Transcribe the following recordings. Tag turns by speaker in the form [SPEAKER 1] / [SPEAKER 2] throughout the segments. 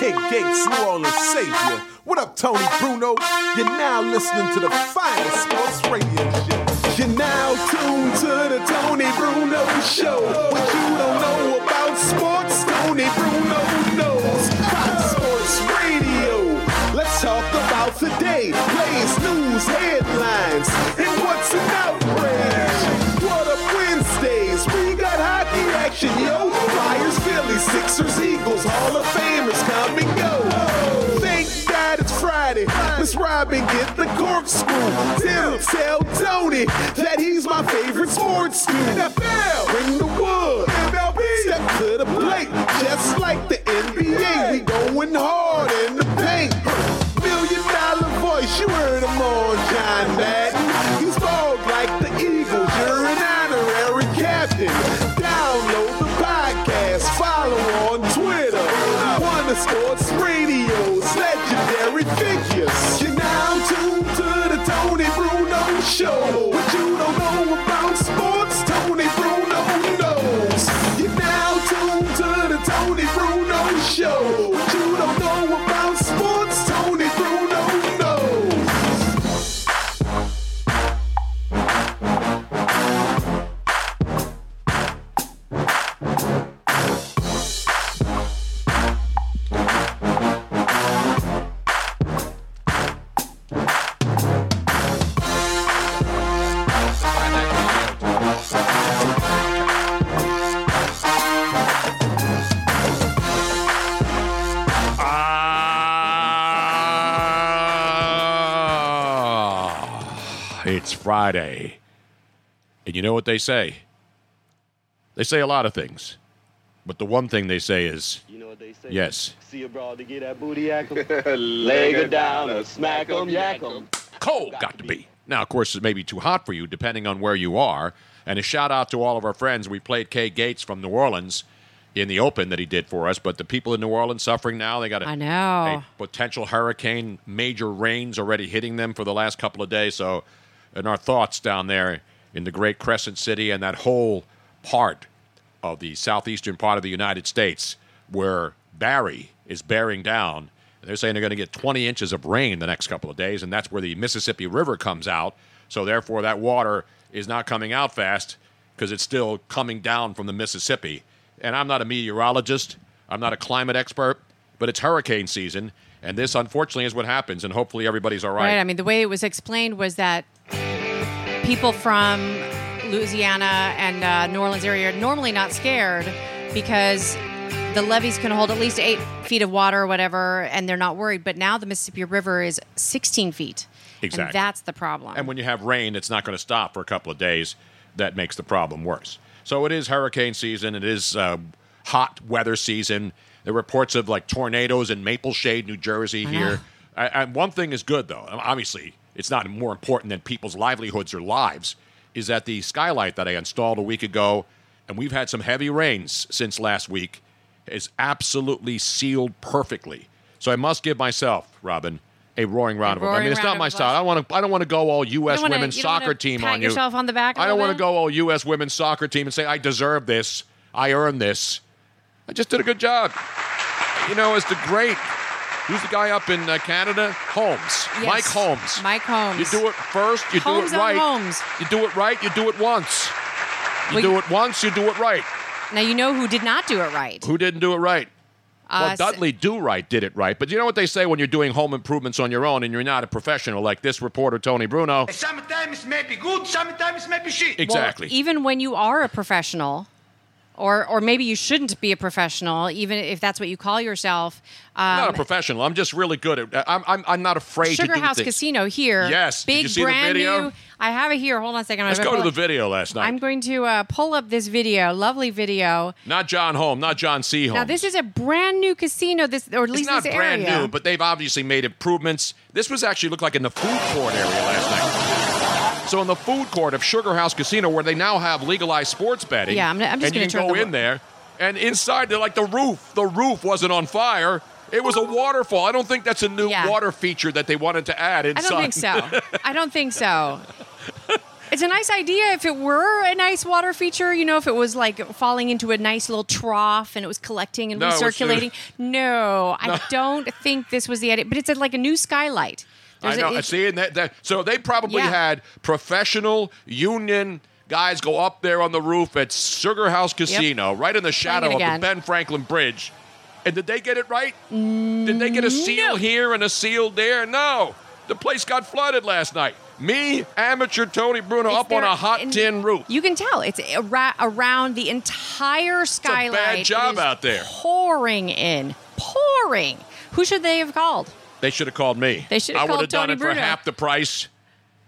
[SPEAKER 1] Big Gates, New Orleans savior. What up, Tony Bruno? You're now listening to the finest sports radio show. You're now tuned to the Tony Bruno show. What you don't know about sports, Tony Bruno knows. Fox Sports Radio. Let's talk about today. Plays, news, headlines, and what's an outrage. What up, Wednesdays? We got hockey action, yo. Flyers, Phillies, Sixers, Eagles, Hall of Famers, come and go. Thank God it's Friday. Let's rob and get the corkscrew. Tim, tell Tony that he's my favorite sports dude. NFL, bring the wood. MLB, step to the plate. Just like the NBA, we going hard in the paint. Million dollar voice, you heard him on John Madden. He's bald like the Eagle, you're an honorary captain. Download the podcast, follow on Twitter. Wonder Sports Radio's legendary figures. You're now tuned to the Tony Bruno Show. What you don't know about sports, Tony Bruno knows. You're now tuned to the Tony Bruno Show. What you don't know about sports, Tony Bruno knows.
[SPEAKER 2] Ah, it's Friday. And you know what they say? They say a lot of things. But the one thing they say is
[SPEAKER 3] You know what they say?
[SPEAKER 2] yes.
[SPEAKER 3] See a broad to get that booty yak 'em. Leg her down or smack 'em, yak 'em.
[SPEAKER 2] Cold got to be. Now, of course, it may be too hot for you depending on where you are. And a shout out to all of our friends. We played Kay Gates from New Orleans in the open that he did for us. But the people in New Orleans suffering now, they got a,
[SPEAKER 4] I
[SPEAKER 2] a
[SPEAKER 4] know.
[SPEAKER 2] potential hurricane, major rains already hitting them for the last couple of days. So, in our thoughts down there in the great Crescent City and that whole part of the southeastern part of the United States where Barry is bearing down. They're saying they're going to get 20 inches of rain the next couple of days, and that's where the Mississippi River comes out. So, therefore, that water is not coming out fast because it's still coming down from the Mississippi. And I'm not a meteorologist, I'm not a climate expert, but it's hurricane season, and this unfortunately is what happens. And hopefully, everybody's all right.
[SPEAKER 4] Right. I mean, the way it was explained was that people from Louisiana and uh, New Orleans area are normally not scared because the levees can hold at least eight feet of water or whatever, and they're not worried. But now the Mississippi River is 16 feet.
[SPEAKER 2] Exactly.
[SPEAKER 4] And that's the problem.
[SPEAKER 2] And when you have rain, it's not going to stop for a couple of days. That makes the problem worse. So it is hurricane season. It is uh, hot weather season. There are reports of like tornadoes in Maple Shade, New Jersey here. I, and one thing is good though. Obviously, it's not more important than people's livelihoods or lives. Is that the skylight that I installed a week ago, and we've had some heavy rains since last week, is absolutely sealed perfectly. So I must give myself, Robin, a roaring round of
[SPEAKER 4] A
[SPEAKER 2] applause. I
[SPEAKER 4] roaring
[SPEAKER 2] mean, it's
[SPEAKER 4] round
[SPEAKER 2] not
[SPEAKER 4] of
[SPEAKER 2] my style. I
[SPEAKER 4] applause.
[SPEAKER 2] don't want to. I don't want to go all U.S.
[SPEAKER 4] You don't wanna-
[SPEAKER 2] women's
[SPEAKER 4] you don't wanna
[SPEAKER 2] soccer team
[SPEAKER 4] pat
[SPEAKER 2] on you.
[SPEAKER 4] yourself on the back a
[SPEAKER 2] I don't
[SPEAKER 4] little
[SPEAKER 2] want to
[SPEAKER 4] bit?
[SPEAKER 2] go all U.S. women's soccer team and say I deserve this. I earned this. I just did a good job. You know, it's the great. Who's the guy up in uh, Canada? Holmes.
[SPEAKER 4] Yes.
[SPEAKER 2] Mike Holmes.
[SPEAKER 4] Mike Holmes.
[SPEAKER 2] You do it first. You
[SPEAKER 4] Holmes
[SPEAKER 2] do
[SPEAKER 4] and
[SPEAKER 2] it right.
[SPEAKER 4] Holmes.
[SPEAKER 2] You do it right. You do it once. You
[SPEAKER 4] Well,
[SPEAKER 2] do
[SPEAKER 4] you-
[SPEAKER 2] it once. You do it right.
[SPEAKER 4] now, you know who did not do it right.
[SPEAKER 2] Who didn't do it right?
[SPEAKER 4] Uh,
[SPEAKER 2] Well,
[SPEAKER 4] s-
[SPEAKER 2] Dudley Do Right did it right. But you know what they say when you're doing home improvements on your own and you're not a professional like this reporter, Tony Bruno?
[SPEAKER 5] Sometimes it may be good, sometimes it may be shit.
[SPEAKER 4] Well,
[SPEAKER 2] Exactly.
[SPEAKER 4] even when you are a professional, or or maybe you shouldn't be a professional, even if that's what you call yourself.
[SPEAKER 2] I'm not
[SPEAKER 4] Um,
[SPEAKER 2] a professional. I'm just really good at. I'm I'm, I'm not afraid
[SPEAKER 4] Sugar
[SPEAKER 2] to do
[SPEAKER 4] House
[SPEAKER 2] things.
[SPEAKER 4] Casino here.
[SPEAKER 2] Yes. Did
[SPEAKER 4] big
[SPEAKER 2] you see the
[SPEAKER 4] brand
[SPEAKER 2] video?
[SPEAKER 4] new. I have it here. Hold on a second. I'm
[SPEAKER 2] Let's
[SPEAKER 4] gonna
[SPEAKER 2] go to
[SPEAKER 4] pull
[SPEAKER 2] the
[SPEAKER 4] it-
[SPEAKER 2] video last night.
[SPEAKER 4] I'm going to uh, pull up this video. Lovely video.
[SPEAKER 2] not John Holm. Not John C. Holm.
[SPEAKER 4] Now this is a brand new casino. This or at
[SPEAKER 2] It's
[SPEAKER 4] least
[SPEAKER 2] not
[SPEAKER 4] this
[SPEAKER 2] brand
[SPEAKER 4] area.
[SPEAKER 2] new, but they've obviously made improvements. This was actually looked like in the food court area last night. So in the food court of Sugar House Casino, where they now have legalized sports betting.
[SPEAKER 4] Yeah, I'm- I'm just
[SPEAKER 2] and you
[SPEAKER 4] gonna
[SPEAKER 2] can
[SPEAKER 4] turn
[SPEAKER 2] go
[SPEAKER 4] the-
[SPEAKER 2] in there, and inside they're like the roof. The roof wasn't on fire. It was a waterfall. I don't think that's a new
[SPEAKER 4] Yeah.
[SPEAKER 2] water feature that they wanted to add
[SPEAKER 4] I
[SPEAKER 2] inside.
[SPEAKER 4] don't think so. I don't think so. It's it's a nice idea if it were a nice water feature. You know, if it was like falling into a nice little trough and it was collecting and
[SPEAKER 2] No, it was-
[SPEAKER 4] recirculating. no, I don't think this was the idea. But it's a, like a new skylight.
[SPEAKER 2] I
[SPEAKER 4] There's a-
[SPEAKER 2] know. I
[SPEAKER 4] it's-
[SPEAKER 2] see, and that, that so they probably
[SPEAKER 4] Yeah.
[SPEAKER 2] had professional union guys go up there on the roof at Sugar House Casino, right in the shadow of the
[SPEAKER 4] again.
[SPEAKER 2] Ben Franklin Bridge. And did they get it right? Did they get
[SPEAKER 4] Mm,
[SPEAKER 2] a seal here and a seal there? No, the place got flooded last night. Me, amateur Tony Bruno,
[SPEAKER 4] it's
[SPEAKER 2] up on
[SPEAKER 4] there
[SPEAKER 2] a hot
[SPEAKER 4] and
[SPEAKER 2] tin roof.
[SPEAKER 4] You can tell it's ara- around the entire skylight. It
[SPEAKER 2] job
[SPEAKER 4] is
[SPEAKER 2] out there.
[SPEAKER 4] Pouring in, pouring. Who should they have called?
[SPEAKER 2] They should have called me.
[SPEAKER 4] They should have
[SPEAKER 2] I would
[SPEAKER 4] called
[SPEAKER 2] have done
[SPEAKER 4] Tony
[SPEAKER 2] it for
[SPEAKER 4] Bruno.
[SPEAKER 2] half the price,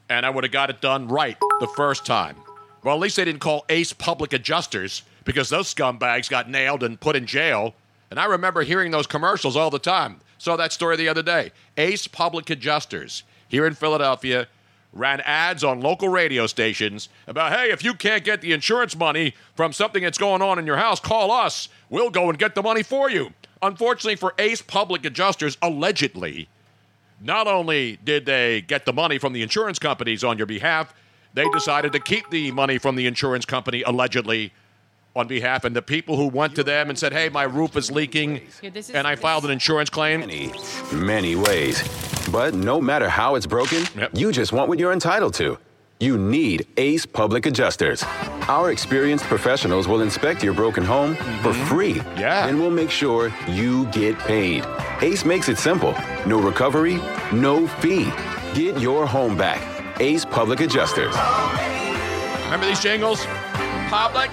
[SPEAKER 2] and I would have got it done right the first time. Well, at least they didn't call Ace Public Adjusters because those scumbags got nailed and put in jail. And I remember hearing those commercials all the time. Saw that story the other day. Ace Public Adjusters here in Philadelphia ran ads on local radio stations about, hey, if you can't get the insurance money from something that's going on in your house, call us. We'll go and get the money for you. Unfortunately for Ace Public Adjusters, allegedly, not only did they get the money from the insurance companies on your behalf, they decided to keep the money from the insurance company allegedly on behalf and the people who went to them and said, "Hey, my roof is leaking
[SPEAKER 4] Yeah, this is-
[SPEAKER 2] and I filed an insurance claim."
[SPEAKER 6] many, many ways. But no matter how it's broken,
[SPEAKER 2] Yep.
[SPEAKER 6] you just want what you're entitled to. You need Ace Public Adjusters. Our experienced professionals will inspect your broken home for free.
[SPEAKER 2] Mm-hmm. Yeah.
[SPEAKER 6] And we'll make sure you get paid. Ace makes it simple no recovery, no fee. Get your home back. Ace Public Adjusters.
[SPEAKER 2] Remember these jingles? Public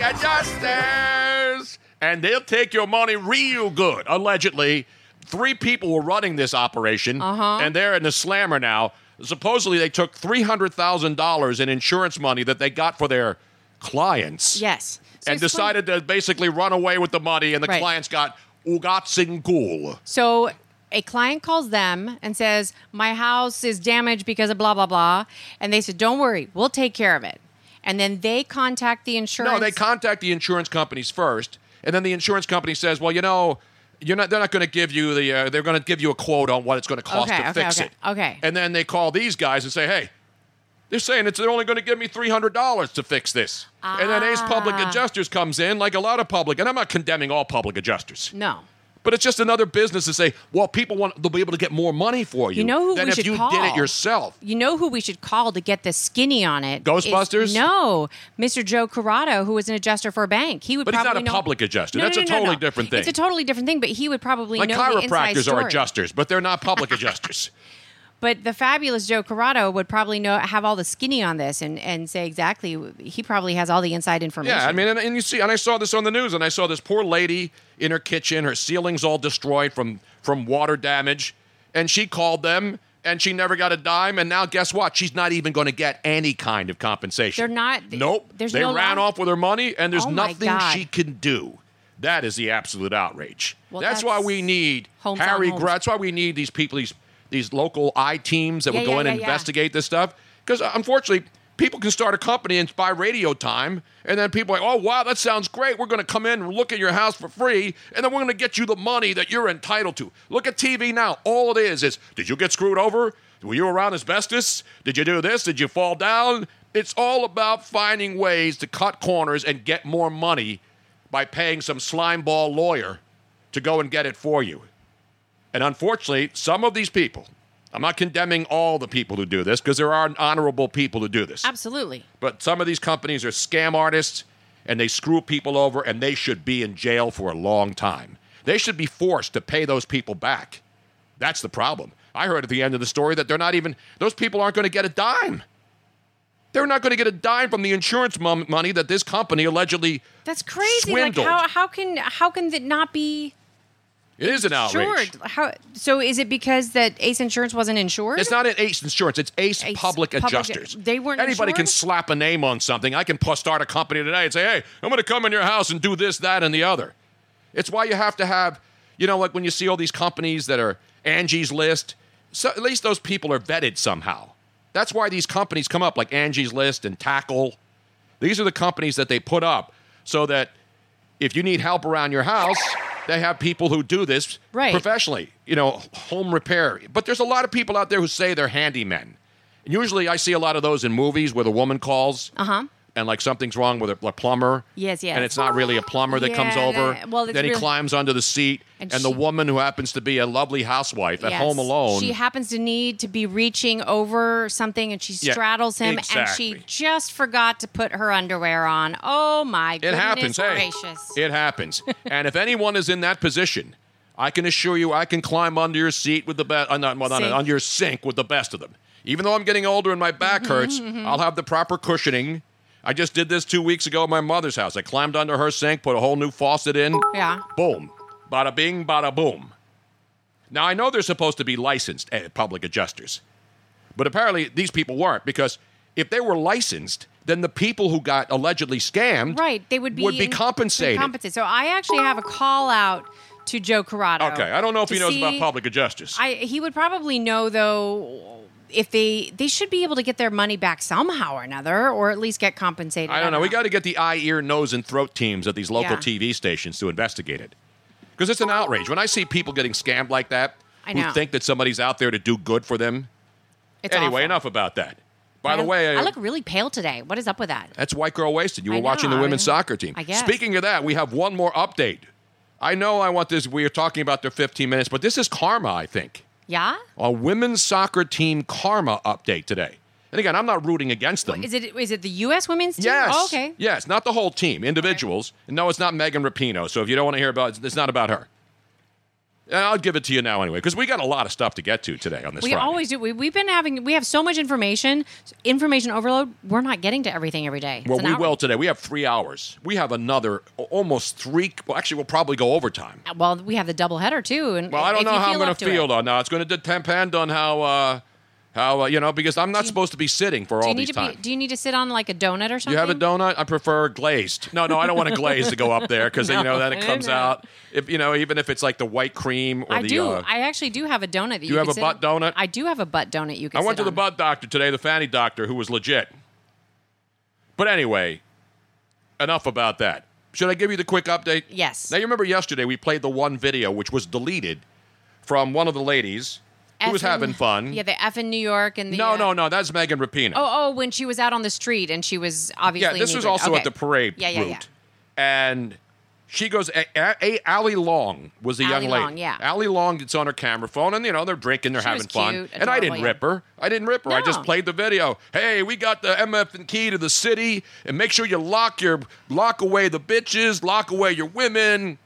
[SPEAKER 2] adjusters. And they'll take your money real good, allegedly. Three people were running this operation, uh-huh. and they're in the slammer now. Supposedly, they took $300,000 in insurance money that they got for their clients.
[SPEAKER 4] Yes. So
[SPEAKER 2] and
[SPEAKER 4] explain-
[SPEAKER 2] decided to basically run away with the money, and the
[SPEAKER 4] Right.
[SPEAKER 2] clients got Ugat Singh Gul.
[SPEAKER 4] So a client calls them and says, My house is damaged because of blah, blah, blah. And they said, Don't worry, we'll take care of it. And then they contact the insurance.
[SPEAKER 2] No, they contact the insurance companies first, and then the insurance company says, "Well, you know, you're not. They're not going to give you the. Uh, they're going to give you a quote on what it's going to cost
[SPEAKER 4] Okay,
[SPEAKER 2] to
[SPEAKER 4] okay,
[SPEAKER 2] fix
[SPEAKER 4] okay,
[SPEAKER 2] it.
[SPEAKER 4] okay.
[SPEAKER 2] And then they call these guys and say, "Hey, they're saying it's they're only going to give me three hundred dollars to fix this." And then Ace Public
[SPEAKER 4] Ah.
[SPEAKER 2] Adjusters comes in, like a lot of public. And I'm not condemning all public adjusters.
[SPEAKER 4] No.
[SPEAKER 2] But it's just another business to say, well, people want they'll be able to get more money for you,
[SPEAKER 4] You know who
[SPEAKER 2] than
[SPEAKER 4] we
[SPEAKER 2] if
[SPEAKER 4] should
[SPEAKER 2] you
[SPEAKER 4] call?
[SPEAKER 2] did it yourself.
[SPEAKER 4] You know who we should call to get the skinny on it? is-
[SPEAKER 2] Ghostbusters?
[SPEAKER 4] no, Mr. Joe Corrado, who was an adjuster for a bank. He would.
[SPEAKER 2] But he's
[SPEAKER 4] probably
[SPEAKER 2] not a
[SPEAKER 4] know-
[SPEAKER 2] public adjuster.
[SPEAKER 4] No, no,
[SPEAKER 2] That's a
[SPEAKER 4] no, no,
[SPEAKER 2] totally
[SPEAKER 4] no.
[SPEAKER 2] different thing.
[SPEAKER 4] It's a totally different thing. But he would probably
[SPEAKER 2] Like
[SPEAKER 4] know the inside
[SPEAKER 2] chiropractors
[SPEAKER 4] story.
[SPEAKER 2] are adjusters, but they're not public adjusters.
[SPEAKER 4] But the fabulous Joe Corrado would probably know have all the skinny on this and and say exactly. He probably has all the inside information.
[SPEAKER 2] Yeah, I mean, and, and you see, and I saw this on the news, and I saw this poor lady in her kitchen, her ceilings all destroyed from from water damage, and she called them, and she never got a dime, and now guess what? She's not even going to get any kind of compensation.
[SPEAKER 4] They're not-
[SPEAKER 2] Nope.
[SPEAKER 4] there's
[SPEAKER 2] they
[SPEAKER 4] no
[SPEAKER 2] ran
[SPEAKER 4] law-
[SPEAKER 2] off with her money, and there's
[SPEAKER 4] Oh my
[SPEAKER 2] nothing
[SPEAKER 4] God.
[SPEAKER 2] she can do. That is the absolute outrage.
[SPEAKER 4] Well,
[SPEAKER 2] that's, why
[SPEAKER 4] that's
[SPEAKER 2] we need
[SPEAKER 4] homes on
[SPEAKER 2] Harry.
[SPEAKER 4] homes.
[SPEAKER 2] Gr- that's why we need these people, these these local I teams that
[SPEAKER 4] Yeah,
[SPEAKER 2] will go
[SPEAKER 4] yeah,
[SPEAKER 2] in and
[SPEAKER 4] yeah, yeah.
[SPEAKER 2] investigate investigate this stuff because unfortunately people can start a company and buy radio time and then people are like oh wow that sounds great we're going to come in and look at your house for free and then we're going to get you the money that you're entitled to look at tv now all it is is did you get screwed over were you around asbestos did you do this did you fall down it's all about finding ways to cut corners and get more money by paying some slimeball lawyer to go and get it for you and unfortunately, some of these people, I'm not condemning all the people who do this because there are honorable people who do this.
[SPEAKER 4] absolutely.
[SPEAKER 2] But some of these companies are scam artists and they screw people over and they should be in jail for a long time. They should be forced to pay those people back. That's the problem. I heard at the end of the story that they're not even, those people aren't going to get a dime. They're not going to get a dime from the insurance mon- money that this company allegedly
[SPEAKER 4] That's crazy.
[SPEAKER 2] Swindled.
[SPEAKER 4] Like how how can how can that not be
[SPEAKER 2] it is an outrage.
[SPEAKER 4] insured? How so is it because that Ace Insurance wasn't insured?
[SPEAKER 2] It's not at Ace Insurance. It's Ace,
[SPEAKER 4] Ace
[SPEAKER 2] Public
[SPEAKER 4] Public-
[SPEAKER 2] Adjusters.
[SPEAKER 4] they weren't
[SPEAKER 2] Anybody can
[SPEAKER 4] insured?
[SPEAKER 2] slap a name on something. I can pu- start a company today and say, "Hey, I'm going to come in your house and do this, that, and the other." It's why you have to have, you know, like when you see all these companies that are Angie's List. So at least those people are vetted somehow. That's why these companies come up, like Angie's List and Tackle. These are the companies that they put up so that if you need help around your house, they have people who do this
[SPEAKER 4] Right.
[SPEAKER 2] professionally, you know, home repair. But there's a lot of people out there who say they're handymen. And usually I see a lot of those in movies where the woman calls. Uh huh. And like something's wrong with a, a plumber.
[SPEAKER 4] Uh-huh. Yes, yes.
[SPEAKER 2] And it's not really a plumber that comes
[SPEAKER 4] Yeah,
[SPEAKER 2] over.
[SPEAKER 4] that- well, it's
[SPEAKER 2] then he
[SPEAKER 4] really-
[SPEAKER 2] climbs onto the seat, and,
[SPEAKER 4] And
[SPEAKER 2] the
[SPEAKER 4] she-
[SPEAKER 2] woman who happens to be a lovely housewife at
[SPEAKER 4] Yes.
[SPEAKER 2] home alone.
[SPEAKER 4] She happens to need to be reaching over something and she
[SPEAKER 2] Yeah,
[SPEAKER 4] straddles him and
[SPEAKER 2] exactly.
[SPEAKER 4] she just forgot to put her underwear on. Oh my
[SPEAKER 2] It
[SPEAKER 4] goodness
[SPEAKER 2] happens. Hey,
[SPEAKER 4] gracious.
[SPEAKER 2] it happens. and if anyone is in that position, I can assure you, I can climb under your seat with the best, uh, not, well, not-
[SPEAKER 4] Sink.
[SPEAKER 2] under your sink with the best of them. Even though I'm getting older and my back
[SPEAKER 4] Mm-hmm,
[SPEAKER 2] hurts, I'll have the proper cushioning. I just did this two weeks ago at my mother's house. I climbed under her sink, put a whole new faucet in.
[SPEAKER 4] Yeah.
[SPEAKER 2] Boom. Bada bing, bada boom. Now I know they're supposed to be licensed eh, public adjusters, but apparently these people weren't because if they were licensed, then the people who got allegedly scammed
[SPEAKER 4] Right. They would be in-
[SPEAKER 2] compensated.
[SPEAKER 4] compensated. So I actually have a call out to Joe Corrado.
[SPEAKER 2] Okay, I don't know if
[SPEAKER 4] to
[SPEAKER 2] he knows about
[SPEAKER 4] see-
[SPEAKER 2] public adjusters.
[SPEAKER 4] I he would probably know though if they they should be able to get their money back somehow or another or at least get compensated.
[SPEAKER 2] I don't know. We got to get the eye, ear, nose, and throat teams at these local
[SPEAKER 4] Yeah.
[SPEAKER 2] TV stations to investigate it because it's an outrage when I see people getting scammed like that
[SPEAKER 4] I
[SPEAKER 2] who
[SPEAKER 4] know.
[SPEAKER 2] think that somebody's out there to do good for them.
[SPEAKER 4] It's
[SPEAKER 2] anyway,
[SPEAKER 4] awful.
[SPEAKER 2] enough about that. By the
[SPEAKER 4] I-
[SPEAKER 2] way,
[SPEAKER 4] I look really pale today. What is up with that?
[SPEAKER 2] That's white girl wasted. You
[SPEAKER 4] I
[SPEAKER 2] were watching the
[SPEAKER 4] know, I
[SPEAKER 2] women's
[SPEAKER 4] know.
[SPEAKER 2] soccer team.
[SPEAKER 4] I guess.
[SPEAKER 2] Speaking of that, we have one more update. I know I want this. We are talking about their 15 minutes, but this is karma. I think
[SPEAKER 4] Yeah.
[SPEAKER 2] a women's soccer team karma update today. And again, I'm not rooting against them.
[SPEAKER 4] Is it is it the U.S. women's team?
[SPEAKER 2] Yes.
[SPEAKER 4] Oh, okay.
[SPEAKER 2] Yes, not the whole team, individuals. And No, it's not Megan Rapinoe. So if you don't want to hear about it, it's not about her. And I'll give it to you now anyway, because we got a lot of stuff to get to today on this
[SPEAKER 4] We
[SPEAKER 2] Friday.
[SPEAKER 4] always do. We, we've been having we have so much information, information overload. We're not getting to everything every day. It's
[SPEAKER 2] well,
[SPEAKER 4] an
[SPEAKER 2] we
[SPEAKER 4] hour.
[SPEAKER 2] will today. We have three hours. We have another a- almost three. Well, actually, we'll probably go overtime.
[SPEAKER 4] Well, we have the double header too. And
[SPEAKER 2] Well, I don't
[SPEAKER 4] if
[SPEAKER 2] know
[SPEAKER 4] you
[SPEAKER 2] how I'm
[SPEAKER 4] feel
[SPEAKER 2] going
[SPEAKER 4] up
[SPEAKER 2] to
[SPEAKER 4] it.
[SPEAKER 2] feel though. Now it's going to depend on how uh, how uh, you know because I'm not supposed to be sitting for
[SPEAKER 4] Do
[SPEAKER 2] all
[SPEAKER 4] you need
[SPEAKER 2] these
[SPEAKER 4] to
[SPEAKER 2] times.
[SPEAKER 4] be? Do you need to sit on like a donut or something?
[SPEAKER 2] You have a donut? I prefer glazed. No, no, I don't want a glaze to go up there because you know then it
[SPEAKER 4] No,
[SPEAKER 2] comes
[SPEAKER 4] no.
[SPEAKER 2] out. If you know, even if it's like the white cream or
[SPEAKER 4] I
[SPEAKER 2] the.
[SPEAKER 4] do.
[SPEAKER 2] Uh,
[SPEAKER 4] I actually do have a donut. That you,
[SPEAKER 2] have
[SPEAKER 4] could
[SPEAKER 2] a
[SPEAKER 4] sit
[SPEAKER 2] butt
[SPEAKER 4] on.
[SPEAKER 2] donut?
[SPEAKER 4] I do have a butt donut. You can.
[SPEAKER 2] I went to the butt doctor today, the fanny doctor, who was legit. But anyway, enough about that. Should I give you the quick update?
[SPEAKER 4] Yes.
[SPEAKER 2] Now you remember yesterday we played the one video which was deleted from one of the ladies who was
[SPEAKER 4] F in-
[SPEAKER 2] having fun.
[SPEAKER 4] Yeah, the F in New York and the
[SPEAKER 2] no,
[SPEAKER 4] uh,
[SPEAKER 2] no, no. That's Megan Rapinoe.
[SPEAKER 4] Oh, oh, when she was out on the street and she was obviously.
[SPEAKER 2] Yeah, this was
[SPEAKER 4] inebriated.
[SPEAKER 2] also
[SPEAKER 4] Okay.
[SPEAKER 2] at the parade
[SPEAKER 4] Yeah, yeah,
[SPEAKER 2] route.
[SPEAKER 4] yeah.
[SPEAKER 2] And she goes, a, a, Allie Long was the
[SPEAKER 4] Ally
[SPEAKER 2] young lady.
[SPEAKER 4] Long, yeah.
[SPEAKER 2] Allie Long gets on her camera phone, and you know they're drinking, they're
[SPEAKER 4] She
[SPEAKER 2] having
[SPEAKER 4] was
[SPEAKER 2] fun.
[SPEAKER 4] cute,
[SPEAKER 2] and I didn't
[SPEAKER 4] adorable,
[SPEAKER 2] rip her. I didn't rip her. I just
[SPEAKER 4] No.
[SPEAKER 2] played the video. Hey, we got the MF and key to the city, and make sure you lock your lock away the bitches, lock away your women,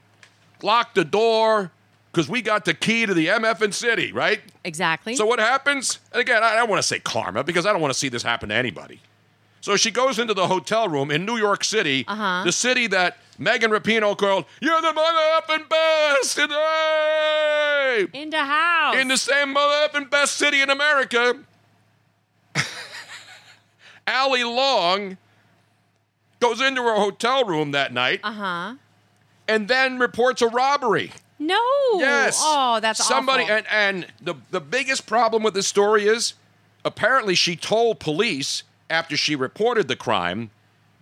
[SPEAKER 2] lock the door, because we got the key to the MF and city, right?
[SPEAKER 4] Exactly.
[SPEAKER 2] So what happens? And again, I I don't want to say karma because I don't want to see this happen to anybody. So she goes into the hotel room in New York City, the city that Megan Rapinoe called "You're the mother effing best," and hey,
[SPEAKER 4] in the house.
[SPEAKER 2] in the same mother effing best city in America. Allie Long goes into her hotel room that night, uh-huh. and then reports a robbery.
[SPEAKER 4] no.
[SPEAKER 2] Yes.
[SPEAKER 4] Oh, that's
[SPEAKER 2] somebody.
[SPEAKER 4] Awful.
[SPEAKER 2] And and the the biggest problem with this story is, apparently, she told police after she reported the crime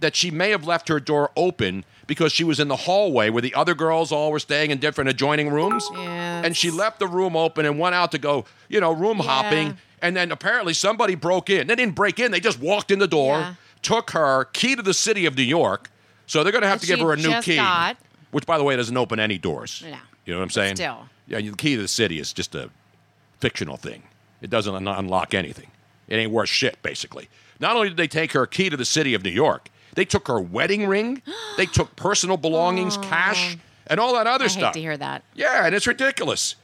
[SPEAKER 2] that she may have left her door open because she was in the hallway where the other girls all were staying in different adjoining rooms,
[SPEAKER 4] Yes.
[SPEAKER 2] and she left the room open and went out to go, you know, room hopping. And then apparently somebody broke in. They didn't break in. They just walked in the door,
[SPEAKER 4] Yeah.
[SPEAKER 2] took her key to the city of New York. So they're going to have
[SPEAKER 4] That
[SPEAKER 2] to give
[SPEAKER 4] she
[SPEAKER 2] her a new
[SPEAKER 4] just
[SPEAKER 2] key,
[SPEAKER 4] got.
[SPEAKER 2] which, by the way, doesn't open any doors.
[SPEAKER 4] No.
[SPEAKER 2] You know what I'm saying?
[SPEAKER 4] still.
[SPEAKER 2] Yeah, the key to the city is just a fictional thing. It doesn't un- unlock anything. It ain't worth shit, basically. Not only did they take her key to the city of New York, they took her wedding ring, they took personal belongings, cash, and all that other
[SPEAKER 4] Oh. I
[SPEAKER 2] stuff.
[SPEAKER 4] hate to hear that.
[SPEAKER 2] Yeah, and it's ridiculous.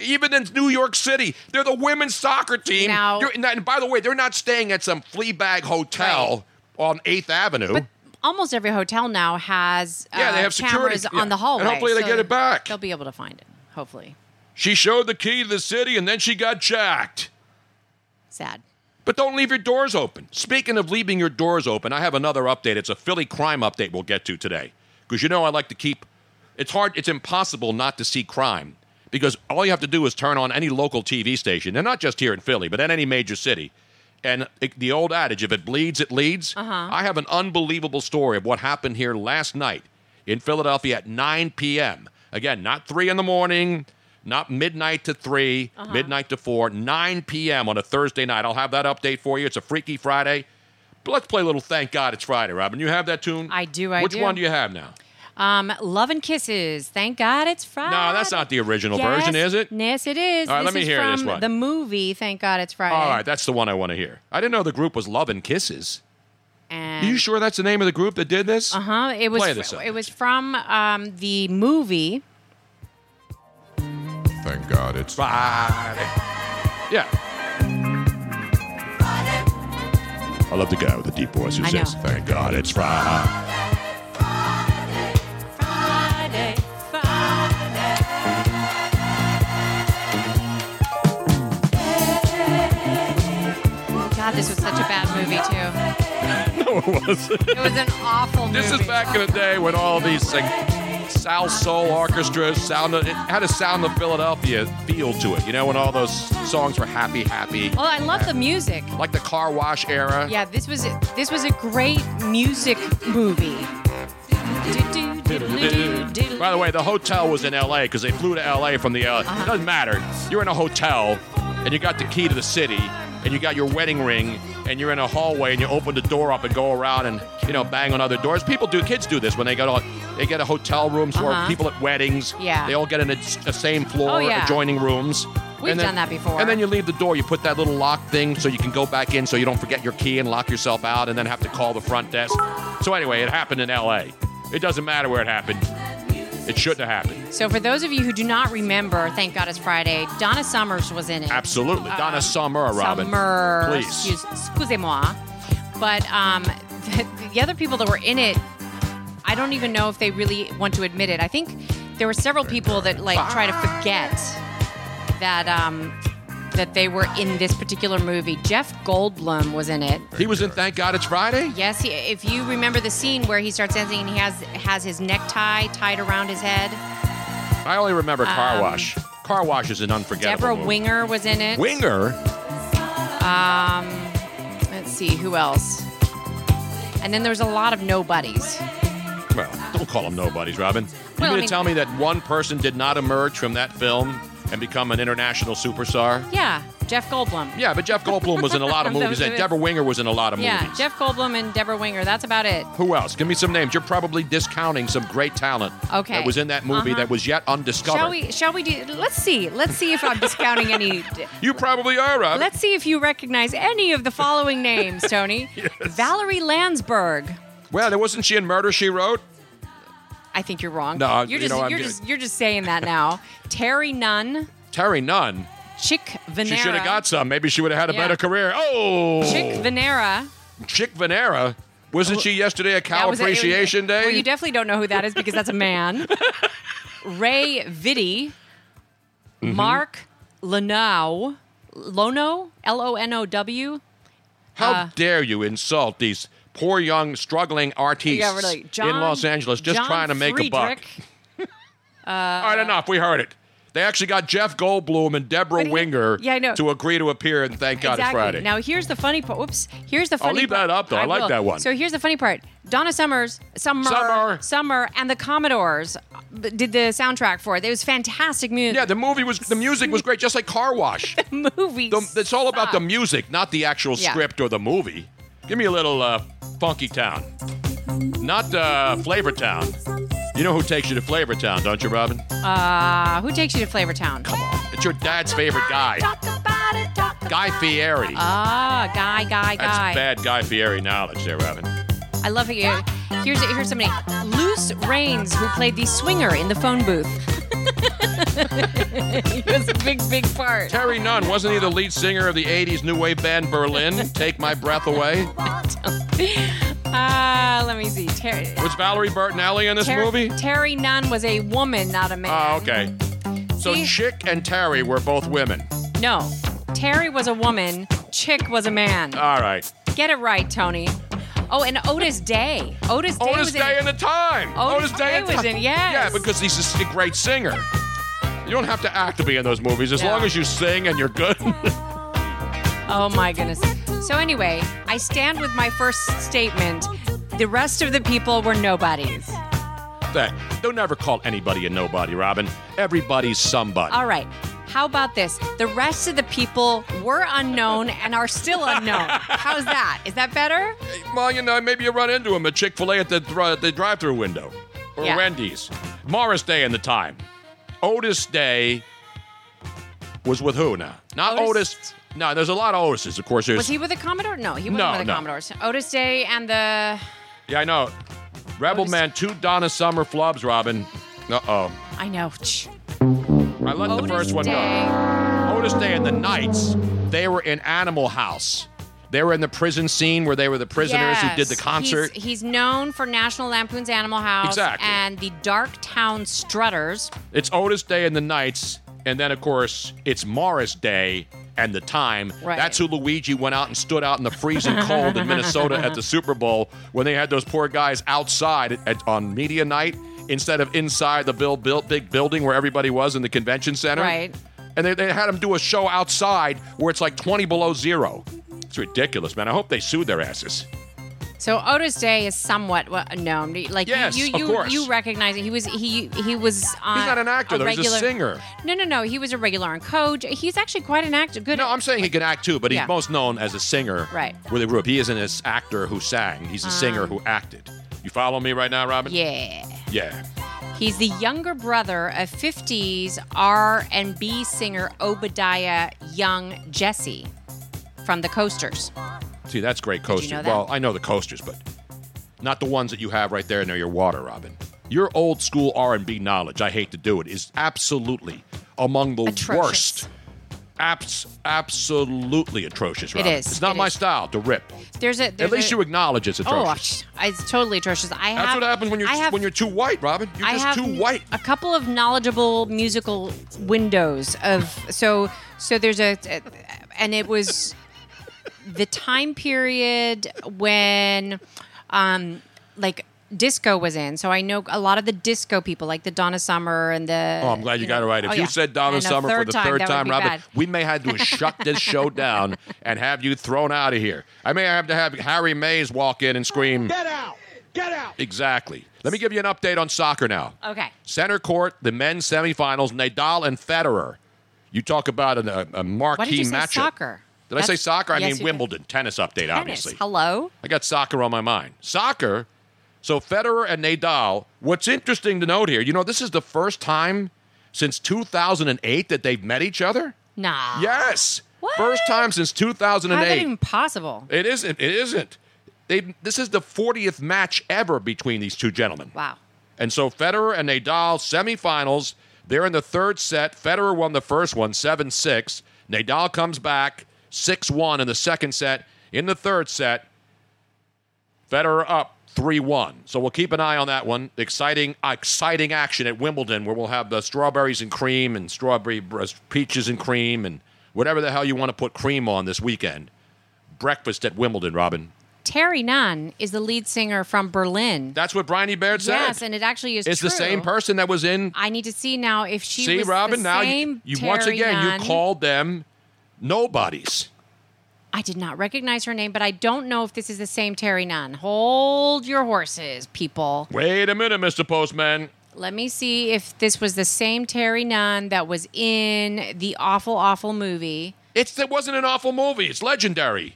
[SPEAKER 2] Even in New York City, they're the women's soccer team.
[SPEAKER 4] Now-
[SPEAKER 2] You're- and that- and by the way, they're not staying at some flea bag hotel on 8th Avenue.
[SPEAKER 4] But almost every hotel now has
[SPEAKER 2] Yeah, they
[SPEAKER 4] uh,
[SPEAKER 2] have security.
[SPEAKER 4] cameras
[SPEAKER 2] Yeah.
[SPEAKER 4] on the hallway.
[SPEAKER 2] And hopefully they get it back.
[SPEAKER 4] They'll be able to find it. Hopefully,
[SPEAKER 2] she showed the key to the city and then she got jacked.
[SPEAKER 4] sad.
[SPEAKER 2] But don't leave your doors open. Speaking of leaving your doors open, I have another update. It's a Philly crime update we'll get to today. Because you know I like to keep it's hard, it's impossible not to see crime. Because all you have to do is turn on any local TV station, and not just here in Philly, but in any major city. And it, the old adage, if it bleeds, it leads. Uh-huh. I have an unbelievable story of what happened here last night in Philadelphia at 9 p.m. Again, not 3 in the morning, Not midnight to 3,
[SPEAKER 4] Uh-huh.
[SPEAKER 2] midnight to 4, 9 p.m. on a Thursday night. I'll have that update for you. It's a Freaky Friday. But let's play a little Thank God It's Friday, Robin. You have that tune?
[SPEAKER 4] I do, I
[SPEAKER 2] Which
[SPEAKER 4] do.
[SPEAKER 2] one do you have now?
[SPEAKER 4] Um, Love and Kisses. Thank God it's Friday.
[SPEAKER 2] No, that's not the original
[SPEAKER 4] Yes.
[SPEAKER 2] version, is it?
[SPEAKER 4] Yes, it is.
[SPEAKER 2] All right,
[SPEAKER 4] this
[SPEAKER 2] let me
[SPEAKER 4] is
[SPEAKER 2] hear
[SPEAKER 4] from
[SPEAKER 2] this one.
[SPEAKER 4] The movie. Thank God it's Friday.
[SPEAKER 2] All right, that's the one I want to hear. I didn't know the group was Love and Kisses.
[SPEAKER 4] And
[SPEAKER 2] Are you sure that's the name of the group that did this?
[SPEAKER 4] Uh huh. It was.
[SPEAKER 2] Play this up.
[SPEAKER 4] it was from um, the movie.
[SPEAKER 1] Thank God it's
[SPEAKER 2] Friday. Yeah. I love the guy with the deep voice who
[SPEAKER 4] I
[SPEAKER 2] says,
[SPEAKER 4] know.
[SPEAKER 2] Thank God it's Friday.
[SPEAKER 4] Friday, God, this was such a bad movie too.
[SPEAKER 2] No, it wasn't.
[SPEAKER 4] It was an awful movie.
[SPEAKER 2] This is back in the day when all these like, South Soul orchestras sounded, it had a sound of Philadelphia feel to it. You know, when all those songs were happy, happy.
[SPEAKER 4] Well, Oh, I love the music.
[SPEAKER 2] Like the car wash era.
[SPEAKER 4] Yeah, this was this was a great music movie.
[SPEAKER 2] By the way, the hotel was in LA because they flew to LA from the LA. It doesn't matter. You're in a hotel and you got the key to the city and you got your wedding ring and you're in a hallway and you open the door up and go around and you know bang on other doors. People do kids do this when they go to they get a hotel rooms
[SPEAKER 4] Uh-huh.
[SPEAKER 2] where people at weddings
[SPEAKER 4] Yeah.
[SPEAKER 2] they all get in a, a same floor
[SPEAKER 4] Oh, yeah.
[SPEAKER 2] adjoining rooms.
[SPEAKER 4] We've done that before.
[SPEAKER 2] And then you leave the door, you put that little lock thing so you can go back in so you don't forget your key and lock yourself out and then have to call the front desk. So, anyway, it happened in LA. It doesn't matter where it happened, it shouldn't have happened.
[SPEAKER 4] So, for those of you who do not remember, thank God it's Friday. Donna Summers was in it.
[SPEAKER 2] Absolutely. Donna Summer, Robin.
[SPEAKER 4] Uh, Summer.
[SPEAKER 2] Please.
[SPEAKER 4] Excuse, excusez-moi. But um, the, the other people that were in it, I don't even know if they really want to admit it. I think there were several people that like try to forget that um, that they were in this particular movie. Jeff Goldblum was in it.
[SPEAKER 2] He was in Thank God It's Friday?
[SPEAKER 4] Yes, he, if you remember the scene where he starts dancing and he has has his necktie tied around his head.
[SPEAKER 2] I only remember Car Wash. Car Wash is an unforgettable
[SPEAKER 4] Um, Deborah
[SPEAKER 2] movie.
[SPEAKER 4] Winger was in it.
[SPEAKER 2] Winger?
[SPEAKER 4] Let's see who else. And then there's a lot of nobodies.
[SPEAKER 2] Well, don't call them nobodies, Robin. You're
[SPEAKER 4] Well, I
[SPEAKER 2] going to
[SPEAKER 4] mean-
[SPEAKER 2] tell me that one person did not emerge from that film and become an international superstar?
[SPEAKER 4] Yeah, Jeff Goldblum.
[SPEAKER 2] Yeah, but Jeff Goldblum was in a lot of
[SPEAKER 4] Those
[SPEAKER 2] movies, and
[SPEAKER 4] movies.
[SPEAKER 2] Deborah Winger was in a lot of
[SPEAKER 4] Yeah,
[SPEAKER 2] movies.
[SPEAKER 4] Jeff Goldblum and Deborah Winger. That's about it.
[SPEAKER 2] Who else? Give me some names. You're probably discounting some great talent
[SPEAKER 4] Okay.
[SPEAKER 2] that was in that movie
[SPEAKER 4] Uh-huh.
[SPEAKER 2] that was yet undiscovered.
[SPEAKER 4] Shall we? Shall we do? Let's see. Let's see if I'm discounting any.
[SPEAKER 2] You probably are, uh, Rob.
[SPEAKER 4] Let's see if you recognize any of the following names, Tony. Valerie Landsberg.
[SPEAKER 2] well, there wasn't she in Murder She Wrote?
[SPEAKER 4] I think you're wrong.
[SPEAKER 2] No,
[SPEAKER 4] you're
[SPEAKER 2] you
[SPEAKER 4] just
[SPEAKER 2] know, I'm
[SPEAKER 4] you're
[SPEAKER 2] good.
[SPEAKER 4] just you're just saying that now. Terry Nunn,
[SPEAKER 2] Terry Nunn.
[SPEAKER 4] Chick Venera.
[SPEAKER 2] She should have got some. Maybe she would have had a
[SPEAKER 4] Yeah.
[SPEAKER 2] better career. Oh,
[SPEAKER 4] Chick Venera.
[SPEAKER 2] Chick Venera. Wasn't she yesterday at
[SPEAKER 4] That
[SPEAKER 2] Cow
[SPEAKER 4] was it. It was-
[SPEAKER 2] Appreciation Day?
[SPEAKER 4] Well, you definitely don't know who that is because that's a man. Ray Vitti,
[SPEAKER 2] Mm-hmm.
[SPEAKER 4] Mark Lonow, Lono, L O N O W.
[SPEAKER 2] How dare you insult these poor young struggling artists
[SPEAKER 4] uh, Yeah, really. John,
[SPEAKER 2] in Los Angeles just
[SPEAKER 4] John
[SPEAKER 2] trying to make a buck?
[SPEAKER 4] Friedrich.
[SPEAKER 2] All right, enough. We heard it. They actually got Jeff Goldblum and Deborah
[SPEAKER 4] But he-
[SPEAKER 2] Winger
[SPEAKER 4] yeah, I know.
[SPEAKER 2] to agree to appear and thank God
[SPEAKER 4] exactly.
[SPEAKER 2] it's Friday.
[SPEAKER 4] Now here's the funny part. Whoops. Here's the funny.
[SPEAKER 2] leave
[SPEAKER 4] part.
[SPEAKER 2] that up, though. I like
[SPEAKER 4] will.
[SPEAKER 2] that one.
[SPEAKER 4] So here's the funny part. Donna Summers, Summer,
[SPEAKER 2] Summer.
[SPEAKER 4] Summer, and the Commodores uh, did the soundtrack for it. It was fantastic music.
[SPEAKER 2] yeah, the movie was the music was great, just like Car Wash.
[SPEAKER 4] movie.
[SPEAKER 2] The- it's all about the
[SPEAKER 4] sucked.
[SPEAKER 2] music, not the actual
[SPEAKER 4] Yeah.
[SPEAKER 2] script or the movie. Give me a little uh, Funky Town, not uh, Flavor Town. You know who takes you to Flavor Town, don't you, Robin?
[SPEAKER 4] Uh, who takes you to Flavortown?
[SPEAKER 2] Come on, it's your dad's favorite guy,
[SPEAKER 4] Talk about it. Talk about
[SPEAKER 2] Guy Fieri.
[SPEAKER 4] Ah, guy, guy,
[SPEAKER 2] That's
[SPEAKER 4] guy.
[SPEAKER 2] bad Guy Fieri knowledge, there, Robin.
[SPEAKER 4] I love it. Here's here's somebody. Loose Reigns, who played the swinger in the phone booth. he was a big, big part.
[SPEAKER 2] Terry Nunn, wasn't he the lead singer of the 80s new wave band Berlin? Take My Breath Away.
[SPEAKER 4] Ah, let me see. Terry.
[SPEAKER 2] Was Valerie Bertinelli in this
[SPEAKER 4] Terry,
[SPEAKER 2] movie?
[SPEAKER 4] Terry Nunn was a woman, not a man.
[SPEAKER 2] Oh, okay. So
[SPEAKER 4] See?
[SPEAKER 2] Chick and Terry were both women.
[SPEAKER 4] No, Terry was a woman. Chick was a man.
[SPEAKER 2] All right.
[SPEAKER 4] Get it right, Tony. Oh, and Otis Day. Otis Day
[SPEAKER 2] Otis
[SPEAKER 4] was
[SPEAKER 2] Day
[SPEAKER 4] in.
[SPEAKER 2] and the Time.
[SPEAKER 4] Otis Day
[SPEAKER 2] and the
[SPEAKER 4] was
[SPEAKER 2] Time.
[SPEAKER 4] in, yes.
[SPEAKER 2] Yeah, because he's just a great singer. You don't have to act to be in those movies as
[SPEAKER 4] Yeah.
[SPEAKER 2] long as you sing and you're good.
[SPEAKER 4] Oh my goodness. So anyway, I stand with my first statement. The rest of the people were nobodies.
[SPEAKER 2] that. Don't never call anybody a nobody, Robin. Everybody's somebody.
[SPEAKER 4] All right. How about this? The rest of the people were unknown and are still unknown. How's that? Is that better?
[SPEAKER 2] Well, you know, maybe you run into him at Chick Fil A at the dri- the drive-through window, or
[SPEAKER 4] Yeah.
[SPEAKER 2] Wendy's. Morris Day in the time. Otis Day was with who now? Not Otis.
[SPEAKER 4] Otis-
[SPEAKER 2] No, there's a lot of Otises, of course. There's,
[SPEAKER 4] Was he with the Commodore? No, he wasn't
[SPEAKER 2] No,
[SPEAKER 4] with the
[SPEAKER 2] no.
[SPEAKER 4] Commodores. Otis Day and the
[SPEAKER 2] Yeah, I know. Rebel
[SPEAKER 4] Otis-
[SPEAKER 2] Man, two Donna Summer flubs, Robin. Uh oh.
[SPEAKER 4] I know. Shh.
[SPEAKER 2] I let the
[SPEAKER 4] Otis
[SPEAKER 2] first one
[SPEAKER 4] Day.
[SPEAKER 2] go. Otis Day and the Knights, they were in Animal House. They were in the prison scene where they were the prisoners who did the
[SPEAKER 4] Yes.
[SPEAKER 2] concert.
[SPEAKER 4] He's, he's known for National Lampoon's Animal House
[SPEAKER 2] Exactly.
[SPEAKER 4] and the Darktown Strutters.
[SPEAKER 2] It's Otis Day and the Knights, and then of course it's Morris Day and the time.
[SPEAKER 4] Right.
[SPEAKER 2] That's who Luigi went out and stood out in the freezing cold in Minnesota at the Super Bowl when they had those poor guys outside at, on media night instead of inside the bill built big building where everybody was in the convention center.
[SPEAKER 4] Right.
[SPEAKER 2] And they, they had them do a show outside where it's like 20 below zero. It's ridiculous, man. I hope they sued their asses.
[SPEAKER 4] So Otis Day is somewhat wa- known. Like you-
[SPEAKER 2] Yes,
[SPEAKER 4] you,
[SPEAKER 2] of
[SPEAKER 4] you,
[SPEAKER 2] course.
[SPEAKER 4] you recognize it. He was he he was. On
[SPEAKER 2] He's not an actor, though. He's a
[SPEAKER 4] regular,
[SPEAKER 2] singer.
[SPEAKER 4] No, no, no. He was a regular on Coach. He's actually quite an actor. Good.
[SPEAKER 2] No, I'm saying he can act too, but he's
[SPEAKER 4] Yeah.
[SPEAKER 2] most known as a singer.
[SPEAKER 4] Right. Ah.
[SPEAKER 2] Where they grew up. He isn't an actor who sang. He's a singer who acted. You follow me right now, Robin?
[SPEAKER 4] yeah.
[SPEAKER 2] Yeah.
[SPEAKER 4] He's the younger brother of 50s R&B singer Obadiah Young Jesse from the Coasters.
[SPEAKER 2] See, that's great coasters.
[SPEAKER 4] know that?
[SPEAKER 2] Well, I know the coasters, but not the ones that you have right there near your water, Robin. Your old school R&B knowledge, I hate to do it, is absolutely among the
[SPEAKER 4] Atrocious.
[SPEAKER 2] worst. Abs- absolutely atrocious, Robin.
[SPEAKER 4] is.
[SPEAKER 2] It's not
[SPEAKER 4] It
[SPEAKER 2] my
[SPEAKER 4] is.
[SPEAKER 2] style to rip.
[SPEAKER 4] There's a
[SPEAKER 2] At
[SPEAKER 4] there's
[SPEAKER 2] least
[SPEAKER 4] a,
[SPEAKER 2] you acknowledge it's
[SPEAKER 4] Oh,
[SPEAKER 2] atrocious.
[SPEAKER 4] I- it's totally atrocious. I
[SPEAKER 2] that's
[SPEAKER 4] have,
[SPEAKER 2] what happens when you're
[SPEAKER 4] I have,
[SPEAKER 2] when you're too white, Robin. You're
[SPEAKER 4] I
[SPEAKER 2] just
[SPEAKER 4] have
[SPEAKER 2] too white.
[SPEAKER 4] A couple of knowledgeable musical windows of so so there's a and it was the time period when um like disco was in. So I know a lot of the disco people like the Donna Summer and the
[SPEAKER 2] Oh, I'm glad you, got
[SPEAKER 4] know-
[SPEAKER 2] it right. If
[SPEAKER 4] oh,
[SPEAKER 2] you
[SPEAKER 4] yeah.
[SPEAKER 2] said Donna
[SPEAKER 4] And a
[SPEAKER 2] Summer for the third
[SPEAKER 4] that would
[SPEAKER 2] time,
[SPEAKER 4] be
[SPEAKER 2] Robin,
[SPEAKER 4] bad.
[SPEAKER 2] we may have to shut this show down and have you thrown out of here. I may have to have Harry Mays walk in and scream,
[SPEAKER 5] Get out! Get out!
[SPEAKER 2] exactly. Let me give you an update on soccer now.
[SPEAKER 4] Okay.
[SPEAKER 2] Center court, the men's semifinals, Nadal and Federer. You talk about an, a, a marquee
[SPEAKER 4] Why did you say
[SPEAKER 2] matchup.
[SPEAKER 4] soccer?
[SPEAKER 2] Did I
[SPEAKER 4] That's-
[SPEAKER 2] say soccer? I
[SPEAKER 4] Yes, you
[SPEAKER 2] mean
[SPEAKER 4] did.
[SPEAKER 2] Wimbledon. Tennis update,
[SPEAKER 4] Tennis.
[SPEAKER 2] obviously.
[SPEAKER 4] Hello.
[SPEAKER 2] I got soccer on my mind. Soccer. So Federer and Nadal. What's interesting to note here, you know, this is the first time since 2008 that they've met each other.
[SPEAKER 4] Nah.
[SPEAKER 2] Yes.
[SPEAKER 4] What?
[SPEAKER 2] First time since
[SPEAKER 4] How is that
[SPEAKER 2] 2008.
[SPEAKER 4] even possible?
[SPEAKER 2] it isn't. It isn't. They, this is the 40th match ever between these two gentlemen.
[SPEAKER 4] Wow.
[SPEAKER 2] And so Federer and Nadal semifinals. They're in the third set. Federer won the first one, 7 6. Nadal comes back 6 1 in the second set. In the third set, Federer up 3 1. So we'll keep an eye on that one. Exciting, exciting action at Wimbledon where we'll have the strawberries and cream and strawberry br- peaches and cream and whatever the hell you want to put cream on this weekend. Breakfast at Wimbledon, Robin.
[SPEAKER 4] Terry Nunn is the lead singer from Berlin.
[SPEAKER 2] That's what Bryony Baird said.
[SPEAKER 4] yes, and it actually is.
[SPEAKER 2] it's the
[SPEAKER 4] true.
[SPEAKER 2] same person that was in
[SPEAKER 4] I need to see now if she
[SPEAKER 2] See,
[SPEAKER 4] was
[SPEAKER 2] Robin,
[SPEAKER 4] the
[SPEAKER 2] now you,
[SPEAKER 4] same
[SPEAKER 2] you once
[SPEAKER 4] Terry
[SPEAKER 2] again
[SPEAKER 4] Nunn.
[SPEAKER 2] you called them nobodies.
[SPEAKER 4] I did not recognize her name, but I don't know if this is the same Terry Nunn. Hold your horses, people.
[SPEAKER 2] Wait a minute, Mr. Postman.
[SPEAKER 4] Let me see if this was the same Terry Nunn that was in the awful, awful movie.
[SPEAKER 2] It's it wasn't an awful movie. It's legendary.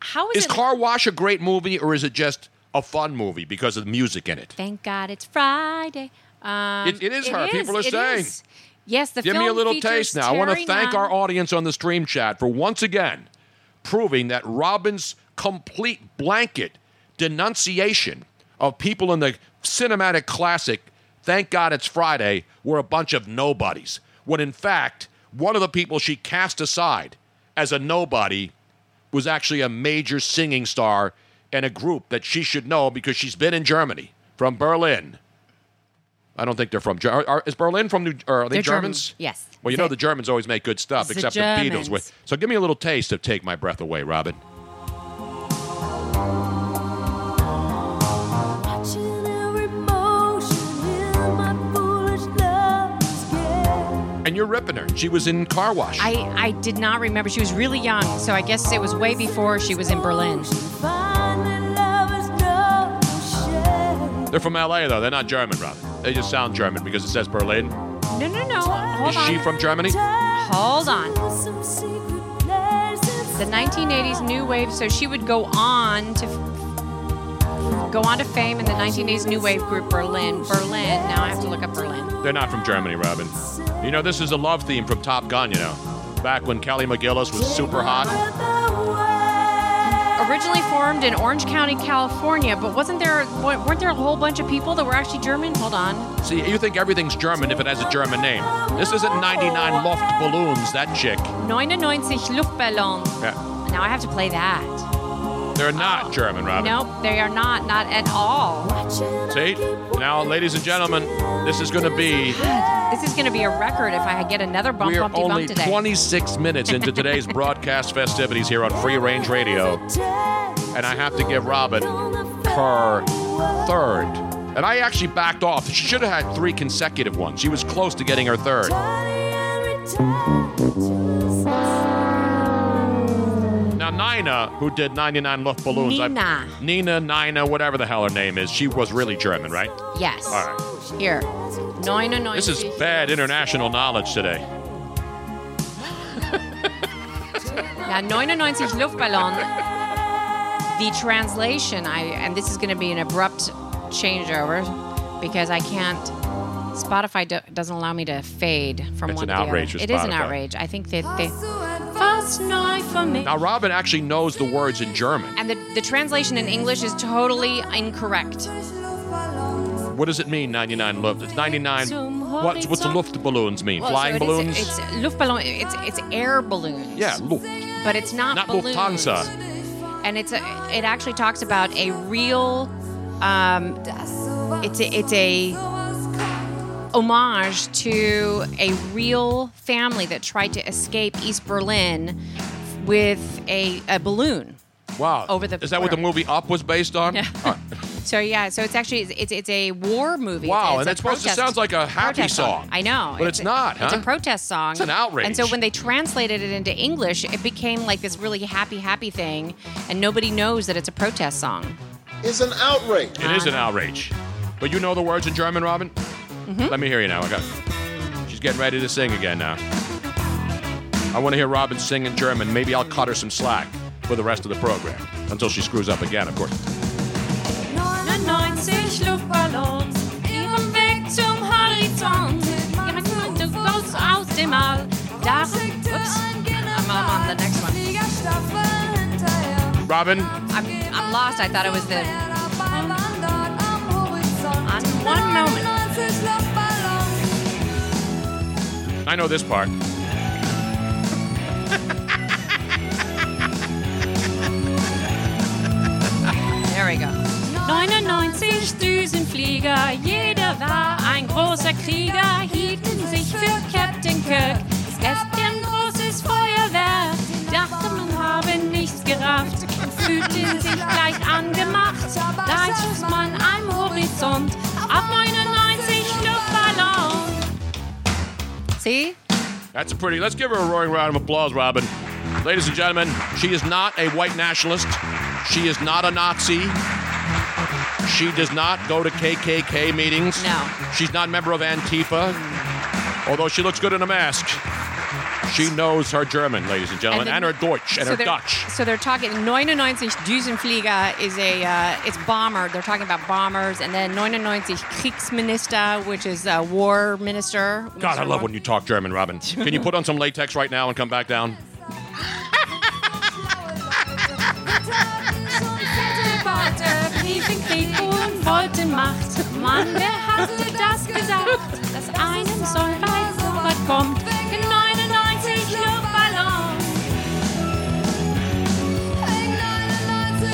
[SPEAKER 4] How is
[SPEAKER 2] Is
[SPEAKER 4] it?
[SPEAKER 2] Car Wash a great movie or is it just a fun movie because of the music in it?
[SPEAKER 4] Thank God it's Friday. Um,
[SPEAKER 2] It- it is her. People are
[SPEAKER 4] it
[SPEAKER 2] saying.
[SPEAKER 4] is. Yes, the
[SPEAKER 2] Give
[SPEAKER 4] film
[SPEAKER 2] me a little
[SPEAKER 4] features
[SPEAKER 2] taste now. I want to
[SPEAKER 4] Terry
[SPEAKER 2] thank our
[SPEAKER 4] Nunn.
[SPEAKER 2] audience on the stream chat for once again proving that Robin's complete blanket denunciation of people in the cinematic classic, Thank God It's Friday, were a bunch of nobodies. When in fact, one of the people she cast aside as a nobody was actually a major singing star in a group that she should know because she's been in Germany from Berlin. I don't think they're from Germany. Is Berlin from New? Or are they
[SPEAKER 4] They're German,
[SPEAKER 2] Germans?
[SPEAKER 4] yes.
[SPEAKER 2] Well, you know
[SPEAKER 4] They-
[SPEAKER 2] the Germans always make good stuff,
[SPEAKER 4] The
[SPEAKER 2] except the Beatles.
[SPEAKER 4] Germans.
[SPEAKER 2] With so, give me a little taste of "Take My Breath Away," Robin. And you're ripping her. She was in Car Wash.
[SPEAKER 4] I, I did not remember. She was really young, so I guess it was way before she was in Berlin.
[SPEAKER 7] Finally, love is no shame.
[SPEAKER 2] They're from LA, though. They're not German, rather. They just sound German because it says Berlin.
[SPEAKER 4] No, no, no. Hold
[SPEAKER 2] Is
[SPEAKER 4] on.
[SPEAKER 2] she from Germany?
[SPEAKER 4] Hold on. The 1980s new wave. So she would go on to go on to fame in the 1980s new wave group Berlin. Berlin. Now I have to look up Berlin.
[SPEAKER 2] They're not from Germany, Robin. You know, this is a love theme from Top Gun, you know. Back when Kelly McGillis was super hot.
[SPEAKER 4] Originally formed in Orange County, California, but wasn't there wa- weren't there a whole bunch of people that were actually German? Hold on.
[SPEAKER 2] See, you think everything's German if it has a German name. This isn't 99 Loft Balloons, that chick.
[SPEAKER 4] 99 Luftballons.
[SPEAKER 2] Yeah.
[SPEAKER 4] Now I have to play that.
[SPEAKER 2] They're not German, Robin.
[SPEAKER 4] Nope, they are not, not at all.
[SPEAKER 2] See? Now, ladies and gentlemen, this is going to be.
[SPEAKER 4] This is going to be a record if I get another bump
[SPEAKER 2] We're
[SPEAKER 4] bumpty
[SPEAKER 2] only
[SPEAKER 4] bump today.
[SPEAKER 2] 26 minutes into today's broadcast festivities here on Free Range Radio, and I have to give Robin her third. And I actually backed off. She should have had three consecutive ones. She was close to getting her third. Now, Nina, who did 99 Luft Balloons, I-
[SPEAKER 4] Nina.
[SPEAKER 2] Nina, Nina, whatever the hell her name is, she was really German, right?
[SPEAKER 4] Yes.
[SPEAKER 2] All right.
[SPEAKER 4] Here. Neun and
[SPEAKER 2] This is bad international knowledge today.
[SPEAKER 4] Now, 99 oh Luftballon. The translation, I and this is going to be an abrupt changeover because I can't. Spotify do, doesn't allow me to fade from
[SPEAKER 2] It's
[SPEAKER 4] one
[SPEAKER 2] an
[SPEAKER 4] to the
[SPEAKER 2] outrage
[SPEAKER 4] other.
[SPEAKER 2] with
[SPEAKER 4] It is an
[SPEAKER 2] Spotify.
[SPEAKER 4] outrage. I think that they. Fast night for me.
[SPEAKER 2] Now, Robin actually knows the words in German.
[SPEAKER 4] And the, the translation in English is totally incorrect.
[SPEAKER 2] What does it mean, 99 Luft? It's 99. What's, what's the Luft balloons mean? Flying
[SPEAKER 4] So it is-
[SPEAKER 2] balloons?
[SPEAKER 4] It's Luftballon. It's it's air balloons.
[SPEAKER 2] yeah, Luft.
[SPEAKER 4] but it's not,
[SPEAKER 2] Not
[SPEAKER 4] balloons.
[SPEAKER 2] Lufthansa.
[SPEAKER 4] and it's a, it actually talks about a real um, it's a, it's a homage to a real family that tried to escape East Berlin with a, a balloon.
[SPEAKER 2] Wow.
[SPEAKER 4] Over the
[SPEAKER 2] Is that what the
[SPEAKER 4] border.
[SPEAKER 2] movie Up was based on?
[SPEAKER 4] Yeah.
[SPEAKER 2] All right.
[SPEAKER 4] So yeah, so it's actually it's it's a war movie.
[SPEAKER 2] Wow,
[SPEAKER 4] it's,
[SPEAKER 2] and that's
[SPEAKER 4] it's a
[SPEAKER 2] supposed to-
[SPEAKER 4] protest-
[SPEAKER 2] sounds like a happy
[SPEAKER 4] protest
[SPEAKER 2] song.
[SPEAKER 4] I know,
[SPEAKER 2] But it's
[SPEAKER 4] a-
[SPEAKER 2] not,
[SPEAKER 4] It's a
[SPEAKER 2] huh?
[SPEAKER 4] protest song.
[SPEAKER 2] It's an outrage.
[SPEAKER 4] And so when they translated it into English, it became like this really happy, happy thing, and nobody knows that it's a protest song.
[SPEAKER 7] It's an outrage.
[SPEAKER 2] It is an outrage. But you know the words in German, Robin?
[SPEAKER 4] Mm-hmm.
[SPEAKER 2] Let me hear you now. I got She's getting ready to sing again now. I want to hear Robin sing in German. Maybe I'll cut her some slack for the rest of the program until she screws up again, of course.
[SPEAKER 4] I'm up on the next one.
[SPEAKER 2] Robin,
[SPEAKER 4] I'm, I'm lost. I thought it was the. On one moment.
[SPEAKER 2] I know this part.
[SPEAKER 4] There we go. 99 Düsenflieger, jeder war ein großer Krieger, hielten sich für Captain Kirk. Es gab ein großes Feuerwerk, dachte man habe nichts gerafft, fühlten sich gleich angemacht. Da schoss man am Horizont, ab 99 Luftballon. See?
[SPEAKER 2] That's a pretty. Let's give her a roaring round of applause, Robin. Ladies and gentlemen, she is not a white nationalist. She is not a Nazi. She does not go to KKK meetings.
[SPEAKER 4] No.
[SPEAKER 2] She's not a member of Antifa. Although she looks good in a mask. She knows her German, ladies and gentlemen, and,
[SPEAKER 4] then-
[SPEAKER 2] her Deutsch and
[SPEAKER 4] so
[SPEAKER 2] her
[SPEAKER 4] they're-
[SPEAKER 2] Dutch.
[SPEAKER 4] So they're talking 99 Düsenflieger is a uh, it's bomber. They're talking about bombers, and then 99 Kriegsminister, which is uh, war minister.
[SPEAKER 2] God, I love when you talk German, Robin. Can you put on some latex right now and come back down?
[SPEAKER 4] Liefen Krieg und wollten Macht. Mann, wer hatte das gesagt? Dass einem soll bei sowas kommt. In 99 Luftballons.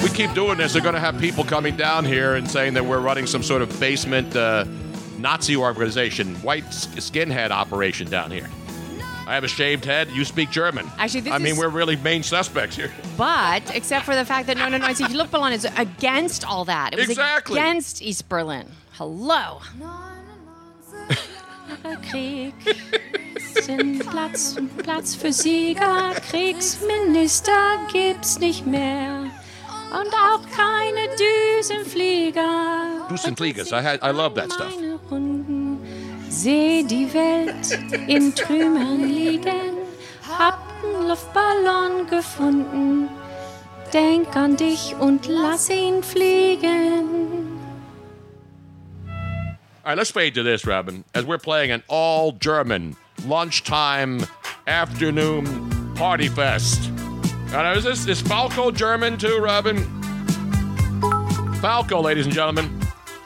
[SPEAKER 2] we keep doing this, they're going to have people coming down here and saying that we're running some sort of basement uh, Nazi organization, white s- skinhead operation down here. I have a shaved head. You speak German.
[SPEAKER 4] Actually, this
[SPEAKER 2] I mean,
[SPEAKER 4] is-
[SPEAKER 2] we're really main suspects here.
[SPEAKER 4] But except for the fact that 99 Luftballon is against all that. It was
[SPEAKER 2] Exactly.
[SPEAKER 4] against East Berlin. Hello. Krieg sind Platz, Platz für Sieger, Kriegsminister gibt's nicht mehr. Und auch keine Düsenflieger.
[SPEAKER 2] Puss and Fliegers. I had, I love that stuff.
[SPEAKER 7] Meine Runden, seh die Welt in Trümmern liegen, hab einen Luftballon gefunden, denk an dich und lass ihn fliegen.
[SPEAKER 2] All right, let's fade to this, Robin, as we're playing an all German lunchtime afternoon party fest. And is this is Falco German too, Robin? Falco, ladies and gentlemen.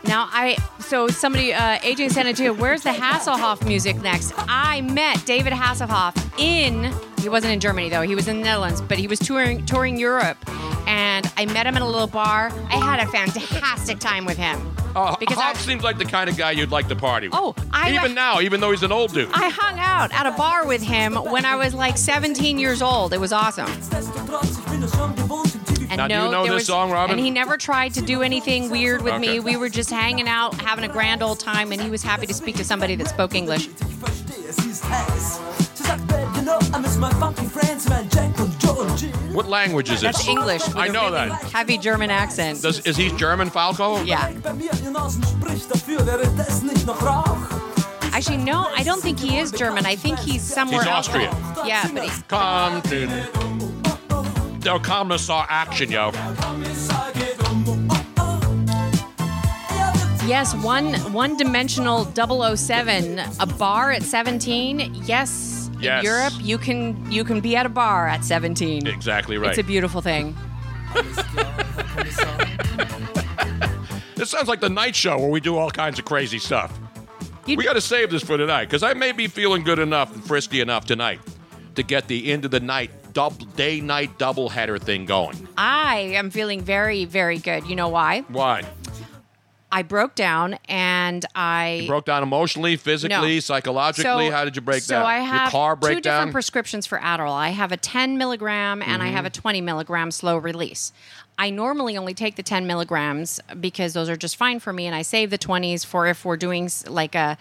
[SPEAKER 4] Now I so somebody uh, AJ sent it to. Where's the Hasselhoff music next? I met David Hasselhoff in. He wasn't in Germany though. He was in the Netherlands, but he was touring touring Europe, and I met him in a little bar. I had a fantastic time with him
[SPEAKER 2] Uh,
[SPEAKER 4] because
[SPEAKER 2] Hop
[SPEAKER 4] I,
[SPEAKER 2] seems like the kind of guy you'd like to party with.
[SPEAKER 4] Oh, I-
[SPEAKER 2] even now, even though he's an old dude.
[SPEAKER 4] I hung out at a bar with him when I was like 17 years old. It was awesome. And
[SPEAKER 2] Now, do you
[SPEAKER 4] no,
[SPEAKER 2] know
[SPEAKER 4] there
[SPEAKER 2] this
[SPEAKER 4] was,
[SPEAKER 2] song, Robin?
[SPEAKER 4] And he never tried to do anything weird with
[SPEAKER 2] Okay.
[SPEAKER 4] me. We were just hanging out, having a grand old time, and he was happy to speak to somebody that spoke English.
[SPEAKER 2] what language is
[SPEAKER 4] That's
[SPEAKER 2] this?
[SPEAKER 4] English. With
[SPEAKER 2] I
[SPEAKER 4] a
[SPEAKER 2] know
[SPEAKER 4] really
[SPEAKER 2] that.
[SPEAKER 4] Heavy German accent.
[SPEAKER 2] Does, is he German, Falco?
[SPEAKER 4] yeah. Actually, no, I don't think he is German. I think he's somewhere
[SPEAKER 2] He's
[SPEAKER 4] else.
[SPEAKER 2] Austrian.
[SPEAKER 4] Yeah, but he's.
[SPEAKER 2] Come to. They'll come to saw action, yo.
[SPEAKER 4] Yes, one one dimensional 007, a bar at 17. Yes,
[SPEAKER 2] Yes.
[SPEAKER 4] in Europe you can you can be at a bar at 17.
[SPEAKER 2] Exactly right.
[SPEAKER 4] It's a beautiful thing.
[SPEAKER 2] This sounds like the night show where we do all kinds of crazy stuff.
[SPEAKER 4] You-
[SPEAKER 2] we got to save this for tonight because I may be feeling good enough and frisky enough tonight to get the end of the night double day night double header thing going.
[SPEAKER 4] I am feeling very very good. You know why?
[SPEAKER 2] Why?
[SPEAKER 4] I broke down and I
[SPEAKER 2] Broke down emotionally, physically,
[SPEAKER 4] No.
[SPEAKER 2] psychologically.
[SPEAKER 4] So-
[SPEAKER 2] How did you break
[SPEAKER 4] so
[SPEAKER 2] down?
[SPEAKER 4] I have
[SPEAKER 2] Your car
[SPEAKER 4] two
[SPEAKER 2] breakdown.
[SPEAKER 4] different prescriptions for Adderall. I have a 10 milligram and I have
[SPEAKER 2] Mm-hmm.
[SPEAKER 4] a 20 milligram slow release. I normally only take the 10 milligrams because those are just fine for me, and I save the 20s for if we're doing s- like a.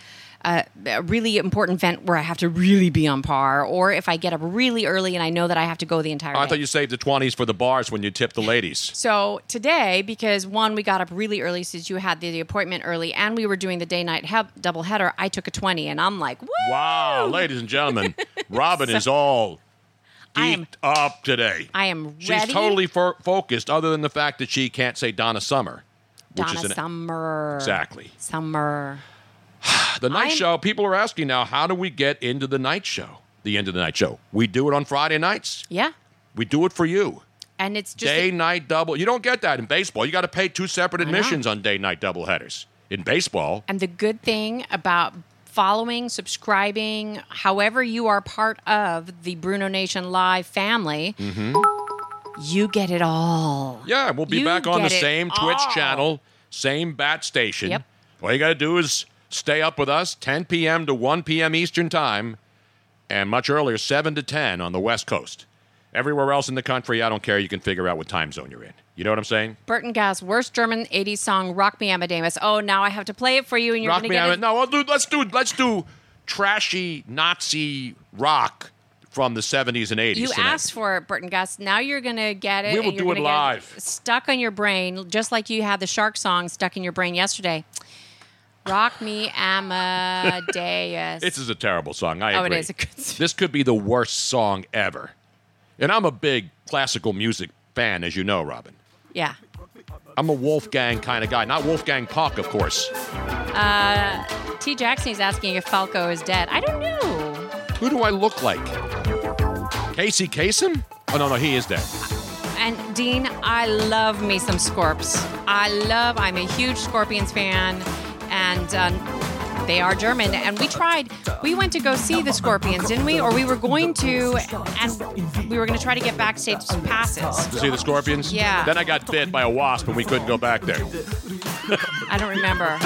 [SPEAKER 4] A a really important event where I have to really be on par, or if I get up really early and I know that I have to go the entire
[SPEAKER 2] Oh, I
[SPEAKER 4] day.
[SPEAKER 2] thought you saved the twenties for the bars when you tipped the ladies.
[SPEAKER 4] So today, because one, we got up really early since you had the appointment early, and we were doing the day night he- double header, I took a 20, and I'm like, woo!
[SPEAKER 2] wow, ladies and gentlemen, Robin is all
[SPEAKER 4] I am-
[SPEAKER 2] geeked up today.
[SPEAKER 4] I am
[SPEAKER 2] She's
[SPEAKER 4] ready.
[SPEAKER 2] totally fo- focused, other than the fact that she can't say Donna Summer, which
[SPEAKER 4] Donna
[SPEAKER 2] is an
[SPEAKER 4] Summer.
[SPEAKER 2] exactly.
[SPEAKER 4] Summer.
[SPEAKER 2] The night
[SPEAKER 4] I'm-
[SPEAKER 2] show, people are asking now, how do we get into the night show? The end of the night show. We do it on Friday nights.
[SPEAKER 4] Yeah.
[SPEAKER 2] We do it for you.
[SPEAKER 4] And it's just
[SPEAKER 2] day, night, double. You don't get that in baseball. You got to pay two separate
[SPEAKER 4] know.
[SPEAKER 2] admissions on day, night, double headers. In baseball,
[SPEAKER 4] and the good thing about following, subscribing, however you are part of the Bruno Nation Live family,
[SPEAKER 2] Mm-hmm.
[SPEAKER 4] you get it all.
[SPEAKER 2] yeah, we'll be
[SPEAKER 4] You
[SPEAKER 2] back on the
[SPEAKER 4] get it
[SPEAKER 2] same Twitch
[SPEAKER 4] all.
[SPEAKER 2] channel, same bat station.
[SPEAKER 4] Yep.
[SPEAKER 2] All you got to do is stay up with us 10 p.m. to 1 p.m. Eastern Time, and much earlier, 7 to 10 on the West Coast. Everywhere else in the country, I don't care. You can figure out what time zone you're in. You know what I'm saying?
[SPEAKER 4] Burton Gass, worst German 80s song, Rock Me Amadeus. Oh, now I have to play it for you and you're
[SPEAKER 2] rock
[SPEAKER 4] going to
[SPEAKER 2] me
[SPEAKER 4] get
[SPEAKER 2] out.
[SPEAKER 4] it.
[SPEAKER 2] of it. No, well, dude, let's do let's do trashy Nazi rock from the seventies and eighties.
[SPEAKER 4] You asked for it, Burton Gus. Now you're gonna get it.
[SPEAKER 2] We will
[SPEAKER 4] and you're
[SPEAKER 2] do it
[SPEAKER 4] gonna get
[SPEAKER 2] live.
[SPEAKER 4] stuck on your brain, just like you had the shark song stuck in your brain yesterday. Rock me Amadeus.
[SPEAKER 2] This is a terrible song. I
[SPEAKER 4] Oh, it
[SPEAKER 2] agree.
[SPEAKER 4] is a good song.
[SPEAKER 2] This could be the worst song ever. And I'm a big classical music fan, as you know, Robin.
[SPEAKER 4] yeah.
[SPEAKER 2] I'm a Wolfgang kind of guy, not Wolfgang Puck, of course.
[SPEAKER 4] T. Jackson is asking if Falco is dead. I don't know.
[SPEAKER 2] Who do I look like? Casey Kasem? Oh no, no, he is dead.
[SPEAKER 4] And Dean, I love me some Scorps. I love. I'm a huge Scorpions fan, and um, they are German. And we tried. We went to go see the Scorpions, didn't we? Or we were going to, and we were going to try to get backstage passes.
[SPEAKER 2] To see the Scorpions?
[SPEAKER 4] Yeah.
[SPEAKER 2] Then I got bit by a wasp and we couldn't go back there.
[SPEAKER 4] I don't remember.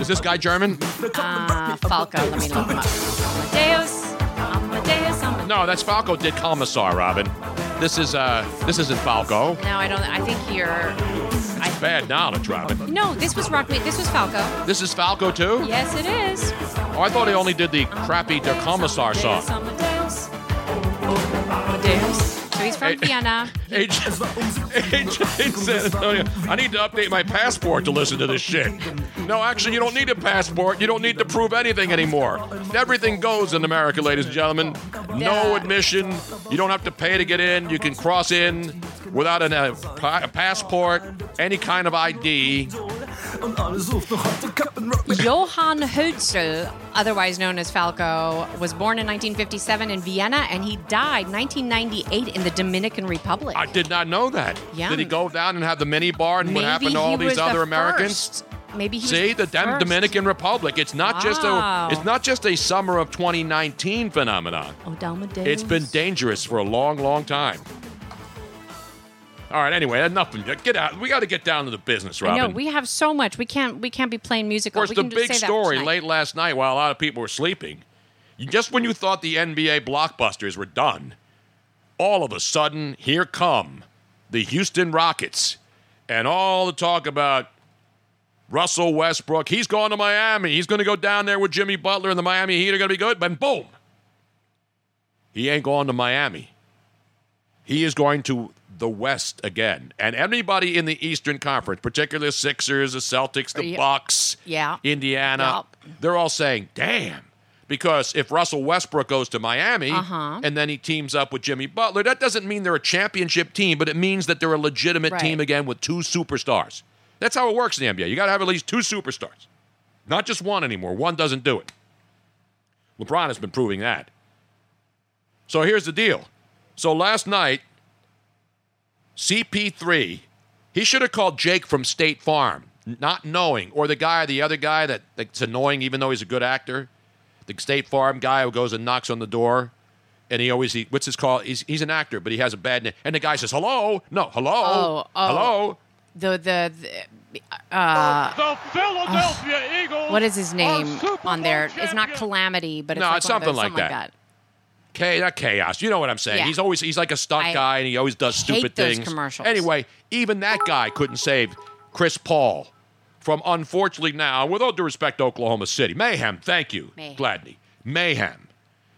[SPEAKER 2] Is this guy German?
[SPEAKER 4] Uh, Falco. Let me look him up. Amadeus. Amadeus. Amadeus.
[SPEAKER 2] No, that's Falco did Commissar, Robin. This is uh this isn't Falco.
[SPEAKER 4] No, I don't. I think you're. I,
[SPEAKER 2] Bad knowledge, Robin.
[SPEAKER 4] no, this was Rock Me. This was Falco.
[SPEAKER 2] This is Falco too?
[SPEAKER 4] Yes, it is.
[SPEAKER 2] Oh, I thought he only did the crappy Der Kommissar song.
[SPEAKER 4] Amadeus, Amadeus. he's from Vienna.
[SPEAKER 2] Agent, agent in San Antonio, I need to update my passport to listen to this shit. No, actually, you don't need a passport. You don't need to prove anything anymore. Everything goes in America, ladies and gentlemen. No
[SPEAKER 4] Yeah.
[SPEAKER 2] admission. You don't have to pay to get in. You can cross in without an, uh, pa- a passport, any kind of ID.
[SPEAKER 4] Johann Hoetzel, otherwise known as Falco, was born in 1957 in Vienna and he died 1998 in the Dominican Republic.
[SPEAKER 2] I did not know that.
[SPEAKER 4] Yeah.
[SPEAKER 2] Did he go down and have the mini bar and what
[SPEAKER 4] Maybe
[SPEAKER 2] happened to all
[SPEAKER 4] he
[SPEAKER 2] these
[SPEAKER 4] was the
[SPEAKER 2] other Americans?
[SPEAKER 4] first. Maybe he
[SPEAKER 2] See
[SPEAKER 4] was
[SPEAKER 2] the damn
[SPEAKER 4] first.
[SPEAKER 2] Dominican Republic. It's not just a
[SPEAKER 4] Wow.
[SPEAKER 2] it's not just a summer of 2019 phenomenon.
[SPEAKER 4] Oh, Dalmadeus.
[SPEAKER 2] It's been dangerous for a long, long time. All right. Anyway, enough. of that. Get out. We got to get down to the business,
[SPEAKER 4] I
[SPEAKER 2] Robin.
[SPEAKER 4] know we have so much. We can't. We can't be playing
[SPEAKER 2] of
[SPEAKER 4] musical.
[SPEAKER 2] course,
[SPEAKER 4] we
[SPEAKER 2] the
[SPEAKER 4] can just
[SPEAKER 2] big
[SPEAKER 4] say that
[SPEAKER 2] story
[SPEAKER 4] tonight.
[SPEAKER 2] late last night, while a lot of people were sleeping, you- just when you thought the NBA blockbusters were done, all of a sudden, here come the Houston Rockets, and all the talk about Russell Westbrook. He's going to Miami. He's going to go down there with Jimmy Butler, and the Miami Heat are going to be good. But boom, he ain't going to Miami. He is going to the West again. And anybody in the Eastern Conference, particularly the Sixers, the Celtics, the
[SPEAKER 4] Yeah.
[SPEAKER 2] Bucks,
[SPEAKER 4] Yeah.
[SPEAKER 2] Indiana, they're all saying, damn. Because if Russell Westbrook goes to Miami and then he teams up with Jimmy Butler, that doesn't mean they're a championship team, but it means that they're a legitimate
[SPEAKER 4] Right.
[SPEAKER 2] team again with two superstars. That's how it works in the NBA. You got to have at least two superstars, not just one anymore. One doesn't do it. LeBron has been proving that. So here's the deal. So last night, CP3, he should have called Jake from State Farm, not knowing, or the guy, the other guy that, that's annoying, even though he's a good actor, the State Farm guy who goes and knocks on the door, and he always, he, what's his call? He's, he's an actor, but he has a bad name. And the guy says, hello? No, hello?
[SPEAKER 4] Oh, oh.
[SPEAKER 2] Hello?
[SPEAKER 4] the the, the uh,
[SPEAKER 8] The Philadelphia Eagles.
[SPEAKER 4] what is his name
[SPEAKER 8] are Super Bowl
[SPEAKER 4] on there? It's not
[SPEAKER 8] champions.
[SPEAKER 4] Calamity, but it's
[SPEAKER 2] No,
[SPEAKER 4] like
[SPEAKER 2] it's
[SPEAKER 4] one of those-
[SPEAKER 2] something like
[SPEAKER 4] something
[SPEAKER 2] that. K, not chaos. You know what I'm saying?
[SPEAKER 4] Yeah.
[SPEAKER 2] He's always he's like a stunt
[SPEAKER 4] I
[SPEAKER 2] guy, and he always does
[SPEAKER 4] hate
[SPEAKER 2] stupid
[SPEAKER 4] those
[SPEAKER 2] things.
[SPEAKER 4] commercials.
[SPEAKER 2] Anyway, even that guy couldn't save Chris Paul from unfortunately now, with all due respect, to Oklahoma City mayhem. Thank you,
[SPEAKER 4] Mayhem.
[SPEAKER 2] Gladney mayhem.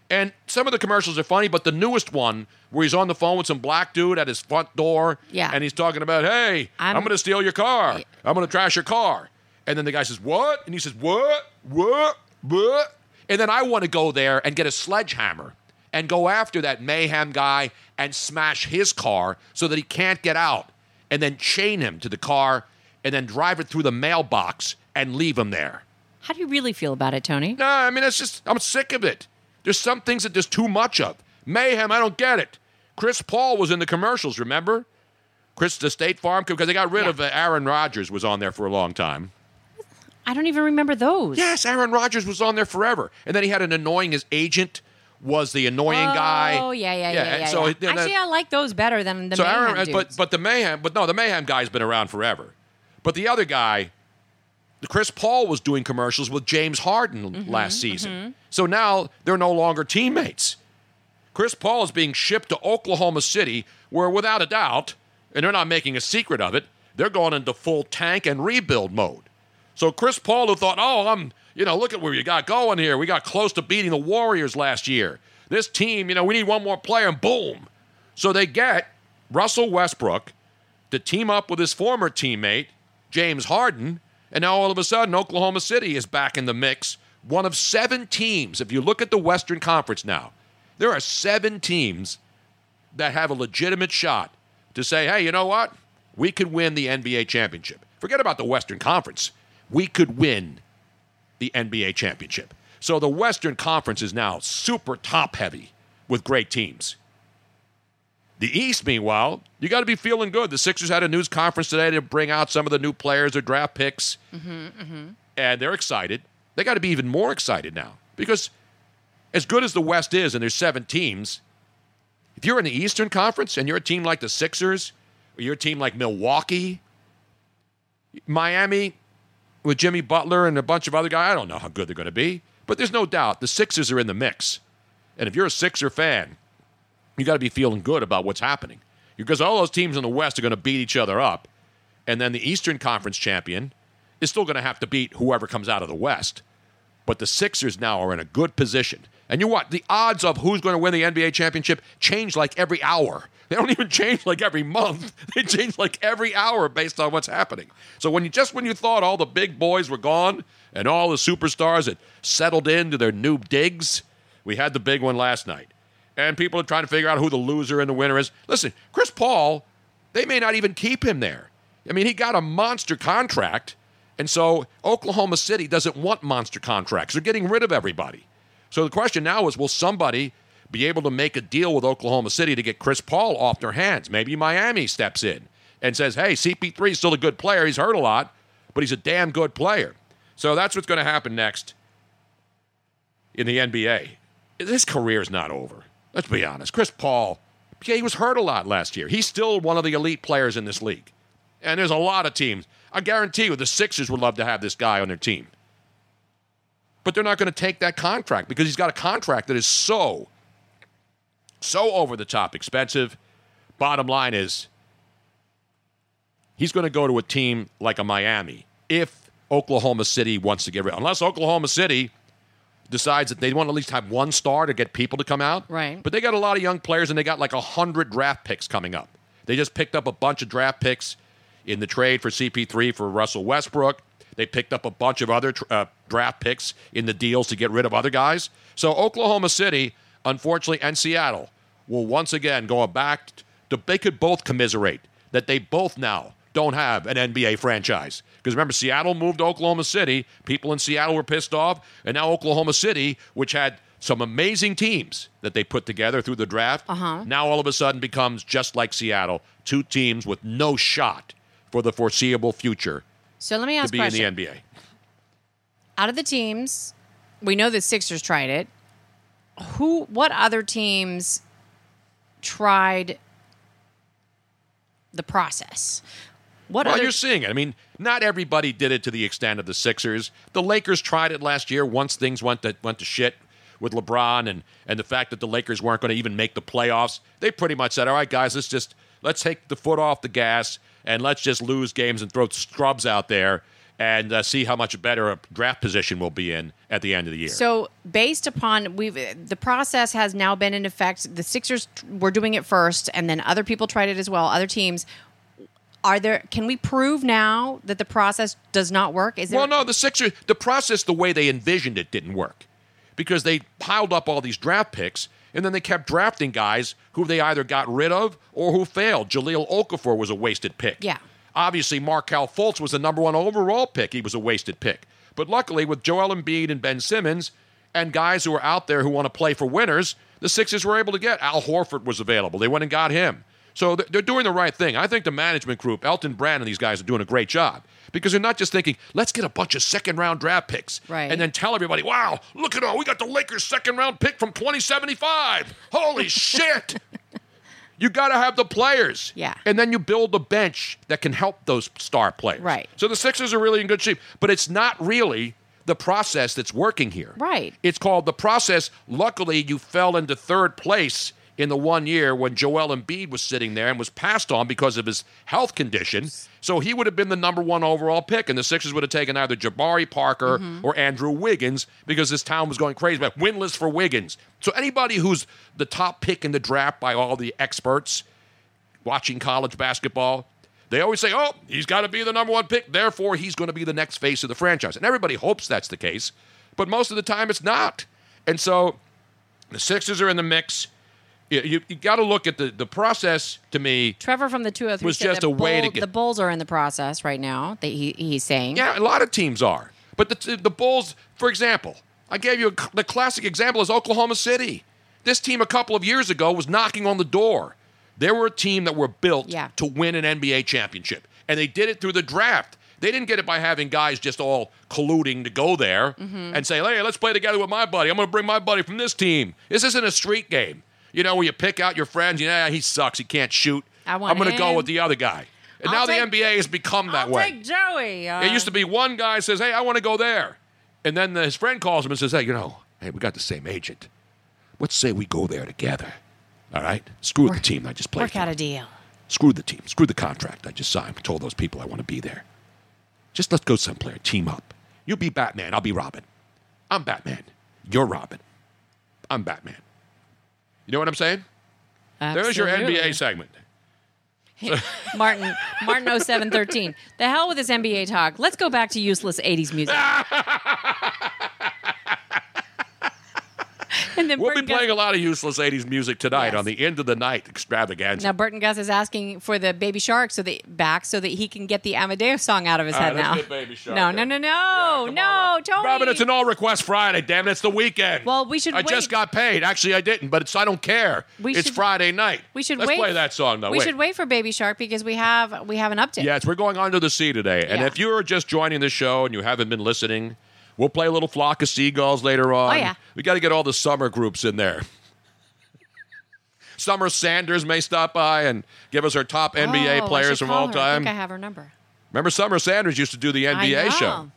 [SPEAKER 2] And some of the commercials are funny, but the newest one where he's on the phone with some black dude at his front door,
[SPEAKER 4] Yeah.
[SPEAKER 2] and he's talking about, "Hey, I'm,
[SPEAKER 4] I'm-
[SPEAKER 2] going to steal your car. I'm going to trash your car." And then the guy says, "What?" And he says, "What? What? What?" And then I want to go there and get a sledgehammer and go after that mayhem guy and smash his car so that he can't get out, and then chain him to the car, and then drive it through the mailbox and leave him there.
[SPEAKER 4] How do you really feel about it, Tony?
[SPEAKER 2] No, I mean, it's just, I'm sick of it. There's some things that there's too much of. Mayhem, I don't get it. Chris Paul was in the commercials, remember? Chris, the State Farm, because they got rid
[SPEAKER 4] Yeah.
[SPEAKER 2] of uh, Aaron Rodgers was on there for a long time.
[SPEAKER 4] I don't even remember those.
[SPEAKER 2] Yes, Aaron Rodgers was on there forever. And then he had an annoying, his agent was the annoying guy.
[SPEAKER 4] Oh yeah, yeah, yeah, yeah. yeah,
[SPEAKER 2] so it- then-
[SPEAKER 4] Actually, I like those better than the
[SPEAKER 2] so
[SPEAKER 4] Mayhem
[SPEAKER 2] Aaron, but
[SPEAKER 4] dudes.
[SPEAKER 2] but the mayhem, but no, the mayhem guy's been around forever. But the other guy, the Chris Paul was doing commercials with James Harden
[SPEAKER 4] Mm-hmm,
[SPEAKER 2] last season. So now they're no longer teammates. Chris Paul is being shipped to Oklahoma City, where without a doubt, and they're not making a secret of it, they're going into full tank and rebuild mode. So Chris Paul, who thought, oh, I'm, you know, look at where you got going here. We got close to beating the Warriors last year. This team, you know, we need one more player, and boom. So they get Russell Westbrook to team up with his former teammate, James Harden, and now all of a sudden Oklahoma City is back in the mix. One of seven teams, if you look at the Western Conference now, there are seven teams that have a legitimate shot to say, hey, you know what? We could win the NBA championship. Forget about the Western Conference. We could win the NBA championship. So the Western Conference is now super top heavy with great teams. The East, meanwhile, you got to be feeling good. The Sixers had a news conference today to bring out some of the new players, their draft picks, and they're excited. They got to be even more excited now because, as good as the West is, and there's seven teams, if you're in the Eastern Conference and you're a team like the Sixers, or you're a team like Milwaukee, Miami, with Jimmy Butler and a bunch of other guys, I don't know how good they're going to be, but there's no doubt the Sixers are in the mix. And if you're a Sixer fan, you got to be feeling good about what's happening because all those teams in the West are going to beat each other up, and then the Eastern Conference champion is still going to have to beat whoever comes out of the West. But the Sixers now are in a good position. And you what? The odds of who's going to win the NBA championship change like every hour. They don't even change like every month. They change like every hour based on what's happening. So when you just when you thought all the big boys were gone and all the superstars had settled into their new digs, we had the big one last night. And people are trying to figure out who the loser and the winner is. Listen, Chris Paul, they may not even keep him there. I mean, he got a monster contract, and so Oklahoma City doesn't want monster contracts. They're getting rid of everybody. So the question now is will somebody be able to make a deal with Oklahoma City to get Chris Paul off their hands? Maybe Miami steps in and says, hey, CP3 is still a good player. He's hurt a lot, but he's a damn good player. So that's what's going to happen next in the NBA. His career's not over. Let's be honest. Chris Paul, yeah, he was hurt a lot last year. He's still one of the elite players in this league. And there's a lot of teams. I guarantee you the Sixers would love to have this guy on their team. But they're not going to take that contract because he's got a contract that is so, so over the top expensive. Bottom line is, he's going to go to a team like a Miami if Oklahoma City wants to get rid. Unless Oklahoma City decides that they want to at least have one star to get people to come out.
[SPEAKER 4] Right.
[SPEAKER 2] But they got a lot of young players and they got like 100 draft picks coming up. They just picked up a bunch of draft picks in the trade for CP3 for Russell Westbrook. They picked up a bunch of other tr- uh, draft picks in the deals to get rid of other guys. So Oklahoma City, unfortunately, and Seattle will once again go back to they could both commiserate that they both now don't have an NBA franchise. Because remember, Seattle moved to Oklahoma City. People in Seattle were pissed off. And now Oklahoma City, which had some amazing teams that they put together through the draft, now all of a sudden becomes just like Seattle two teams with no shot for the foreseeable future
[SPEAKER 4] So let me
[SPEAKER 2] to
[SPEAKER 4] ask
[SPEAKER 2] be
[SPEAKER 4] a question.
[SPEAKER 2] in the NBA.
[SPEAKER 4] Out of the teams, we know the Sixers tried it. Who? What other teams tried the process? What
[SPEAKER 2] Well,
[SPEAKER 4] other?
[SPEAKER 2] you're seeing it. I mean, not everybody did it to the extent of the Sixers. The Lakers tried it last year once things went to went to shit with LeBron and and the fact that the Lakers weren't going to even make the playoffs. They pretty much said, "All right, guys, let's just let's take the foot off the gas and let's just lose games and throw scrubs out there and uh, see how much better a draft position we'll be in at the end of the year."
[SPEAKER 4] So based upon we've the process has now been in effect. The Sixers t- were doing it first, and then other people tried it as well. Other teams are there? Can we prove now that the process does not work? Is there?
[SPEAKER 2] Well, no, the Sixers, the process, the way they envisioned it didn't work because they piled up all these draft picks and then they kept drafting guys who they either got rid of or who failed. Jaleel Okafor was a wasted pick.
[SPEAKER 4] Yeah.
[SPEAKER 2] Obviously, Markel Fultz was the number one overall pick. He was a wasted pick. But luckily, with Joel Embiid and Ben Simmons and guys who are out there who want to play for winners, the Sixers were able to get. Al Horford was available. They went and got him. So th- they're doing the right thing. I think the management group, Elton Brand and these guys are doing a great job because they're not just thinking, let's get a bunch of second round draft picks
[SPEAKER 4] Right.
[SPEAKER 2] and then tell everybody, wow, look at all, we got the Lakers second round pick from 2075. Holy shit. You got to have the players.
[SPEAKER 4] Yeah.
[SPEAKER 2] And then you build a bench that can help those star players.
[SPEAKER 4] Right.
[SPEAKER 2] So the Sixers are really in good shape, but it's not really the process that's working here.
[SPEAKER 4] Right.
[SPEAKER 2] It's called the process. Luckily, you fell into third place in the one year when Joel Embiid was sitting there and was passed on because of his health condition. So he would have been the number one overall pick, and the Sixers would have taken either Jabari Parker or Andrew Wiggins because this town was going crazy about winless for Wiggins. So anybody who's the top pick in the draft by all the experts watching college basketball, they always say, oh, he's got to be the number one pick. Therefore, he's going to be the next face of the franchise. And everybody hopes that's the case, but most of the time it's not. And so the Sixers are in the mix. You, you, got to look at the, the process to me.
[SPEAKER 4] Trevor from the 203
[SPEAKER 2] Was
[SPEAKER 4] said
[SPEAKER 2] just
[SPEAKER 4] that
[SPEAKER 2] a way to
[SPEAKER 4] Bull-
[SPEAKER 2] get-
[SPEAKER 4] the Bulls are in the process right now. That he, he's saying.
[SPEAKER 2] Yeah, a lot of teams are. But the, the Bulls, for example, I gave you a, the classic example is Oklahoma City. This team a couple of years ago was knocking on the door. They were a team that were built
[SPEAKER 4] Yeah.
[SPEAKER 2] to win an NBA championship, and they did it through the draft. They didn't get it by having guys just all colluding to go there
[SPEAKER 4] Mm-hmm.
[SPEAKER 2] and say, "Hey, let's play together with my buddy. I'm going to bring my buddy from this team." This isn't a street game, you know, where you pick out your friends. Yeah, he sucks. He can't shoot.
[SPEAKER 4] I want
[SPEAKER 2] I'm going to go
[SPEAKER 4] him.
[SPEAKER 2] with the other guy. And now
[SPEAKER 4] I'll take-
[SPEAKER 2] the NBA has become that way.
[SPEAKER 4] Joey.
[SPEAKER 2] It used to be one guy says, "Hey, I want to go there," and then his friend calls him and says, "Hey, you know, hey, we got the same agent. Let's say we go there together. All right? Screw the team I just played.
[SPEAKER 4] work
[SPEAKER 2] for.
[SPEAKER 4] out a deal.
[SPEAKER 2] Screw the team. Screw the contract I just signed. Told those people I want to be there. Just let's go someplace. Team up. You be Batman. I'll be Robin. I'm Batman. You're Robin. I'm Batman. You know what I'm saying? There's your NBA segment.
[SPEAKER 4] Martin, Martin 0713. The hell with this NBA talk. Let's go back to useless 80s music. and then
[SPEAKER 2] We'll
[SPEAKER 4] Burton
[SPEAKER 2] be
[SPEAKER 4] Gus-
[SPEAKER 2] playing a lot of useless 80s music tonight
[SPEAKER 4] Yes.
[SPEAKER 2] on the end of the night extravaganza.
[SPEAKER 4] Now Burton Gus is asking for the baby shark so that back so that he can get the Amadeus song out of his
[SPEAKER 2] All right,
[SPEAKER 4] head
[SPEAKER 2] let's
[SPEAKER 4] now.
[SPEAKER 2] get Baby Shark
[SPEAKER 4] No,
[SPEAKER 2] in.
[SPEAKER 4] no, no,
[SPEAKER 2] Yeah,
[SPEAKER 4] no,
[SPEAKER 2] come
[SPEAKER 4] no,
[SPEAKER 2] on.
[SPEAKER 4] Tony.
[SPEAKER 2] Robin, it's an all request Friday. Damn, it's the weekend.
[SPEAKER 4] Well, we should
[SPEAKER 2] I just
[SPEAKER 4] wait.
[SPEAKER 2] got paid. Actually, I didn't, but it's I don't care.
[SPEAKER 4] We
[SPEAKER 2] it's
[SPEAKER 4] should-
[SPEAKER 2] Friday night.
[SPEAKER 4] we should
[SPEAKER 2] Let's
[SPEAKER 4] wait.
[SPEAKER 2] play that song though.
[SPEAKER 4] We should wait for Baby Shark because we have we have an update.
[SPEAKER 2] Yes, we're going on to the sea today. And
[SPEAKER 4] Yeah.
[SPEAKER 2] if you're just joining the show and you haven't been listening, we'll play a little flock of seagulls later on.
[SPEAKER 4] Oh, yeah.
[SPEAKER 2] We got to get all the summer groups in there. Summer Sanders may stop by and give us her top NBA
[SPEAKER 4] Oh, I
[SPEAKER 2] players
[SPEAKER 4] should
[SPEAKER 2] from
[SPEAKER 4] call
[SPEAKER 2] all
[SPEAKER 4] her.
[SPEAKER 2] time.
[SPEAKER 4] I think I have her number.
[SPEAKER 2] Remember, Summer Sanders used to do the NBA
[SPEAKER 4] I know.
[SPEAKER 2] show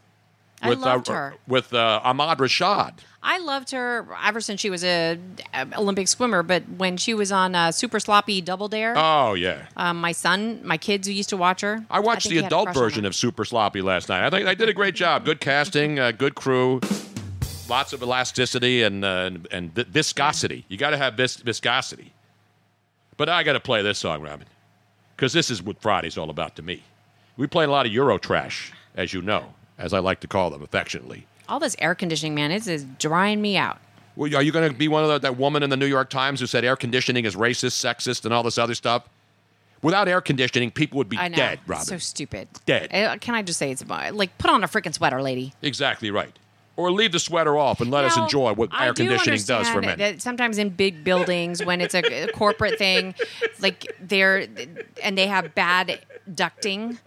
[SPEAKER 4] I
[SPEAKER 2] with
[SPEAKER 4] loved
[SPEAKER 2] uh,
[SPEAKER 4] her.
[SPEAKER 2] with uh, Ahmad Rashad.
[SPEAKER 4] I loved her ever since she was a uh, Olympic swimmer, but when she was on uh, Super Sloppy Double Dare,
[SPEAKER 2] Oh yeah.
[SPEAKER 4] um, my son, my kids who used to watch her.
[SPEAKER 2] I watched
[SPEAKER 4] think
[SPEAKER 2] the
[SPEAKER 4] he had a
[SPEAKER 2] adult
[SPEAKER 4] crush on
[SPEAKER 2] version
[SPEAKER 4] her.
[SPEAKER 2] of Super Sloppy last night. I think they did a great job. Good casting, uh, good crew, lots of elasticity and uh, and, and vi- viscosity. You got to have vis- viscosity. But I got to play this song, Robin, because this is what Friday's all about to me. We play a lot of Euro trash, as you know, as I like to call them affectionately.
[SPEAKER 4] All this air conditioning, man, it's is drying me out.
[SPEAKER 2] Well, are you going to be one of the, that woman in the New York Times who said air conditioning is racist, sexist, and all this other stuff? Without air conditioning, people would be
[SPEAKER 4] I know.
[SPEAKER 2] dead,
[SPEAKER 4] It's
[SPEAKER 2] Robin.
[SPEAKER 4] So stupid.
[SPEAKER 2] Dead.
[SPEAKER 4] Uh, Can I just say it's about like put on a freaking sweater, lady.
[SPEAKER 2] Exactly right. Or leave the sweater off and let us
[SPEAKER 4] Now,
[SPEAKER 2] enjoy what
[SPEAKER 4] I
[SPEAKER 2] air
[SPEAKER 4] do
[SPEAKER 2] conditioning does for men.
[SPEAKER 4] understand That sometimes in big buildings, when it's a, a corporate thing, like they're and they have bad ducting,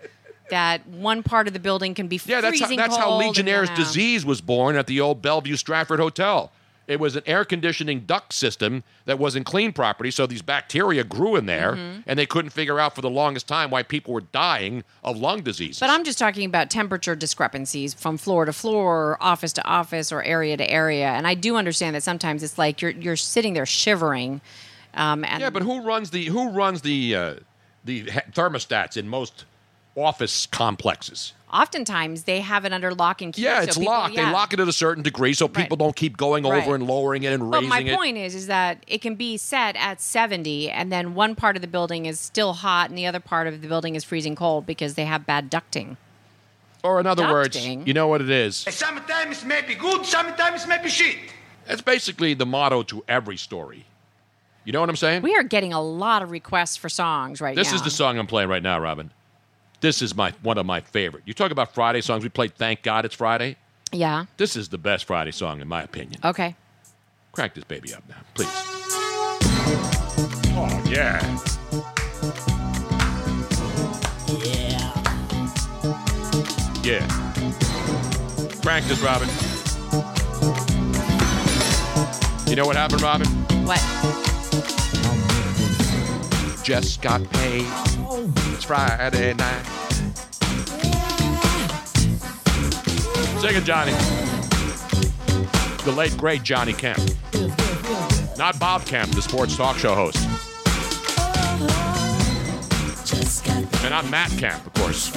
[SPEAKER 4] that one part of the building can be
[SPEAKER 2] yeah, that's how,
[SPEAKER 4] freezing
[SPEAKER 2] that's how
[SPEAKER 4] cold and
[SPEAKER 2] Legionnaire's
[SPEAKER 4] then, uh,
[SPEAKER 2] disease was born at the old Bellevue Stratford Hotel. It was an air conditioning duct system that wasn't clean properly, so these bacteria grew in there,
[SPEAKER 4] Mm-hmm.
[SPEAKER 2] and they couldn't figure out for the longest time why people were dying of lung disease.
[SPEAKER 4] But I'm just talking about temperature discrepancies from floor to floor, or office to office, or area to area. And I do understand that sometimes it's like you're you're sitting there shivering. Um, and
[SPEAKER 2] yeah, but who runs the who runs the uh, the he- thermostats in most office complexes?
[SPEAKER 4] oftentimes they have it under lock and key.
[SPEAKER 2] Yeah,
[SPEAKER 4] so
[SPEAKER 2] it's
[SPEAKER 4] people-
[SPEAKER 2] locked.
[SPEAKER 4] yeah.
[SPEAKER 2] They lock it at a certain degree, so people don't keep going over
[SPEAKER 4] Right.
[SPEAKER 2] and lowering it and
[SPEAKER 4] But
[SPEAKER 2] raising
[SPEAKER 4] my
[SPEAKER 2] it.
[SPEAKER 4] point is, is that it can be set at 70, and then one part of the building is still hot, and the other part of the building is freezing cold because they have bad ducting.
[SPEAKER 2] Or in other
[SPEAKER 4] Ducting.
[SPEAKER 2] words, you know what it is.
[SPEAKER 5] Sometimes maybe good, sometimes maybe shit.
[SPEAKER 2] That's basically the motto to every story. You know what I'm saying?
[SPEAKER 4] We are getting a lot of requests for songs right
[SPEAKER 2] this
[SPEAKER 4] now.
[SPEAKER 2] is the song I'm playing right now, Robin. This is my one of my favorite. You talk about Friday songs. We played Thank God It's Friday.
[SPEAKER 4] Yeah.
[SPEAKER 2] This is the best Friday song in my opinion.
[SPEAKER 4] Okay.
[SPEAKER 2] Crank this baby up now, please. Oh yeah. Yeah. Yeah. Crank this, Robin. You know what happened, Robin?
[SPEAKER 4] What?
[SPEAKER 2] just got paid. It's Friday night. Sing it, Johnny. The late, great Johnny Kemp. Not Bob Kemp, the sports talk show host. And not Matt Kemp, of course.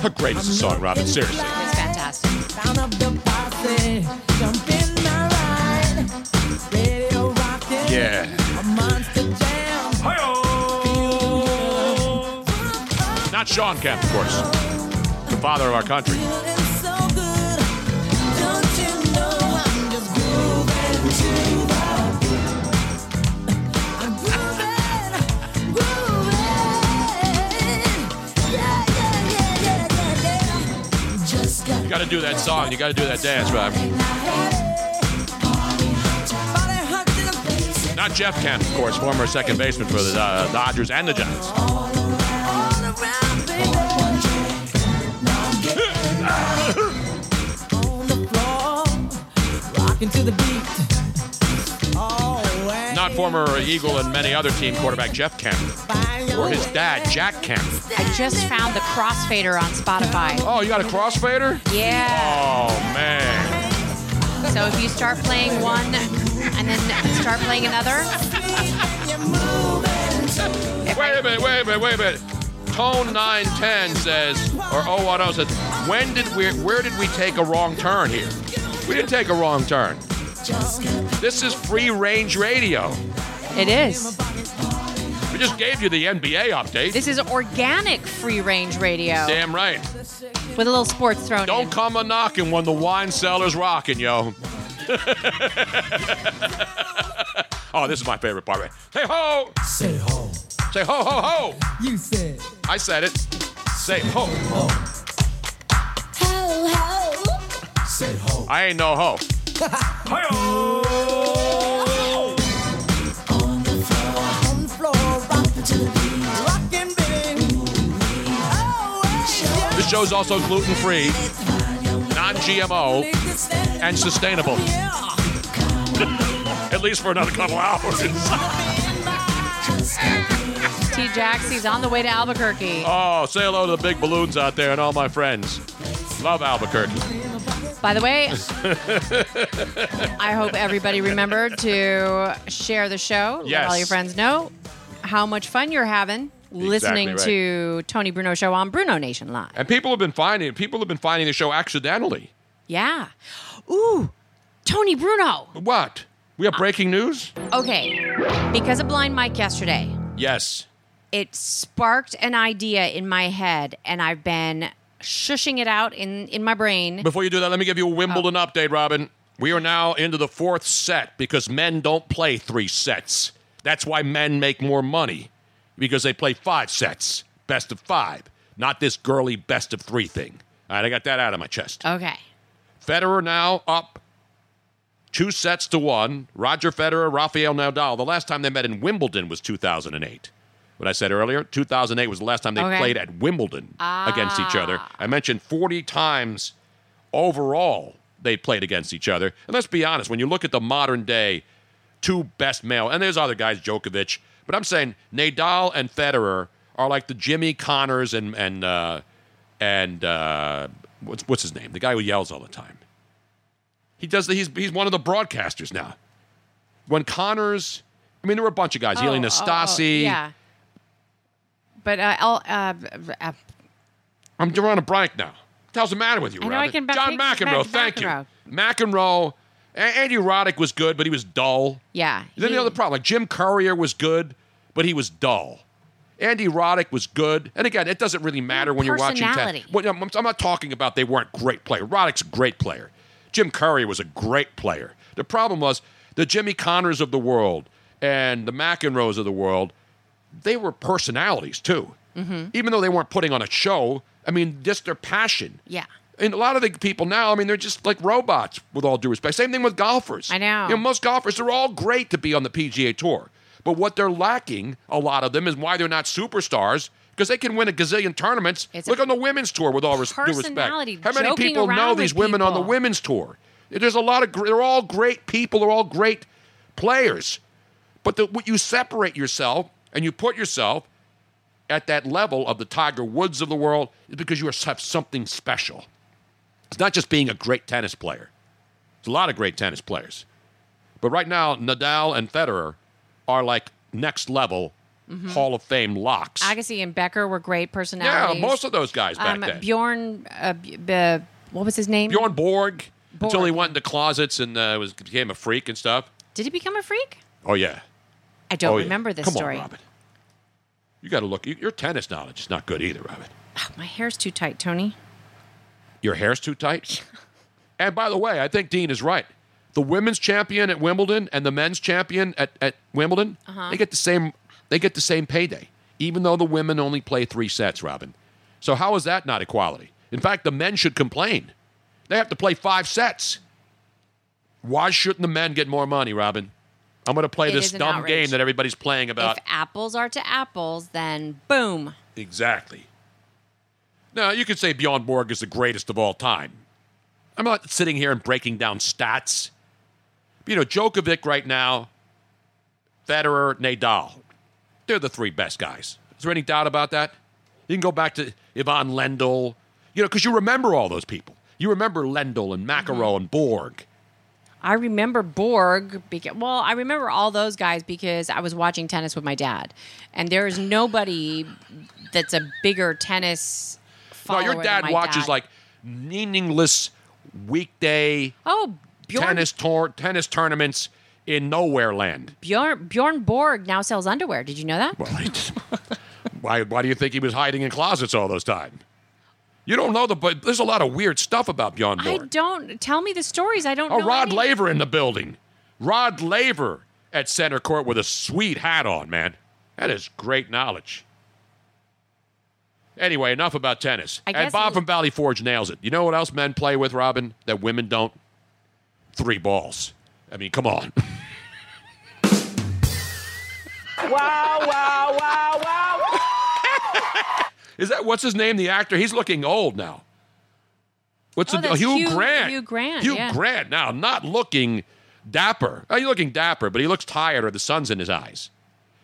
[SPEAKER 2] How great is this song, Robin? Seriously.
[SPEAKER 4] It's fantastic.
[SPEAKER 2] Yeah. Not Sean Kemp, of course. The father of our country. You gotta do that song. You gotta do that dance, Robin. Not Jeff Kemp, of course, former second baseman for the uh, Dodgers and the Giants. Not former Eagle and many other team quarterback Jeff Kemp, or his dad, Jack Kemp.
[SPEAKER 4] I just found the crossfader on Spotify.
[SPEAKER 2] Oh, you got a crossfader?
[SPEAKER 4] Yeah.
[SPEAKER 2] Oh, man.
[SPEAKER 4] So if you start playing one and then start playing another,
[SPEAKER 2] Wait a minute, wait a minute, wait a minute. Tone 910 says, or 010 says, when did we, where did we take a wrong turn here? We didn't take a wrong turn. This is free range radio.
[SPEAKER 4] it is.
[SPEAKER 2] We just gave you the NBA update.
[SPEAKER 4] This is organic free range radio
[SPEAKER 2] Damn right.
[SPEAKER 4] with a little sports thrown
[SPEAKER 2] Don't
[SPEAKER 4] in.
[SPEAKER 2] come a knocking when the wine cellar's rocking, yo. oh, this is my favorite part, right? Say ho!
[SPEAKER 9] Say ho.
[SPEAKER 2] Say ho, ho, ho!
[SPEAKER 9] You said
[SPEAKER 2] I said it. Say ho.
[SPEAKER 9] say ho.
[SPEAKER 2] I ain't no ho.
[SPEAKER 9] On the floor, rock to the beat. Rockin' baby. Oh, hey,
[SPEAKER 2] This show's also gluten free, non GMO,
[SPEAKER 9] yeah. Stand
[SPEAKER 2] and sustainable,
[SPEAKER 9] yeah.
[SPEAKER 2] at least for another couple hours.
[SPEAKER 4] T Jax, he's on the way to Albuquerque.
[SPEAKER 2] oh, say hello to the big balloons out there and all my friends. Love Albuquerque.
[SPEAKER 4] By the way, I hope everybody remembered to share the show.
[SPEAKER 2] Yes.
[SPEAKER 4] Let all your friends know how much fun you're having listening
[SPEAKER 2] right.
[SPEAKER 4] to Tony Bruno show on Bruno Nation Live.
[SPEAKER 2] And people have been finding people have been finding the show accidentally.
[SPEAKER 4] Yeah. Ooh, Tony Bruno.
[SPEAKER 2] What? We have breaking news?
[SPEAKER 4] Okay, because of Blind Mike yesterday,
[SPEAKER 2] Yes.
[SPEAKER 4] it sparked an idea in my head, and I've been shushing it out in, in my brain.
[SPEAKER 2] Before you do that, let me give you a Wimbledon update, Robin. We are now into the fourth set because men don't play three sets. That's why men make more money because they play five sets, best of five, not this girly best of three thing. All right, I got that out of my chest.
[SPEAKER 4] Okay.
[SPEAKER 2] Federer now up two sets to one. Roger Federer, Rafael Nadal. The last time they met in Wimbledon was 2008. What I said earlier, 2008 was the last time they
[SPEAKER 4] Okay.
[SPEAKER 2] played at Wimbledon against each other. I mentioned 40 times overall they played against each other. And let's be honest, when you look at the modern day two best male, and there's other guys, Djokovic, but I'm saying Nadal and Federer are like the Jimmy Connors and and uh, and uh, what's what's his name? The guy who yells all the time. He does. The, he's he's one of the broadcasters now. When Connors, I mean, there were a bunch of guys. Healy Nastasi.
[SPEAKER 4] Oh, yeah. But uh, I'll, uh, uh,
[SPEAKER 2] I'm drawing a blank now. What the hell's the matter with you,
[SPEAKER 4] I know, I
[SPEAKER 2] Robin?
[SPEAKER 4] can back-
[SPEAKER 2] John
[SPEAKER 4] back-
[SPEAKER 2] McEnroe, thank
[SPEAKER 4] back- McEnroe.
[SPEAKER 2] you. McEnroe. A- Andy Roddick was good, but he was dull.
[SPEAKER 4] yeah.
[SPEAKER 2] Then the
[SPEAKER 4] he-
[SPEAKER 2] other problem, like Jim Courier was good, but he was dull. Andy Roddick was good, and again, it doesn't really matter when you're watching.
[SPEAKER 4] Personality.
[SPEAKER 2] Well, I'm, I'm not talking about they weren't great player. Roddick's a great player. Jim Courier was a great player. The problem was the Jimmy Connors of the world and the McEnroes of the world. They were personalities too,
[SPEAKER 4] Mm-hmm.
[SPEAKER 2] even though they weren't putting on a show. I mean, just their passion.
[SPEAKER 4] Yeah.
[SPEAKER 2] And a lot of the people now, I mean, they're just like robots. With all due respect, same thing with golfers.
[SPEAKER 4] I know.
[SPEAKER 2] You most golfers, they're all great to be on the PGA Tour. But what they're lacking, a lot of them, is why they're not superstars because they can win a gazillion tournaments.
[SPEAKER 4] It's
[SPEAKER 2] Look
[SPEAKER 4] a
[SPEAKER 2] on the women's tour with all res- due respect.
[SPEAKER 4] personality,
[SPEAKER 2] How many
[SPEAKER 4] joking
[SPEAKER 2] people know
[SPEAKER 4] around
[SPEAKER 2] these
[SPEAKER 4] with
[SPEAKER 2] women on the
[SPEAKER 4] people.
[SPEAKER 2] women's tour? There's a lot of, gr- they're all great people, they're all great players. But the, what you separate yourself and you put yourself at that level of the Tiger Woods of the world is because you are- have something special. It's not just being a great tennis player. There's a lot of great tennis players. But right now, Nadal and Federer are like next level
[SPEAKER 4] Mm-hmm.
[SPEAKER 2] Hall of Fame locks.
[SPEAKER 4] Agassi and Becker were great personalities.
[SPEAKER 2] yeah, most of those guys back
[SPEAKER 4] um,
[SPEAKER 2] then.
[SPEAKER 4] Bjorn, uh, B- B- what was his name?
[SPEAKER 2] Bjorn Borg, until
[SPEAKER 4] Borg.
[SPEAKER 2] he went into closets and uh, was became a freak and stuff.
[SPEAKER 4] Did he become a freak?
[SPEAKER 2] Oh, yeah.
[SPEAKER 4] I don't
[SPEAKER 2] oh, yeah.
[SPEAKER 4] remember this
[SPEAKER 2] Come
[SPEAKER 4] story.
[SPEAKER 2] on, Robin. You got to look. Your tennis knowledge is not good either, Robin.
[SPEAKER 4] Oh, my hair's too tight, Tony.
[SPEAKER 2] Your hair's too tight. and by the way, I think Dean is right. The women's champion at Wimbledon and the men's champion at, at Wimbledon,
[SPEAKER 4] Uh-huh.
[SPEAKER 2] they get the same they get the same payday, even though the women only play three sets, Robin. So how is that not equality? In fact, the men should complain. They have to play five sets. Why shouldn't the men get more money, Robin? I'm going to play
[SPEAKER 4] It
[SPEAKER 2] this
[SPEAKER 4] is an
[SPEAKER 2] dumb
[SPEAKER 4] outrage.
[SPEAKER 2] game that everybody's playing about.
[SPEAKER 4] if apples are to apples, then boom.
[SPEAKER 2] Exactly. Now, you could say Bjorn Borg is the greatest of all time. I'm not sitting here and breaking down stats. You know, Djokovic right now, Federer, Nadal, they're the three best guys. Is there any doubt about that? You can go back to Ivan
[SPEAKER 4] Mm-hmm.
[SPEAKER 2] Lendl, you know, because you remember all those people. You remember Lendl and McEnroe and Borg.
[SPEAKER 4] I remember Borg because well, I remember all those guys because I was watching tennis with my dad, and there is nobody that's a bigger tennis.
[SPEAKER 2] No,
[SPEAKER 4] Follower
[SPEAKER 2] your
[SPEAKER 4] than
[SPEAKER 2] dad
[SPEAKER 4] my
[SPEAKER 2] watches
[SPEAKER 4] dad.
[SPEAKER 2] like meaningless weekday
[SPEAKER 4] oh Bjorn
[SPEAKER 2] tennis tour tennis tournaments in nowhere land.
[SPEAKER 4] Bjorn Bjorn Borg now sells underwear. Did you know that?
[SPEAKER 2] Well, why why do you think he was hiding in closets all those time? You don't know the but there's a lot of weird stuff about Bjorn
[SPEAKER 4] I
[SPEAKER 2] Borg.
[SPEAKER 4] don't tell me the stories. I don't
[SPEAKER 2] Oh,
[SPEAKER 4] know.
[SPEAKER 2] Rod
[SPEAKER 4] any-
[SPEAKER 2] Laver in the building. Rod Laver at center court with a sweet hat on, man. That is great knowledge. Anyway, enough about tennis.
[SPEAKER 4] I
[SPEAKER 2] and
[SPEAKER 4] guess
[SPEAKER 2] Bob
[SPEAKER 4] it-
[SPEAKER 2] from Valley Forge nails it. You know what else men play with, Robin, that women don't? Three balls. I mean, come on.
[SPEAKER 3] Wow, wow, wow, wow.
[SPEAKER 2] Is that what's his name, the actor? He's looking old now. What's
[SPEAKER 4] Oh,
[SPEAKER 2] the
[SPEAKER 4] that's
[SPEAKER 2] Hugh,
[SPEAKER 4] Hugh-
[SPEAKER 2] Grant?
[SPEAKER 4] Hugh Grant,
[SPEAKER 2] Hugh
[SPEAKER 4] yeah.
[SPEAKER 2] Grant. Now, not looking dapper. Oh, he's looking dapper, but he looks tired, or the sun's in his eyes.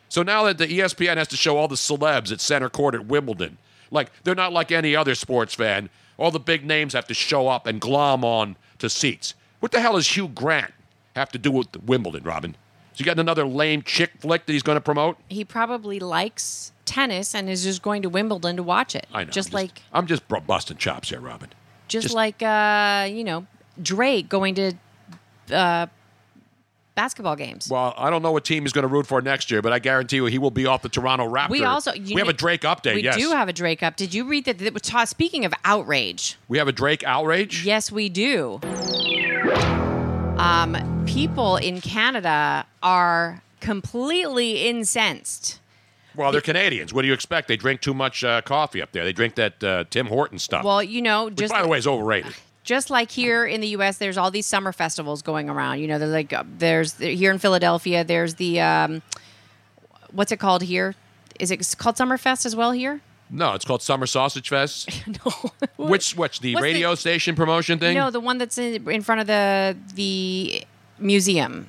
[SPEAKER 2] So now that the E ESPN has to show all the celebs at center court at Wimbledon, like they're not like any other sports fan. All the big names have to show up and glom on to seats. What the hell does Hugh Grant have to do with Wimbledon, Robin? So you got another lame chick flick that he's going to promote?
[SPEAKER 4] He probably likes tennis and is just going to Wimbledon to watch it.
[SPEAKER 2] I know.
[SPEAKER 4] Just,
[SPEAKER 2] I'm
[SPEAKER 4] like
[SPEAKER 2] I'm just br- busting chops here, Robin.
[SPEAKER 4] just,
[SPEAKER 2] just-
[SPEAKER 4] like uh, you know Drake going to uh, basketball games.
[SPEAKER 2] Well, I don't know what team he's going to root for next year, but I guarantee you he will be off the Toronto Raptors.
[SPEAKER 4] we also you
[SPEAKER 2] we have
[SPEAKER 4] know-
[SPEAKER 2] a Drake update.
[SPEAKER 4] We
[SPEAKER 2] yes,
[SPEAKER 4] do have a Drake up. Did you read that? that was ta- speaking of outrage,
[SPEAKER 2] we have a Drake outrage.
[SPEAKER 4] yes, we do. Um, people in Canada are completely incensed.
[SPEAKER 2] Well, they're Canadians. What do you expect? They drink too much uh, coffee up there. They drink that uh, Tim Horton stuff.
[SPEAKER 4] Well, you know,
[SPEAKER 2] which
[SPEAKER 4] just
[SPEAKER 2] by the way is overrated.
[SPEAKER 4] just like here in the U.S., there's all these summer festivals going around. You know, there's like uh, there's here in Philadelphia. There's the um, what's it called here? Is it called Summerfest as well here?
[SPEAKER 2] No, it's called Summer Sausage Fest.
[SPEAKER 4] no.
[SPEAKER 2] Which what's the
[SPEAKER 4] What's the-
[SPEAKER 2] radio station promotion thing?
[SPEAKER 4] No, the one that's in, in front of the the museum.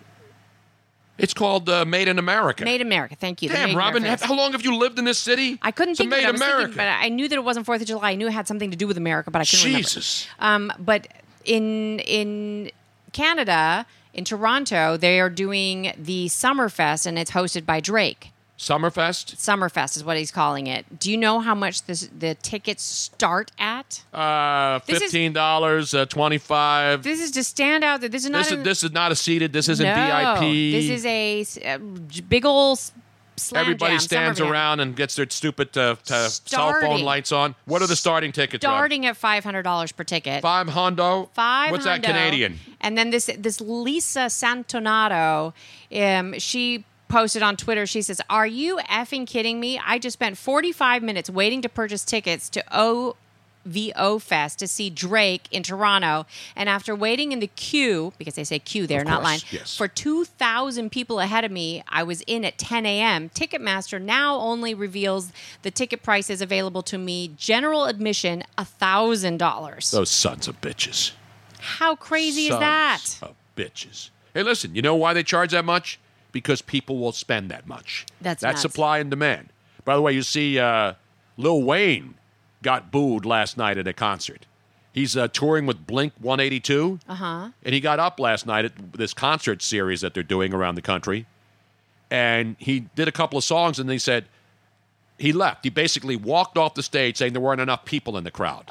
[SPEAKER 2] it's called uh, Made in America.
[SPEAKER 4] Made in America. Thank you. The Made
[SPEAKER 2] Damn,
[SPEAKER 4] in
[SPEAKER 2] Robin,
[SPEAKER 4] America
[SPEAKER 2] how long have you lived in this city?
[SPEAKER 4] I couldn't
[SPEAKER 2] it's a
[SPEAKER 4] think
[SPEAKER 2] Made
[SPEAKER 4] of it. I was thinking,
[SPEAKER 2] America.
[SPEAKER 4] but I knew that it wasn't Fourth of July. I knew it had something to do with America, but I couldn't remember.
[SPEAKER 2] Jesus.
[SPEAKER 4] Um, but in in Canada, in Toronto, they are doing the Summerfest, and it's hosted by Drake.
[SPEAKER 2] Summerfest.
[SPEAKER 4] Summerfest is what he's calling it. Do you know how much this, the tickets start at?
[SPEAKER 2] Uh,
[SPEAKER 4] This is-
[SPEAKER 2] fifteen dollars, uh, twenty-five.
[SPEAKER 4] This is to stand out that this is not
[SPEAKER 2] This
[SPEAKER 4] an-
[SPEAKER 2] is this is not a seated. This isn't
[SPEAKER 4] no,
[SPEAKER 2] VIP.
[SPEAKER 4] This is a, s- a j- big old s- slam
[SPEAKER 2] Everybody
[SPEAKER 4] jam,
[SPEAKER 2] stands
[SPEAKER 4] summer jam.
[SPEAKER 2] around and gets their stupid uh, t- cell phone
[SPEAKER 4] Starting.
[SPEAKER 2] lights on. What are the starting tickets? Rob?
[SPEAKER 4] starting at five hundred dollars per ticket.
[SPEAKER 2] five hondo.
[SPEAKER 4] five.
[SPEAKER 2] What's that
[SPEAKER 4] hundo.
[SPEAKER 2] Canadian?
[SPEAKER 4] And then this this Lisa Santonato, um, she posted on Twitter. She says, "Are you effing kidding me? I just spent 45 minutes waiting to purchase tickets to O." VO Fest to see Drake in Toronto. And after waiting in the queue, because they say queue there, not
[SPEAKER 2] course,
[SPEAKER 4] line,
[SPEAKER 2] yes.
[SPEAKER 4] for 2,000 people ahead of me, I was in at 10 a.m. Ticketmaster now only reveals the ticket prices available to me. General admission, $1,000.
[SPEAKER 2] Those sons of bitches.
[SPEAKER 4] How crazy is
[SPEAKER 2] Sons
[SPEAKER 4] that?
[SPEAKER 2] Of bitches. Hey, listen. You know why they charge that much? Because people will spend that much.
[SPEAKER 4] That's
[SPEAKER 2] that
[SPEAKER 4] nuts.
[SPEAKER 2] supply and demand. By the way, you see, uh, Lil Wayne got booed last night at a concert. He's uh, touring with Blink 182. Uh
[SPEAKER 4] Uh-huh.
[SPEAKER 2] huh. And he got up last night at this concert series that they're doing around the country. And he did a couple of songs, and they said he left. He basically walked off the stage saying there weren't enough people in the crowd.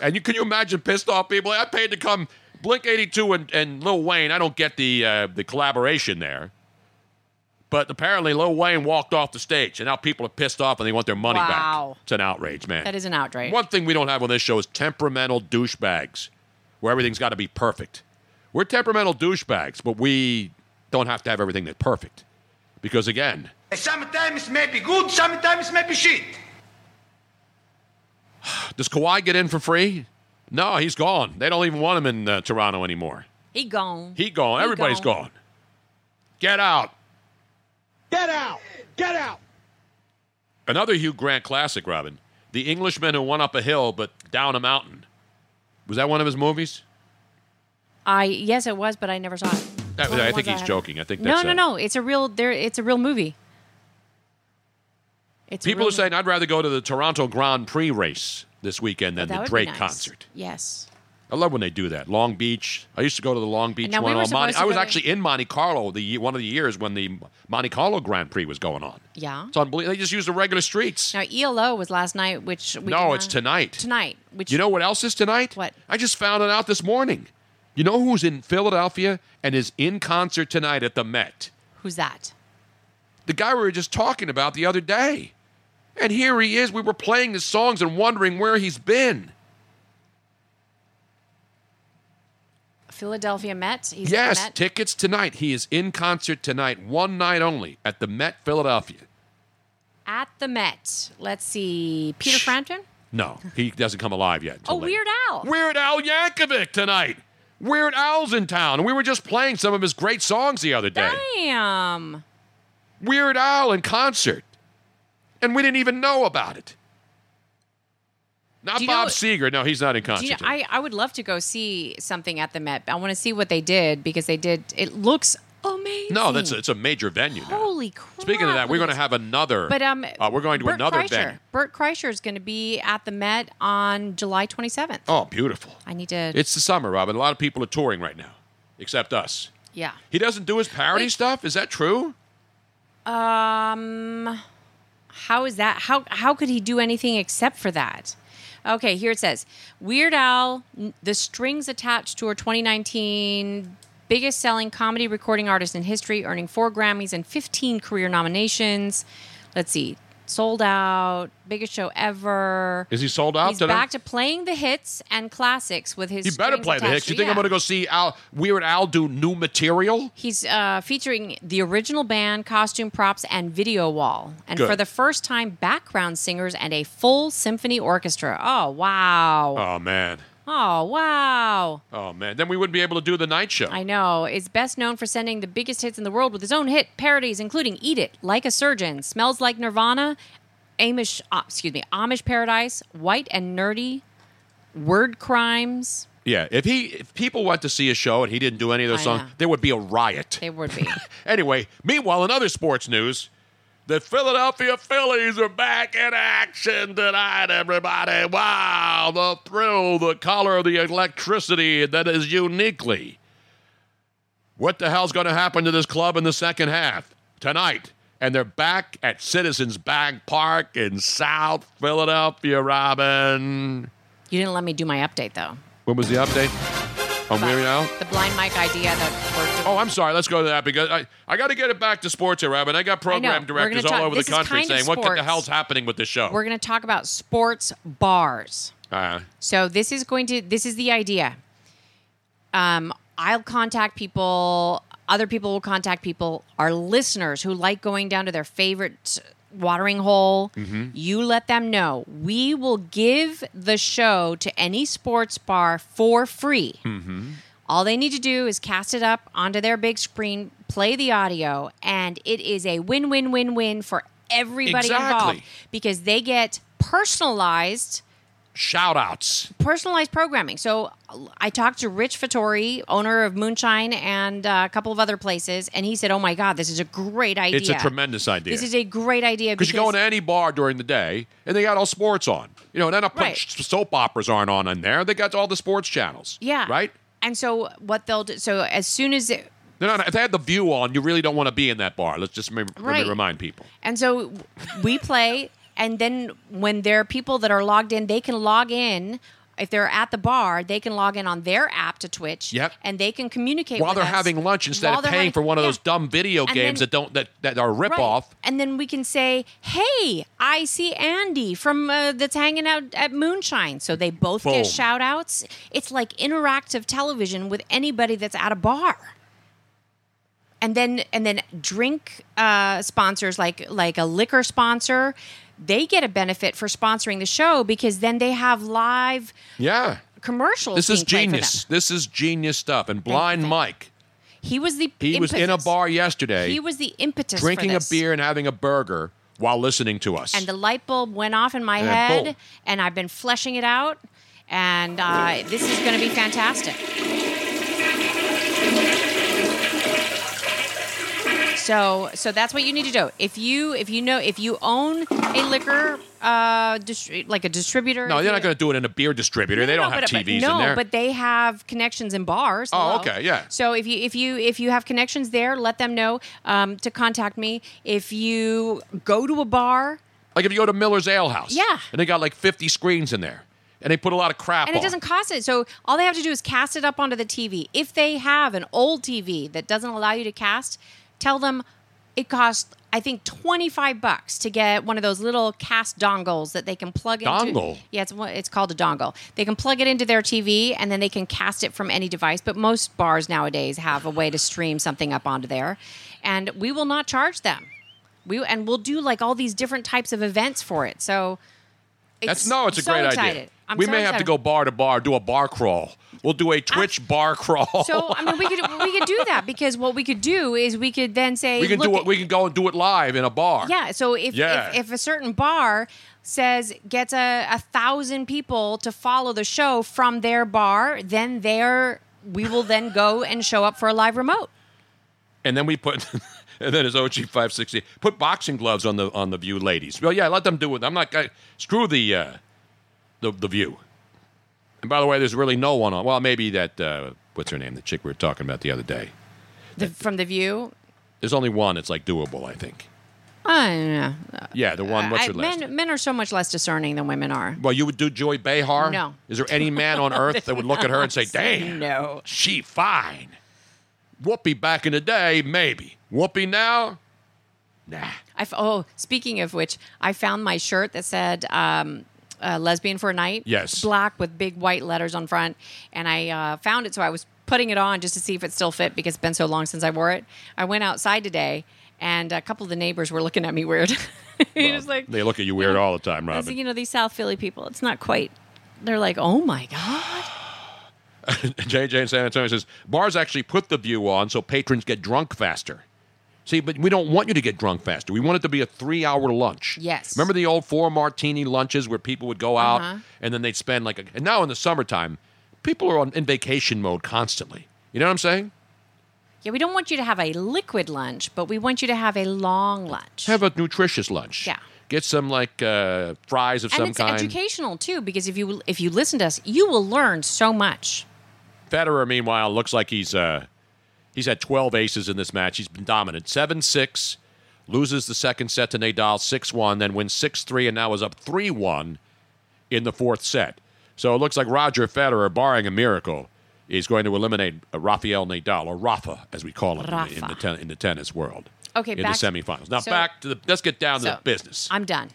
[SPEAKER 2] And you can you imagine pissed off people? I paid to come Blink 82 and, and Lil Wayne. I don't get the uh, the collaboration there. But apparently Lil Wayne walked off the stage and now people are pissed off and they want their money
[SPEAKER 4] Wow.
[SPEAKER 2] back. It's an outrage, man.
[SPEAKER 4] That is an outrage.
[SPEAKER 2] One thing we don't have on this show is temperamental douchebags where everything's got to be perfect. We're temperamental douchebags, but we don't have to have everything that's perfect. Because again,
[SPEAKER 5] Sometimes maybe good, sometimes maybe shit.
[SPEAKER 2] does Kawhi get in for free? No, he's gone. They don't even want him in uh, Toronto anymore.
[SPEAKER 4] He gone.
[SPEAKER 2] He gone. Everybody's gone. Get out.
[SPEAKER 3] Get out! Get out!
[SPEAKER 2] Another Hugh Grant classic, Robin. The Englishman who went up a hill but down a mountain. Was that one of his movies?
[SPEAKER 4] I yes, it was, but I never saw it.
[SPEAKER 2] That-
[SPEAKER 4] One of the
[SPEAKER 2] I
[SPEAKER 4] ones
[SPEAKER 2] think he's
[SPEAKER 4] haven't-
[SPEAKER 2] joking. I think
[SPEAKER 4] no,
[SPEAKER 2] that's
[SPEAKER 4] no,
[SPEAKER 2] uh,
[SPEAKER 4] no. It's a real. There, it's a real movie. It's a
[SPEAKER 2] People
[SPEAKER 4] real
[SPEAKER 2] are saying I'd rather go to the Toronto Grand Prix race this weekend than
[SPEAKER 4] movie. That
[SPEAKER 2] the
[SPEAKER 4] would be
[SPEAKER 2] Drake
[SPEAKER 4] nice.
[SPEAKER 2] concert.
[SPEAKER 4] Yes.
[SPEAKER 2] I love when they do that. Long Beach. I used to go to the Long Beach
[SPEAKER 4] now we
[SPEAKER 2] one.
[SPEAKER 4] were
[SPEAKER 2] on Monte-
[SPEAKER 4] supposed to
[SPEAKER 2] I was
[SPEAKER 4] go to-
[SPEAKER 2] actually in Monte Carlo the ye- one of the years when the Monte Carlo Grand Prix was going on.
[SPEAKER 4] Yeah.
[SPEAKER 2] It's unbelievable. They just use the regular streets.
[SPEAKER 4] Now ELO was last night, which we
[SPEAKER 2] No,
[SPEAKER 4] did
[SPEAKER 2] it's
[SPEAKER 4] not-
[SPEAKER 2] tonight.
[SPEAKER 4] Tonight, which
[SPEAKER 2] You know what else is tonight?
[SPEAKER 4] What?
[SPEAKER 2] I just found it out this morning. You know who's in Philadelphia and is in concert tonight at the Met?
[SPEAKER 4] who's that?
[SPEAKER 2] the guy we were just talking about the other day. And here he is. We were playing his songs and wondering where he's been.
[SPEAKER 4] Philadelphia Met. He's at the
[SPEAKER 2] yes,
[SPEAKER 4] Met?
[SPEAKER 2] tickets tonight. He is in concert tonight, one night only, at the Met Philadelphia.
[SPEAKER 4] at the Met. Let's see, Peter Frampton.
[SPEAKER 2] No, he doesn't come alive yet. until
[SPEAKER 4] Oh,
[SPEAKER 2] later.
[SPEAKER 4] Weird Al.
[SPEAKER 2] Weird Al Yankovic tonight. Weird Al's in town. and We were just playing some of his great songs the other day.
[SPEAKER 4] Damn.
[SPEAKER 2] Weird Al in concert. And we didn't even know about it. Not
[SPEAKER 4] Do you know
[SPEAKER 2] Bob
[SPEAKER 4] what-
[SPEAKER 2] Seger. No, he's not in concert.
[SPEAKER 4] Do you know,
[SPEAKER 2] tonight.
[SPEAKER 4] I, I would love to go see something at the Met. I want to see what they did because they did. It looks amazing.
[SPEAKER 2] no, that's a, it's a major venue now.
[SPEAKER 4] holy crap.
[SPEAKER 2] Speaking of that, we're
[SPEAKER 4] look
[SPEAKER 2] going
[SPEAKER 4] at
[SPEAKER 2] to have another.
[SPEAKER 4] this. But um,
[SPEAKER 2] uh, we're going to
[SPEAKER 4] Bert
[SPEAKER 2] another
[SPEAKER 4] Kreischer.
[SPEAKER 2] venue.
[SPEAKER 4] Bert Kreischer is going to be at the Met on July 27th.
[SPEAKER 2] Oh, beautiful!
[SPEAKER 4] I need to.
[SPEAKER 2] It's the summer, Robin. A lot of people are touring right now, except us.
[SPEAKER 4] yeah.
[SPEAKER 2] He doesn't do his parody
[SPEAKER 4] Wait.
[SPEAKER 2] stuff. Is that true?
[SPEAKER 4] Um, how is that? How how could he do anything except for that? Okay, here it says Weird Al, n- the Strings Attached Tour 2019, biggest selling comedy recording artist in history, earning four Grammys and 15 career nominations. Let's see, sold out, biggest show ever.
[SPEAKER 2] Is he sold out
[SPEAKER 4] He's
[SPEAKER 2] today?
[SPEAKER 4] back to playing the hits and classics with his.
[SPEAKER 2] You better
[SPEAKER 4] Strings
[SPEAKER 2] play the
[SPEAKER 4] Attached
[SPEAKER 2] Hicks. You
[SPEAKER 4] Tour.
[SPEAKER 2] think I'm
[SPEAKER 4] Yeah.
[SPEAKER 2] going to go see Al Weird Al do new material?
[SPEAKER 4] He's uh, featuring the original band, costume props, and video wall. And
[SPEAKER 2] Good.
[SPEAKER 4] for the first time, background singers and a full symphony orchestra. Oh, wow.
[SPEAKER 2] Oh man,
[SPEAKER 4] Oh, wow.
[SPEAKER 2] oh man. Then we wouldn't be able to do the night show.
[SPEAKER 4] I know. Is best known for sending the biggest hits in the world with his own hit parodies, including Eat It, Like a Surgeon, Smells Like Nirvana, Amish, uh, excuse me, Amish Paradise, White and Nerdy, Word Crimes.
[SPEAKER 2] yeah, if he if people went to see a show and he didn't do any of those
[SPEAKER 4] I
[SPEAKER 2] songs,
[SPEAKER 4] know.
[SPEAKER 2] there would be a riot.
[SPEAKER 4] They would be.
[SPEAKER 2] Anyway, meanwhile, in other sports news, the Philadelphia Phillies are back in action tonight, everybody. Wow, the thrill, the color of the electricity that is uniquely. What the hell's going to happen to this club in the second half tonight? And they're back at Citizens Bank Park in South Philadelphia, Robin.
[SPEAKER 4] you didn't let me do my update, though.
[SPEAKER 2] When was the update? On Weird Al?
[SPEAKER 4] The blind mic idea that we're
[SPEAKER 2] Oh, I'm sorry. Let's go to that because I, I got to get it back to sports here, Robin. I got program
[SPEAKER 4] I know. We're
[SPEAKER 2] directors
[SPEAKER 4] gonna
[SPEAKER 2] all
[SPEAKER 4] talk-
[SPEAKER 2] over
[SPEAKER 4] this
[SPEAKER 2] the
[SPEAKER 4] is
[SPEAKER 2] country
[SPEAKER 4] kind of
[SPEAKER 2] saying, what the
[SPEAKER 4] sports."
[SPEAKER 2] hell's happening with this show?
[SPEAKER 4] We're going to talk about sports bars.
[SPEAKER 2] uh,
[SPEAKER 4] So this is going to this is the idea. Um, I'll contact people. Other people will contact people. Our listeners who like going down to their favorite watering hole, you let them know. We will give the show to any sports bar for free. All they need to do is cast it up onto their big screen, play the audio, and it is a win win win win for everybody involved
[SPEAKER 2] Exactly.
[SPEAKER 4] because they get personalized
[SPEAKER 2] shout outs.
[SPEAKER 4] personalized programming. So I talked to Rich Fattori, owner of Moonshine and uh, a couple of other places, and he said, "Oh my God, this is a great idea.
[SPEAKER 2] It's a tremendous idea.
[SPEAKER 4] This is a great idea
[SPEAKER 2] because you go into any bar during the day and they got all sports on. You know, they're not putting
[SPEAKER 4] Right.
[SPEAKER 2] soap operas aren't on in there. They got all the sports channels.
[SPEAKER 4] yeah,
[SPEAKER 2] Right?
[SPEAKER 4] And so what they'll do? So as soon as it,
[SPEAKER 2] They're not, if they had the view on, you really don't want to be in that bar. Let's just rem- let me
[SPEAKER 4] Right.
[SPEAKER 2] remind people.
[SPEAKER 4] and so we play, and then when there are people that are logged in, they can log in. If they're at the bar, they can log in on their app to Twitch,
[SPEAKER 2] Yep.
[SPEAKER 4] and they can communicate
[SPEAKER 2] While
[SPEAKER 4] with
[SPEAKER 2] they're
[SPEAKER 4] us
[SPEAKER 2] having lunch instead
[SPEAKER 4] while
[SPEAKER 2] of
[SPEAKER 4] they're
[SPEAKER 2] paying
[SPEAKER 4] having-
[SPEAKER 2] for one of
[SPEAKER 4] Yeah.
[SPEAKER 2] those dumb video
[SPEAKER 4] And
[SPEAKER 2] games
[SPEAKER 4] then-
[SPEAKER 2] that don't that, that are rip
[SPEAKER 4] Right.
[SPEAKER 2] off.
[SPEAKER 4] And then we can say, "Hey, I see Andy from uh, that's hanging out at Moonshine." So they both
[SPEAKER 2] Boom.
[SPEAKER 4] get shout outs. It's like interactive television with anybody that's at a bar. And then and then drink uh, sponsors like like a liquor sponsor, they get a benefit for sponsoring the show because then they have live
[SPEAKER 2] Yeah.
[SPEAKER 4] commercials.
[SPEAKER 2] This is
[SPEAKER 4] being played for them.
[SPEAKER 2] genius. This is genius stuff. And Blind
[SPEAKER 4] you.
[SPEAKER 2] Mike,
[SPEAKER 4] He was the
[SPEAKER 2] he was in a
[SPEAKER 4] impetus.
[SPEAKER 2] bar yesterday.
[SPEAKER 4] He was the impetus for
[SPEAKER 2] drinking a
[SPEAKER 4] this.
[SPEAKER 2] beer and having a burger while listening to us.
[SPEAKER 4] and the light bulb went off in my
[SPEAKER 2] And
[SPEAKER 4] head,
[SPEAKER 2] boom.
[SPEAKER 4] and I've been fleshing it out, and uh, this is going to be fantastic. So, so that's what you need to do. If you if you know if you own a liquor uh, distri- like a distributor?
[SPEAKER 2] No, they're not going to do it in a beer distributor. they don't have
[SPEAKER 4] but,
[SPEAKER 2] TVs
[SPEAKER 4] but, no,
[SPEAKER 2] in there.
[SPEAKER 4] but they have connections in bars.
[SPEAKER 2] Oh,
[SPEAKER 4] Hello.
[SPEAKER 2] okay, yeah.
[SPEAKER 4] So if you if you if you have connections there, let them know um, to contact me. If you go to a bar
[SPEAKER 2] like if you go to Miller's Ale House,
[SPEAKER 4] Yeah.
[SPEAKER 2] and they got like 50 screens in there, and they put a lot of crap.
[SPEAKER 4] and it
[SPEAKER 2] on.
[SPEAKER 4] doesn't cost it, so all they have to do is cast it up onto the TV. If they have an old TV that doesn't allow you to cast, tell them it costs. I think twenty five bucks to get one of those little cast dongles that they can plug into.
[SPEAKER 2] Dongle?
[SPEAKER 4] Yeah, it's one- it's called a dongle. They can plug it into their TV and then they can cast it from any device. But most bars nowadays have a way to stream something up onto there, and we will not charge them. We and we'll do like all these different types of events for it. So it's,
[SPEAKER 2] That's no, it's a
[SPEAKER 4] so
[SPEAKER 2] great idea.
[SPEAKER 4] excited. I'm
[SPEAKER 2] we
[SPEAKER 4] so
[SPEAKER 2] may have to
[SPEAKER 4] excited.
[SPEAKER 2] go bar to bar, do a bar crawl. We'll do a Twitch bar crawl.
[SPEAKER 4] So I mean, we could we could do that because what we could do is we could then say
[SPEAKER 2] we can
[SPEAKER 4] look,
[SPEAKER 2] do it. We can go and do it live in a bar.
[SPEAKER 4] Yeah. So if,
[SPEAKER 2] Yeah.
[SPEAKER 4] if if a certain bar says gets a, a thousand people to follow the show from their bar, then there we will then go and show up for a live remote.
[SPEAKER 2] and then we put and then it's OG five sixty. Put boxing gloves on the on the view, ladies. Well, yeah, let them do it. I'm not going screw the uh, the the view. And by the way, there's really no one on. Well, maybe that uh, what's her name, the chick we were talking about the other day.
[SPEAKER 4] The, from the view.
[SPEAKER 2] There's only one that's like doable, I think.
[SPEAKER 4] I don't know.
[SPEAKER 2] Yeah, the one. What's
[SPEAKER 4] Uh, I-
[SPEAKER 2] her last? name?
[SPEAKER 4] men men are so much less discerning than women are.
[SPEAKER 2] Well, you would do Joy Behar.
[SPEAKER 4] No.
[SPEAKER 2] Is there any man on earth that would look at her and say, "Damn,
[SPEAKER 4] No.
[SPEAKER 2] she fine"? Whoopi back in the day, maybe. Whoopi now, nah.
[SPEAKER 4] I f- oh, speaking of which, I found my shirt that said um, uh, "Lesbian for a Night."
[SPEAKER 2] Yes.
[SPEAKER 4] black with big white letters on front, and I uh, found it, so I was putting it on just to see if it still fit because it's been so long since I wore it. I went outside today, and a couple of the neighbors were looking at me weird. It was like,
[SPEAKER 2] they look at you weird all the time,
[SPEAKER 4] I was like,
[SPEAKER 2] Robin.
[SPEAKER 4] you know, these South Philly people. It's not quite. They're like, oh my god.
[SPEAKER 2] JJ in San Antonio says bars actually put the view on so patrons get drunk faster. See, but we don't want you to get drunk faster. We want it to be a three-hour lunch.
[SPEAKER 4] Yes.
[SPEAKER 2] Remember the old four-martini lunches where people would go out
[SPEAKER 4] Uh-huh.
[SPEAKER 2] and then they'd spend like a. And now in the summertime, people are on in vacation mode constantly. You know what I'm saying?
[SPEAKER 4] Yeah, we don't want you to have a liquid lunch, but we want you to have a long lunch.
[SPEAKER 2] Have a nutritious lunch.
[SPEAKER 4] Yeah.
[SPEAKER 2] Get some like uh, fries of
[SPEAKER 4] and
[SPEAKER 2] some
[SPEAKER 4] it's
[SPEAKER 2] kind.
[SPEAKER 4] educational too, because if you if you listen to us, you will learn so much.
[SPEAKER 2] Federer, meanwhile, looks like he's uh, he's had 12 aces in this match. He's been dominant. 7 6, loses the second set to Nadal 6 1, then wins 6 3, and now is up 3 1 in the fourth set. So it looks like Roger Federer, barring a miracle, is going to eliminate uh, Rafael Nadal, or Rafa, as we call him in the- in the,
[SPEAKER 4] Rafa.
[SPEAKER 2] ten, in the tennis world.
[SPEAKER 4] Okay,
[SPEAKER 2] in
[SPEAKER 4] back-
[SPEAKER 2] the semifinals. Now
[SPEAKER 4] so-
[SPEAKER 2] back to the. Let's get down to
[SPEAKER 4] So,
[SPEAKER 2] the business.
[SPEAKER 4] I'm done.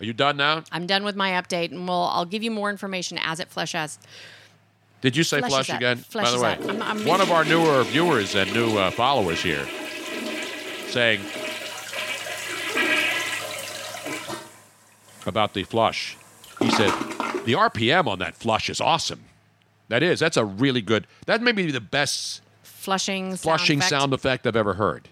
[SPEAKER 2] Are you done now?
[SPEAKER 4] I'm done with my update, and we'll I'll give you more information as it flushes.
[SPEAKER 2] Did you say
[SPEAKER 4] Flesh
[SPEAKER 2] flush
[SPEAKER 4] is up.
[SPEAKER 2] again?
[SPEAKER 4] Flesh
[SPEAKER 2] By the
[SPEAKER 4] is
[SPEAKER 2] way,
[SPEAKER 4] up. I'm- I'm-
[SPEAKER 2] one of our newer viewers and new uh, followers here saying about the flush. He said the RPM on that flush is awesome. That is. That's a really good. That may be the best
[SPEAKER 4] Flushing, sound
[SPEAKER 2] flushing
[SPEAKER 4] effect.
[SPEAKER 2] sound effect, I've ever heard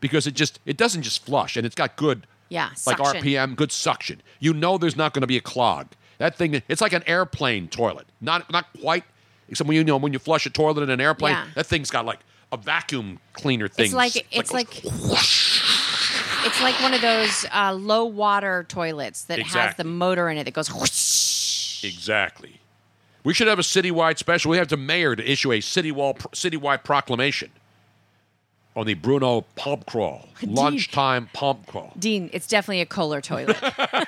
[SPEAKER 2] because it just it doesn't just flush and it's got good
[SPEAKER 4] Yeah,
[SPEAKER 2] like
[SPEAKER 4] suction.
[SPEAKER 2] RPM, good suction. You know there's not going to be a clog. That thing it's like an airplane toilet. Not not quite except when you know when you flush a toilet in an airplane,
[SPEAKER 4] Yeah.
[SPEAKER 2] that thing's got like a vacuum cleaner thing.
[SPEAKER 4] It's like it's like it's like one of those uh, low water toilets that has
[SPEAKER 2] Exactly.
[SPEAKER 4] the motor in it that goes. whoosh.
[SPEAKER 2] exactly. We should have a citywide special. We have the mayor to issue a citywide citywide proclamation on the Bruno pump crawl, lunchtime pump crawl.
[SPEAKER 4] Dean, it's definitely a Kohler toilet.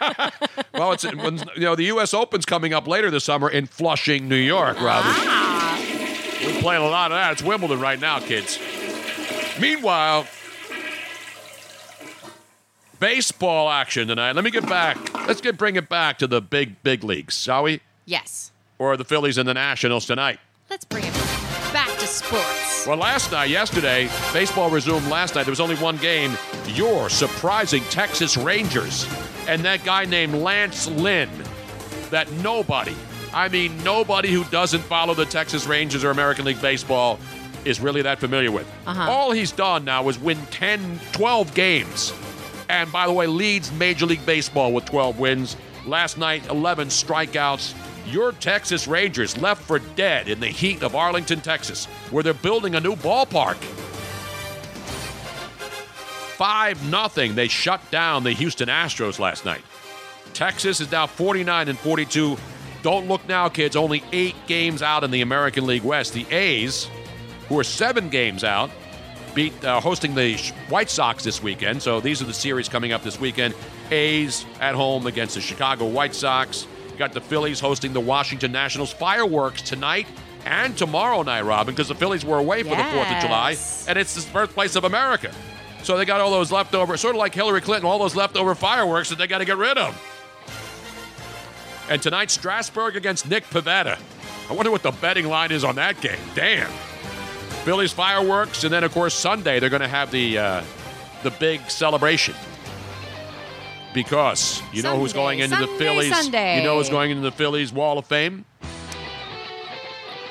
[SPEAKER 2] Well, it's when- you know the U.S. Open's coming up later this summer in Flushing, New York, Robbie. We're playing a lot of that. It's Wimbledon right now, kids. Meanwhile, baseball action tonight. Let me get back. Let's get bring it back to the big big leagues, shall we?
[SPEAKER 4] yes,
[SPEAKER 2] Or the Phillies and the Nationals tonight.
[SPEAKER 4] let's bring it back to sports.
[SPEAKER 2] Well, last night, yesterday, baseball resumed last night. There was only one game. Your surprising Texas Rangers. And that guy named Lance Lynn, that nobody, I mean, nobody who doesn't follow the Texas Rangers or American League Baseball is really that familiar with. All he's done now is win 10, 12 games. And by the way, leads Major League Baseball with 12 wins. Last night, 11 strikeouts. Your Texas Rangers left for dead in the heat of Arlington, Texas, where they're building a new ballpark. 5 0, they shut down the Houston Astros last night. Texas is now 49 and 42. Don't look now, kids. Only eight games out in the American League West. The A's, who are seven games out, beat uh, hosting the Sh- White Sox this weekend. So these are the series coming up this weekend. A's at home against the Chicago White Sox. You got the Phillies hosting the Washington Nationals. Fireworks tonight and tomorrow night, Robin, because the Phillies were away for the Fourth of July,
[SPEAKER 4] Yes.
[SPEAKER 2] and it's the birthplace of America. So they got all those leftover, sort of like Hillary Clinton, all those leftover fireworks that they got to get rid of. And tonight, Strasburg against Nick Pavetta. I wonder what the betting line is on that game. Damn. Phillies fireworks, and then of course Sunday they're going to have the uh, the big celebration because you know who's
[SPEAKER 4] Sunday,
[SPEAKER 2] going into the
[SPEAKER 4] Sunday,
[SPEAKER 2] Phillies.
[SPEAKER 4] Sunday.
[SPEAKER 2] You know who's going into the Phillies Wall of Fame.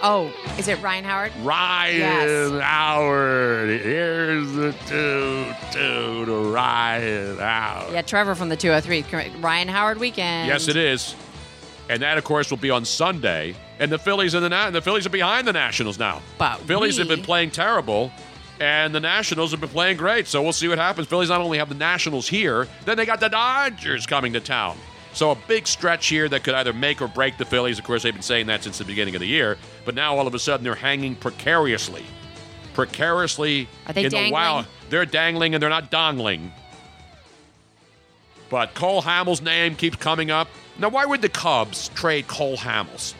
[SPEAKER 4] Oh, is it Ryan Howard?
[SPEAKER 2] Ryan
[SPEAKER 4] Yes.
[SPEAKER 2] Howard. Here's the two two to Ryan Howard.
[SPEAKER 4] Yeah, Trevor from the 203. Correct. Ryan Howard weekend.
[SPEAKER 2] Yes, it is. And that, of course, will be on Sunday. And the Phillies and the Na- and the Phillies are behind the Nationals now.
[SPEAKER 4] But
[SPEAKER 2] Phillies have
[SPEAKER 4] we-
[SPEAKER 2] been playing terrible, and the Nationals have been playing great. So we'll see what happens. Phillies not only have the Nationals here, then they got the Dodgers coming to town. So a big stretch here that could either make or break the Phillies. Of course, they've been saying that since the beginning of the year. But now all of a sudden they're hanging precariously, precariously
[SPEAKER 4] Are they
[SPEAKER 2] in the wild.
[SPEAKER 4] dangling?
[SPEAKER 2] They're dangling and they're not dongling. But Cole Hamels' name keeps coming up. Now, why would the Cubs trade Cole Hamels?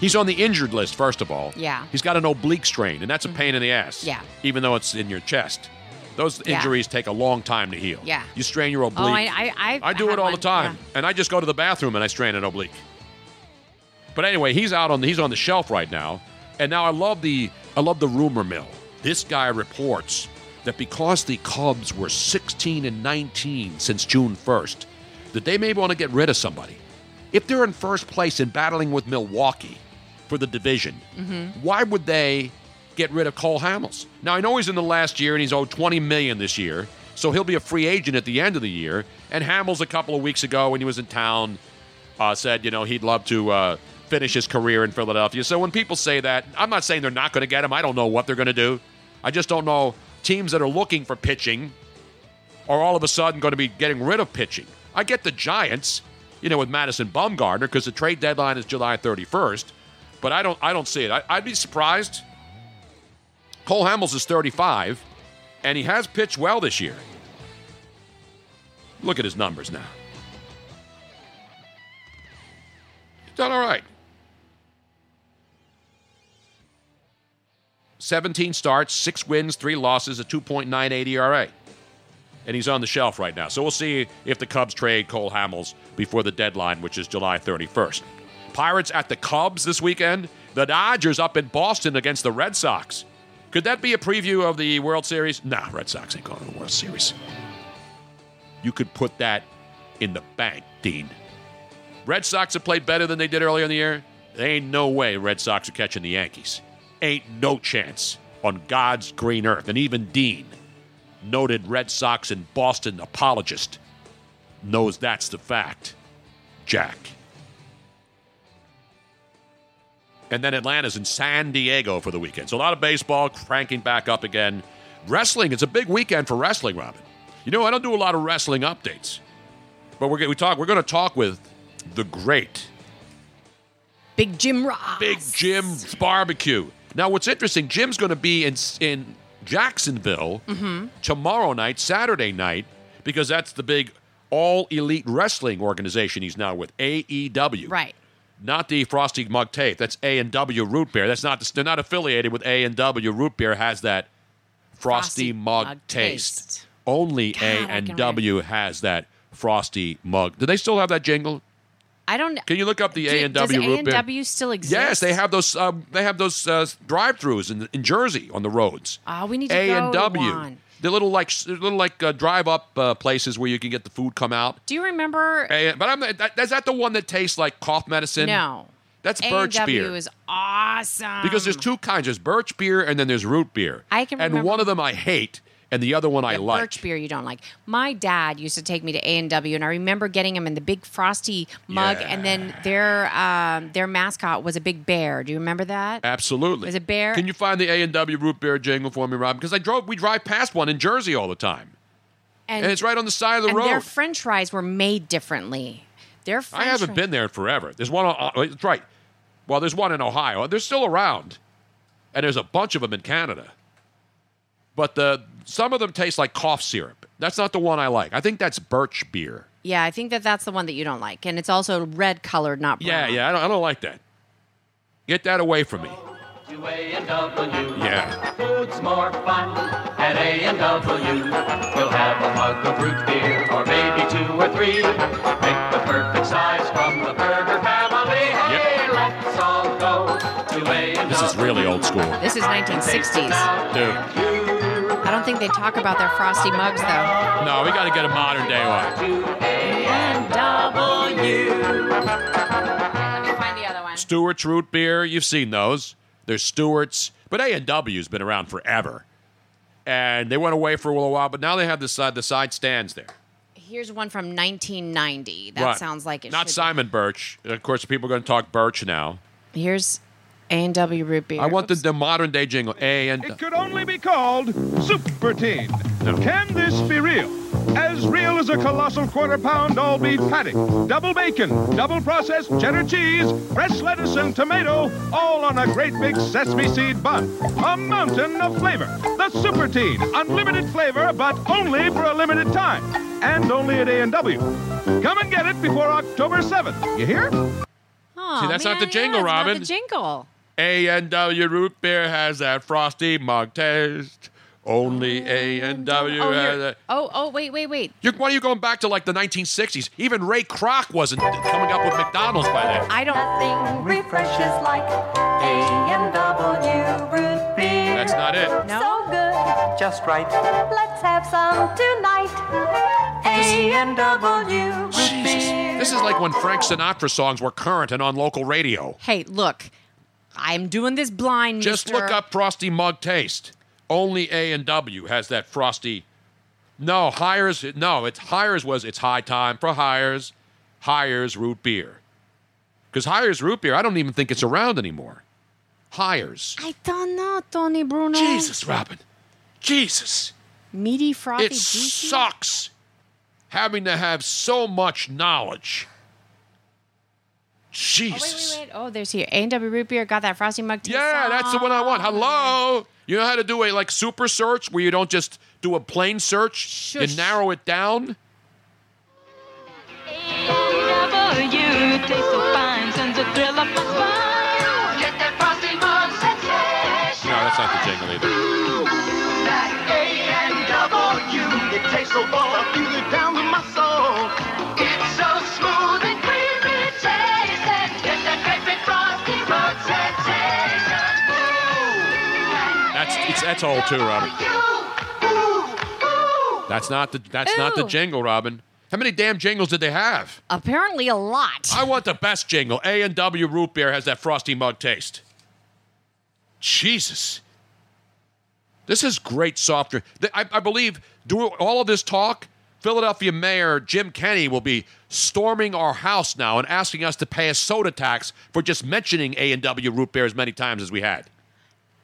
[SPEAKER 2] He's on the injured list, first of all.
[SPEAKER 4] Yeah.
[SPEAKER 2] He's got an oblique strain, and that's a pain in the ass.
[SPEAKER 4] Yeah.
[SPEAKER 2] Even though it's in your chest. Those
[SPEAKER 4] Yeah.
[SPEAKER 2] injuries take a long time to heal.
[SPEAKER 4] Yeah.
[SPEAKER 2] You strain your oblique.
[SPEAKER 4] Oh, I, I, I,
[SPEAKER 2] I do
[SPEAKER 4] had
[SPEAKER 2] it all
[SPEAKER 4] one. uh,
[SPEAKER 2] the time,
[SPEAKER 4] Yeah.
[SPEAKER 2] and I just go to the bathroom and I strain an oblique. But anyway, he's out on the, he's on the shelf right now, and now I love the I love the rumor mill. This guy reports that because the Cubs were 16 and 19 since June 1st, that they may want to get rid of somebody. If they're in first place and battling with Milwaukee for the division, why would they get rid of Cole Hamels? Now I know he's in the last year and he's owed 20 million this year, so he'll be a free agent at the end of the year. And Hamels a couple of weeks ago when he was in town uh, said, you know, he'd love to uh, finish his career in Philadelphia. So when people say that, I'm not saying they're not going to get him. I don't know what they're going to do. I just don't know teams that are looking for pitching are all of a sudden going to be getting rid of pitching. I get the Giants, you know, with Madison Bumgarner because the trade deadline is July 31st, but I don't I don't see it. I, I'd be surprised. Cole Hamels is 35, and he has pitched well this year. Look at his numbers now. He's done all right. 17 starts, six wins, three losses, a 2.98 ERA and he's on the shelf right now. So we'll see if the Cubs trade Cole Hamels before the deadline, which is July 31st. Pirates at the Cubs this weekend. The Dodgers up in Boston against the Red Sox. Could that be a preview of the World Series? Nah, Red Sox ain't going to the World Series. You could put that in the bank, Dean. Red Sox have played better than they did earlier in the year. There ain't no way Red Sox are catching the Yankees. Ain't no chance on God's green earth. And even Dean, noted Red Sox and Boston apologist, knows that's the fact. Jack. And then Atlanta's in San Diego for the weekend. So a lot of baseball cranking back up again. Wrestling, it's a big weekend for wrestling, Robin. You know, I don't do a lot of wrestling updates. But we're, gonna- we talk, we're going to talk with the great
[SPEAKER 4] Big Jim Ross.
[SPEAKER 2] Big Jim's barbecue. Now, what's interesting, Jim's going to be in in Jacksonville
[SPEAKER 4] Mm-hmm.
[SPEAKER 2] tomorrow night, Saturday night, because that's the big all elite wrestling organization he's now with, AEW.
[SPEAKER 4] Right.
[SPEAKER 2] Not the Frosty Mug Tape. That's A and W Root Beer. That's not. They're not affiliated with A and W Root Beer. Has that Frosty,
[SPEAKER 4] Frosty
[SPEAKER 2] Mug,
[SPEAKER 4] Mug
[SPEAKER 2] taste.
[SPEAKER 4] taste.
[SPEAKER 2] Only A
[SPEAKER 4] I can
[SPEAKER 2] and W has that Frosty Mug. Do they still have that jingle?
[SPEAKER 4] I don't.
[SPEAKER 2] Can you look up the
[SPEAKER 4] Do-
[SPEAKER 2] A and W
[SPEAKER 4] Does
[SPEAKER 2] Root Beer?
[SPEAKER 4] A&W still exist?
[SPEAKER 2] Yes, they have those. Um, they have those uh, drive-throughs in, in Jersey on the roads.
[SPEAKER 4] Ah, we need to
[SPEAKER 2] A
[SPEAKER 4] go
[SPEAKER 2] and W.
[SPEAKER 4] to one.
[SPEAKER 2] They're little like they're little like uh, drive-up uh, places where you can get the food come out.
[SPEAKER 4] Do you remember?
[SPEAKER 2] A- but I'm that, is that the one that tastes like cough medicine?
[SPEAKER 4] no.
[SPEAKER 2] that's birch
[SPEAKER 4] A&W
[SPEAKER 2] beer.
[SPEAKER 4] is awesome.
[SPEAKER 2] because there's two kinds: there's birch beer and then there's root beer.
[SPEAKER 4] I can
[SPEAKER 2] and
[SPEAKER 4] remember-
[SPEAKER 2] one of them I hate, and the other one I
[SPEAKER 4] Yeah,
[SPEAKER 2] like.
[SPEAKER 4] Birch beer you don't like. My dad used to take me to A and W, and I remember getting him in the big frosty mug,
[SPEAKER 2] Yeah.
[SPEAKER 4] and then their um, their mascot was a big bear. Do you remember that?
[SPEAKER 2] Absolutely.
[SPEAKER 4] Is it bear-
[SPEAKER 2] Can you find the A and W root beer jingle for me, Rob? Because I drove, we drive past one in Jersey all the time. And it's right on the side of the
[SPEAKER 4] and
[SPEAKER 2] road.
[SPEAKER 4] Their French fries were made differently. Their French
[SPEAKER 2] I haven't
[SPEAKER 4] fri-
[SPEAKER 2] been there in forever. There's one. On, uh, it's right. Well, there's one in Ohio. They're still around, and there's a bunch of them in Canada. But the some of them taste like cough syrup. That's not the one I like. I think that's birch beer.
[SPEAKER 4] Yeah, I think that that's the one that you don't like, and it's also red colored, not
[SPEAKER 2] Yeah,
[SPEAKER 4] brown.
[SPEAKER 2] yeah. I don't, I don't like that. Get that away from me. Yeah.
[SPEAKER 10] Food's more fun at A&W. We'll have a mug of root beer or maybe two or three. Pick the perfect size from the burger family. Hey, let's all go to A&W.
[SPEAKER 2] This is really old school,
[SPEAKER 4] This is 1960s.
[SPEAKER 2] dude.
[SPEAKER 4] I don't think they talk about their frosty mugs though.
[SPEAKER 2] No, we got to get a modern day one.
[SPEAKER 4] Find the other one.
[SPEAKER 2] Stewart's root beer. You've seen those. There's Stewart's, but A and W's been around forever, and they went away for a little while. But now they have the side the side stands there.
[SPEAKER 4] Here's one from 1990. That
[SPEAKER 2] Right.
[SPEAKER 4] sounds like it.
[SPEAKER 2] Not
[SPEAKER 4] should
[SPEAKER 2] Simon Birch. Of course, people are going to talk Birch now.
[SPEAKER 4] Be. Here's A and W root beer.
[SPEAKER 2] I want the, the modern day jingle. A and
[SPEAKER 11] It could only be called Super Teen. Can this be real? As real as a colossal quarter pound all beef patty, double bacon, double processed cheddar cheese, fresh lettuce and tomato, all on a great big sesame seed bun. A mountain of flavor. The Super Teen, unlimited flavor, but only for a limited time. And only at A&W. Come and get it before October 7th. You hear?
[SPEAKER 4] Aw,
[SPEAKER 2] See, that's not the
[SPEAKER 4] Oh, man,
[SPEAKER 2] jingle,
[SPEAKER 4] yeah, it's not
[SPEAKER 2] Robin.
[SPEAKER 4] the jingle.
[SPEAKER 2] A and W root beer has that frosty mug taste. Only A and W
[SPEAKER 4] Oh,
[SPEAKER 2] has
[SPEAKER 4] here.
[SPEAKER 2] that.
[SPEAKER 4] oh, oh, wait, wait, wait.
[SPEAKER 2] You're, why are you going back to like the 1960s? Even Ray Kroc wasn't coming up with McDonald's by then.
[SPEAKER 4] I don't.
[SPEAKER 12] Nothing refreshes like A&W root beer.
[SPEAKER 2] That's not it.
[SPEAKER 12] So good. Just right. Let's have some tonight. A&W root beer.
[SPEAKER 2] This is like when Frank Sinatra songs were current and on local radio.
[SPEAKER 4] Hey, look. I'm doing this blind.
[SPEAKER 2] Just
[SPEAKER 4] mister.
[SPEAKER 2] look up frosty mug taste. Only A and W has that frosty. No, Hires. No, it's Hires was. It's high time for Hires. Hires root beer. Because Hires root beer, I don't even think it's around anymore. Hires.
[SPEAKER 4] I don't know, Tony Bruno.
[SPEAKER 2] Jesus, Robin. Jesus.
[SPEAKER 4] Meaty, frothy,
[SPEAKER 2] It
[SPEAKER 4] juicy.
[SPEAKER 2] sucks having to have so much knowledge.
[SPEAKER 4] Oh, wait,
[SPEAKER 2] Jesus.
[SPEAKER 4] wait, wait. Oh, there's here. A&W root beer. Got that frosty mug. taste
[SPEAKER 2] Yeah, that's the one I want.
[SPEAKER 4] song.
[SPEAKER 2] Hello. You know how to do a like super search where you don't just do a plain search,
[SPEAKER 4] Shush.
[SPEAKER 2] you narrow it down.
[SPEAKER 9] You taste so fine, sends a thrill up my spine.
[SPEAKER 10] Get that frosty mug sensation.
[SPEAKER 2] No, that's not the jingle either.
[SPEAKER 10] That A&W. It tastes so full, I feel it down in my soul. It's so smooth and creamy tasting. Get that great big frosty mug sensation.
[SPEAKER 2] That's it's that's old too, Robin. That's not the that's not the
[SPEAKER 4] Ooh.
[SPEAKER 2] jingle, Robin. How many damn jingles did they have?
[SPEAKER 4] Apparently a lot.
[SPEAKER 2] I want the best jingle. A and W root beer has that frosty mug taste. Jesus, this is great soft drink. Th- I, I believe doing all of this talk, Philadelphia Mayor Jim Kenney will be storming our house now and asking us to pay a soda tax for just mentioning A and W root beer as many times as we had.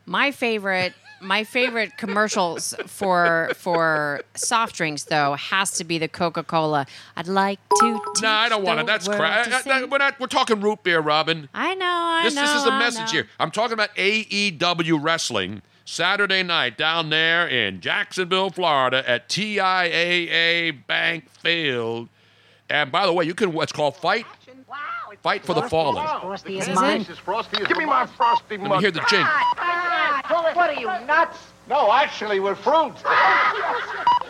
[SPEAKER 4] My favorite, my favorite commercials for for soft drinks though has to be the Coca Cola. I'd like to.
[SPEAKER 2] No, I don't want it. That's crap. We're not. We're talking root beer, Robin.
[SPEAKER 4] I know. I
[SPEAKER 2] This,
[SPEAKER 4] know.
[SPEAKER 2] this is a
[SPEAKER 4] I
[SPEAKER 2] message
[SPEAKER 4] know.
[SPEAKER 2] here. I'm talking about AEW Wrestling Saturday night down there in Jacksonville, Florida at TIAA Bank Field. And by the way, you can, what's called Fight Fight for the Fallen.
[SPEAKER 10] Frosty
[SPEAKER 4] Is it?
[SPEAKER 10] Give me my frosty
[SPEAKER 2] Let me hear the jingle.
[SPEAKER 10] What are you, nuts? No, actually, we're fruit.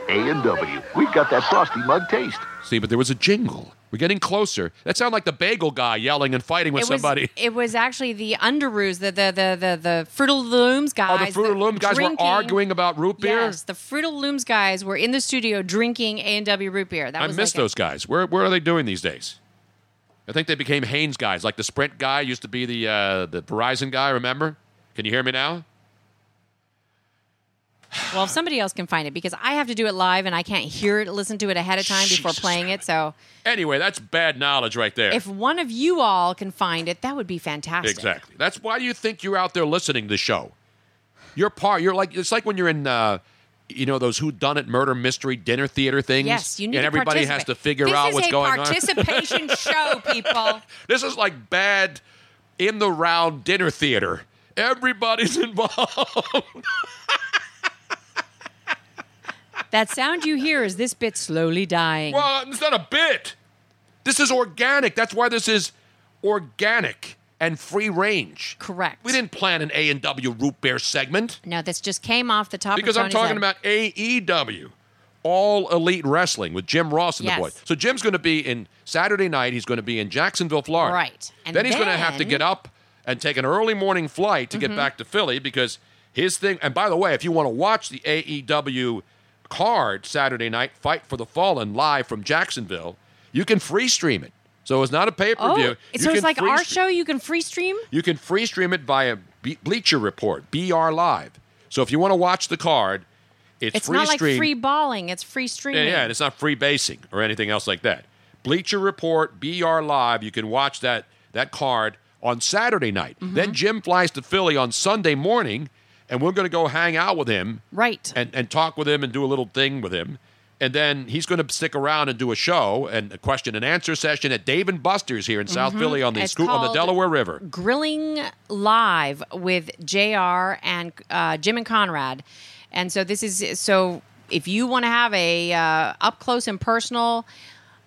[SPEAKER 6] A&W, we've got that frosty mug taste.
[SPEAKER 2] See, but there was a jingle. We're getting closer. That sounded like the bagel guy yelling and fighting with
[SPEAKER 4] It was,
[SPEAKER 2] somebody.
[SPEAKER 4] it was actually the Underoos, the the the the, the Fruit Looms
[SPEAKER 2] Oh,
[SPEAKER 4] guys.
[SPEAKER 2] the Fruit of Loom guys
[SPEAKER 4] drinking-
[SPEAKER 2] were arguing about root beer.
[SPEAKER 4] Yes, the Fruit of Looms guys were in the studio drinking A and W root beer. That
[SPEAKER 2] I
[SPEAKER 4] was
[SPEAKER 2] miss
[SPEAKER 4] like a-
[SPEAKER 2] those guys. Where where are they doing these days? I think they became Haynes guys. Like the Sprint guy used to be the uh, the Verizon guy. Remember? Can you hear me now?
[SPEAKER 4] Well, if somebody else can find it, because I have to do it live and I can't hear it, listen to it ahead of time before
[SPEAKER 2] Jesus
[SPEAKER 4] playing it. So
[SPEAKER 2] Anyway, that's bad knowledge right there.
[SPEAKER 4] if one of you all can find it, that would be fantastic.
[SPEAKER 2] exactly. That's why you think you're out there listening to the show. You're part. You're like it's like when you're in uh, you know those who done it murder mystery dinner theater things.
[SPEAKER 4] Yes, you need
[SPEAKER 2] and
[SPEAKER 4] to
[SPEAKER 2] everybody has
[SPEAKER 4] participate.
[SPEAKER 2] to figure
[SPEAKER 4] This
[SPEAKER 2] out
[SPEAKER 4] is
[SPEAKER 2] what's
[SPEAKER 4] a
[SPEAKER 2] going
[SPEAKER 4] participation show, people.
[SPEAKER 2] on. This is like bad in the round dinner theater. Everybody's involved.
[SPEAKER 4] That sound you hear is this bit slowly dying.
[SPEAKER 2] well, it's not a bit. This is organic. That's why this is organic and free range.
[SPEAKER 4] Correct.
[SPEAKER 2] We didn't plan an A and W root beer segment.
[SPEAKER 4] No, this just came off the top
[SPEAKER 2] because
[SPEAKER 4] of
[SPEAKER 2] I'm
[SPEAKER 4] Tony's
[SPEAKER 2] talking
[SPEAKER 4] head.
[SPEAKER 2] about AEW, All Elite Wrestling with Jim Ross and
[SPEAKER 4] Yes.
[SPEAKER 2] the boys. So Jim's going to be in Saturday night. He's going to be in Jacksonville, Florida.
[SPEAKER 4] Right. And
[SPEAKER 2] then he's going to have to
[SPEAKER 4] then- Mm-hmm.
[SPEAKER 2] get up and take an early morning flight to get back to Philly because his thing. And by the way, if you want to watch the AEW card Saturday night, Fight for the Fallen live from Jacksonville, you can free stream it. So it's not a pay per
[SPEAKER 4] Oh,
[SPEAKER 2] view.
[SPEAKER 4] so it's like our show. You can free stream.
[SPEAKER 2] You can free stream it via Be- Bleacher Report, BR Live. So if you want to watch the card, it's,
[SPEAKER 4] It's
[SPEAKER 2] free
[SPEAKER 4] not like
[SPEAKER 2] stream.
[SPEAKER 4] free balling. It's free
[SPEAKER 2] yeah,
[SPEAKER 4] streaming.
[SPEAKER 2] yeah, and it's not free basing or anything else like that. Bleacher Report, BR Live. You can watch that that card on Saturday night.
[SPEAKER 4] Mm-hmm.
[SPEAKER 2] Then Jim flies to Philly on Sunday morning, and we're going to go hang out with him,
[SPEAKER 4] right?
[SPEAKER 2] And and talk with him and do a little thing with him. And then he's going to stick around and do a show and a question and answer session at Dave and Buster's here in South
[SPEAKER 4] Mhm.
[SPEAKER 2] Philly on the
[SPEAKER 4] It's
[SPEAKER 2] Scoop- on the
[SPEAKER 4] called
[SPEAKER 2] Delaware River.
[SPEAKER 4] Grilling live with Jr. and uh, Jim and Conrad, and so this is so if you want to have a uh, up close and personal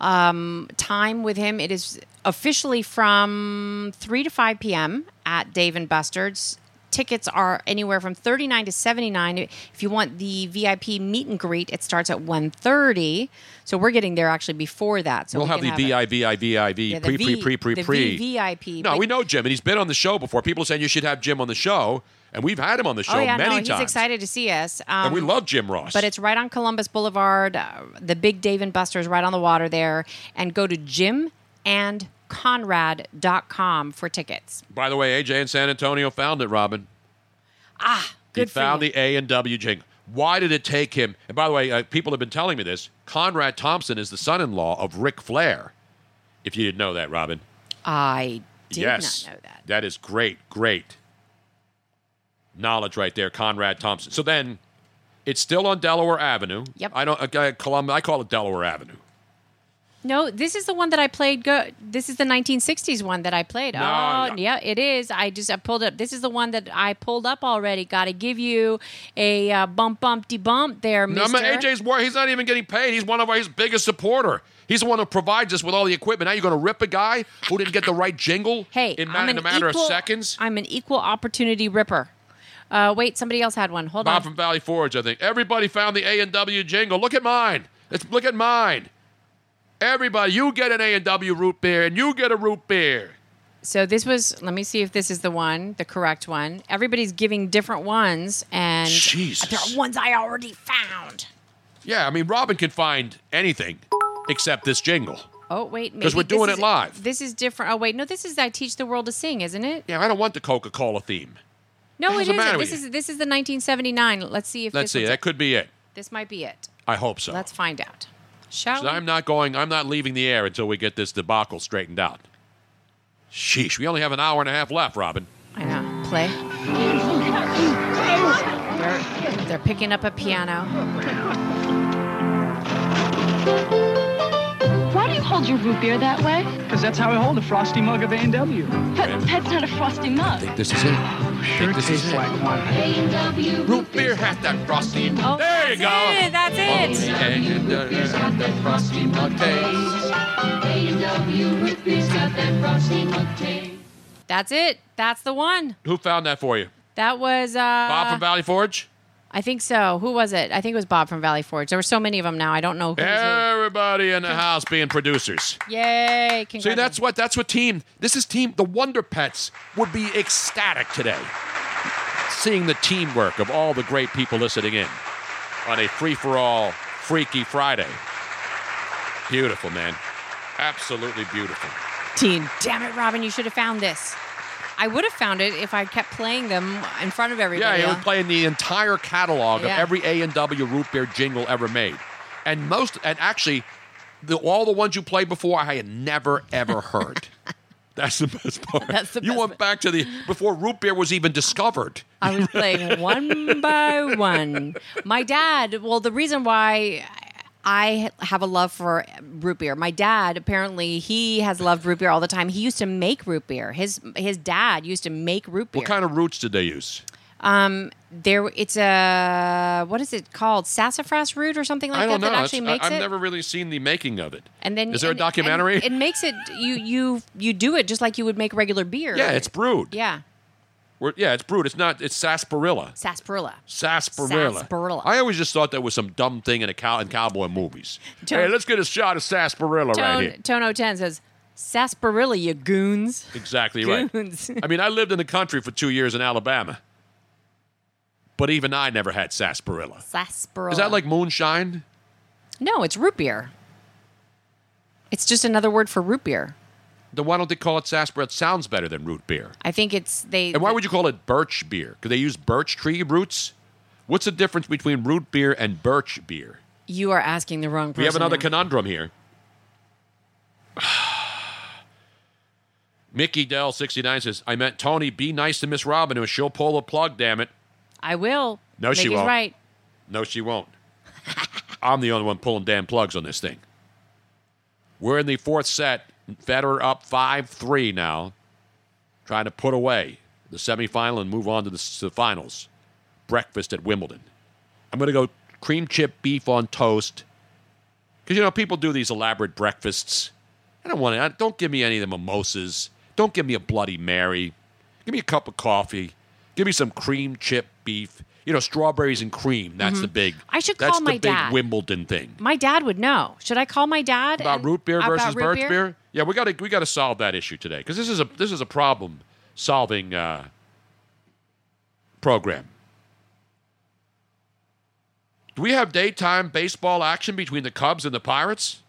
[SPEAKER 4] um, time with him, it is officially from three to five p.m. at Dave and Buster's. Tickets are anywhere from thirty nine to seventy nine. If you want the VIP meet and greet, it starts at one thirty. So we're getting there actually before that. So
[SPEAKER 2] we'll
[SPEAKER 4] we
[SPEAKER 2] have the
[SPEAKER 4] can have it.
[SPEAKER 2] VIVIVIV
[SPEAKER 4] Yeah, the
[SPEAKER 2] pre pre
[SPEAKER 4] V-
[SPEAKER 2] pre pre
[SPEAKER 4] the
[SPEAKER 2] pre.
[SPEAKER 4] VVIP.
[SPEAKER 2] No,
[SPEAKER 4] But-
[SPEAKER 2] we know Jim, and he's been on the show before. People are saying you should have Jim on the show, and we've had him on the show
[SPEAKER 4] oh yeah,
[SPEAKER 2] many
[SPEAKER 4] no,
[SPEAKER 2] times.
[SPEAKER 4] he's excited to see us. Um,
[SPEAKER 2] and we love Jim Ross.
[SPEAKER 4] But it's right on Columbus Boulevard, uh, the big Dave and Buster's right on the water there, and go to jimandconrad.com for tickets.
[SPEAKER 2] By the way, AJ in San Antonio found it, Robin. Ah,
[SPEAKER 4] good
[SPEAKER 2] He
[SPEAKER 4] for
[SPEAKER 2] found the A and W jingle. Why did it take him? And by the way, uh, people have been telling me this. Conrad Thompson is the son-in-law of Ric Flair. If you didn't know that, Robin.
[SPEAKER 4] I did
[SPEAKER 2] yes,
[SPEAKER 4] not know that.
[SPEAKER 2] That is great, great knowledge right there, Conrad Thompson. So then, it's still on Delaware Avenue.
[SPEAKER 4] Yep.
[SPEAKER 2] I don't. I, I call it Delaware Avenue.
[SPEAKER 4] No, this is the one that I played. Go. This is the 1960s one that I played.
[SPEAKER 2] No,
[SPEAKER 4] oh,
[SPEAKER 2] no.
[SPEAKER 4] yeah, it is. I just I pulled up. This is the one that I pulled up already. Got to give you a uh, bump, bump, de bump there,
[SPEAKER 2] No,
[SPEAKER 4] Mister.
[SPEAKER 2] man, AJ's wor He's not even getting paid. He's one of our his biggest supporter. He's the one who provides us with all the equipment. Now you're going to rip a guy who didn't get the right jingle
[SPEAKER 4] Hey,
[SPEAKER 2] in, ma-
[SPEAKER 4] I'm
[SPEAKER 2] in
[SPEAKER 4] an
[SPEAKER 2] a matter
[SPEAKER 4] equal,
[SPEAKER 2] of seconds.
[SPEAKER 4] I'm an equal opportunity ripper. Uh, wait, somebody else had one. Hold
[SPEAKER 2] Bob
[SPEAKER 4] on.
[SPEAKER 2] from Valley Forge, I think. Everybody found the A and W jingle. Look at mine. Let's look at mine. Everybody, you get an A and W root beer, and you get a root beer.
[SPEAKER 4] So this was. Let me see if this is the one, the correct one. Everybody's giving different ones, and
[SPEAKER 2] Jesus.
[SPEAKER 4] there are ones I already found.
[SPEAKER 2] Yeah, I mean Robin can find anything except this jingle.
[SPEAKER 4] Oh wait,
[SPEAKER 2] 'Cause
[SPEAKER 4] maybe
[SPEAKER 2] we're doing
[SPEAKER 4] this
[SPEAKER 2] it
[SPEAKER 4] is-
[SPEAKER 2] live.
[SPEAKER 4] This is different. Oh wait, no, this is I teach the world to sing, isn't it?
[SPEAKER 2] Yeah, I don't want the Coca Cola theme.
[SPEAKER 4] No,
[SPEAKER 2] What's
[SPEAKER 4] it
[SPEAKER 2] the matter
[SPEAKER 4] isn't.
[SPEAKER 2] with
[SPEAKER 4] This
[SPEAKER 2] you?
[SPEAKER 4] is this is the 1979. Let's see if
[SPEAKER 2] Let's
[SPEAKER 4] this
[SPEAKER 2] see.
[SPEAKER 4] one's-
[SPEAKER 2] That could be it.
[SPEAKER 4] this might be it.
[SPEAKER 2] I hope so.
[SPEAKER 4] Let's find out. Shall
[SPEAKER 2] So I'm not going. I'm not leaving the air until we get this debacle straightened out. Sheesh, we only have an hour and a half left, Robin.
[SPEAKER 4] I know. Play. They're, they're picking up a piano.
[SPEAKER 13] Why do you hold your root beer that way?
[SPEAKER 14] Because that's how I hold a frosty mug of A&W.
[SPEAKER 13] But that's not a frosty mug.
[SPEAKER 2] This is it. Sure this is it.
[SPEAKER 13] A&W.
[SPEAKER 2] Root beer has that frosty.
[SPEAKER 13] Oh,
[SPEAKER 2] there you go.
[SPEAKER 13] that's it, that's it.
[SPEAKER 4] That's it. That's the one.
[SPEAKER 2] Who found that for you?
[SPEAKER 4] That was uh,
[SPEAKER 2] Bob from Valley Forge.
[SPEAKER 4] I think so. Who was it? I think it was Bob from Valley Forge. There were so many of them now. I don't know who. was
[SPEAKER 2] Everybody in the house being producers.
[SPEAKER 4] who. Yay! Congratulations.
[SPEAKER 2] See, that's what that's what team. This is team. The Wonder Pets would be ecstatic today, seeing the teamwork of all the great people listening in on a free for all Freaky Friday. Beautiful, man. Absolutely beautiful.
[SPEAKER 4] Teen. Damn it, Robin! You should have found this. I would have found it if I kept playing them in front of
[SPEAKER 2] Yeah,
[SPEAKER 4] everybody.
[SPEAKER 2] he
[SPEAKER 4] else.
[SPEAKER 2] was playing the entire catalog
[SPEAKER 4] Yeah.
[SPEAKER 2] of every A and W root beer jingle ever made, and most, and actually, the, all the ones you played before, I had never ever heard. That's the best part.
[SPEAKER 4] That's the
[SPEAKER 2] you
[SPEAKER 4] best
[SPEAKER 2] went back to the before root beer was even discovered.
[SPEAKER 4] I was playing one by one. My dad, well, the reason why I have a love for root beer, my dad apparently he has loved root beer all the time. He used to make root beer. His his dad used to make root beer.
[SPEAKER 2] What kind of roots did they use?
[SPEAKER 4] Um, there, it's a what is it called? Sassafras root or something like
[SPEAKER 2] I don't know.
[SPEAKER 4] that that
[SPEAKER 2] That's-
[SPEAKER 4] actually
[SPEAKER 2] I-
[SPEAKER 4] makes
[SPEAKER 2] I've
[SPEAKER 4] it.
[SPEAKER 2] never really seen the making of it.
[SPEAKER 4] and then
[SPEAKER 2] is there
[SPEAKER 4] and-
[SPEAKER 2] a documentary?
[SPEAKER 4] and it makes it you you you do it just like you would make regular beer.
[SPEAKER 2] yeah, it's brewed.
[SPEAKER 4] yeah
[SPEAKER 2] We're- yeah, it's brewed. It's not. It's sarsaparilla.
[SPEAKER 4] sarsaparilla.
[SPEAKER 2] Sarsaparilla.
[SPEAKER 4] Sarsaparilla.
[SPEAKER 2] I always just thought that was some dumb thing in a cow in cowboy movies.
[SPEAKER 4] Don't-
[SPEAKER 2] hey, let's get a shot of sarsaparilla right
[SPEAKER 4] Tone
[SPEAKER 2] here.
[SPEAKER 4] Tono Ten says sarsaparilla, you goons.
[SPEAKER 2] Exactly right.
[SPEAKER 4] Goons.
[SPEAKER 2] I mean, I lived in the country for two years in Alabama, but even I never had sarsaparilla.
[SPEAKER 4] Sarsaparilla.
[SPEAKER 2] Is that like moonshine?
[SPEAKER 4] No, it's root beer. It's just another word for root beer.
[SPEAKER 2] Then why don't they call it sarsaparilla? It sounds better than root beer.
[SPEAKER 4] I think it's they.
[SPEAKER 2] And why would you call it birch beer? Because they use birch tree roots. What's the difference between root beer and birch beer?
[SPEAKER 4] You are asking the wrong person.
[SPEAKER 2] We have another
[SPEAKER 4] now.
[SPEAKER 2] conundrum here. Mickey Dell sixty nine says, "I meant Tony. Be nice to Miss Robin, or she'll pull the plug. Damn it!
[SPEAKER 4] I will.
[SPEAKER 2] No, she
[SPEAKER 4] Mickey's
[SPEAKER 2] won't.
[SPEAKER 4] Right.
[SPEAKER 2] No, she won't. I'm the only one pulling damn plugs on this thing. We're in the fourth set. Federer up five three now, trying to put away the semifinal and move on to the, s- the finals. Breakfast at Wimbledon. I'm going to go cream chip beef on toast. Because, you know, people do these elaborate breakfasts. I don't want to. Don't give me any of the mimosas. Don't give me a Bloody Mary. Give me a cup of coffee. Give me some cream chip beef. You know, strawberries and cream. That's
[SPEAKER 4] Mhm.
[SPEAKER 2] the big.
[SPEAKER 4] I should
[SPEAKER 2] that's
[SPEAKER 4] call
[SPEAKER 2] the
[SPEAKER 4] my
[SPEAKER 2] big
[SPEAKER 4] dad.
[SPEAKER 2] Wimbledon thing
[SPEAKER 4] My dad would know. Should I call my dad
[SPEAKER 2] about
[SPEAKER 4] and-
[SPEAKER 2] root beer
[SPEAKER 4] about
[SPEAKER 2] versus
[SPEAKER 4] root
[SPEAKER 2] birch beer? Yeah, we got to we got to solve that issue today because this is a this is a problem solving uh, program. Do we have daytime baseball action between the Cubs and the Pirates?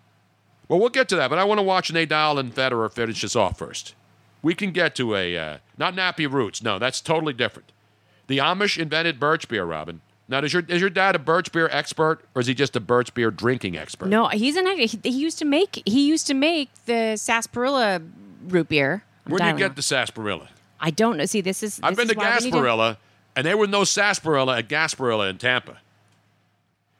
[SPEAKER 2] Well, we'll get to that, but I want to watch Nadal and Federer finish this off first. We can get to a uh, not nappy roots. No, that's totally different. The Amish invented birch beer, Robin. Now, is your is your dad a birch beer expert, or is he just a birch beer drinking expert?
[SPEAKER 4] No, he's an. He, he used to make. He used to make the sarsaparilla root beer. I'm
[SPEAKER 2] Where do you
[SPEAKER 4] dialing
[SPEAKER 2] get
[SPEAKER 4] up.
[SPEAKER 2] the sarsaparilla?
[SPEAKER 4] I don't know. See, this is.
[SPEAKER 2] I've
[SPEAKER 4] this
[SPEAKER 2] been
[SPEAKER 4] is
[SPEAKER 2] to
[SPEAKER 4] why we need
[SPEAKER 2] Gasparilla, and there were no sarsaparilla at Gasparilla in Tampa.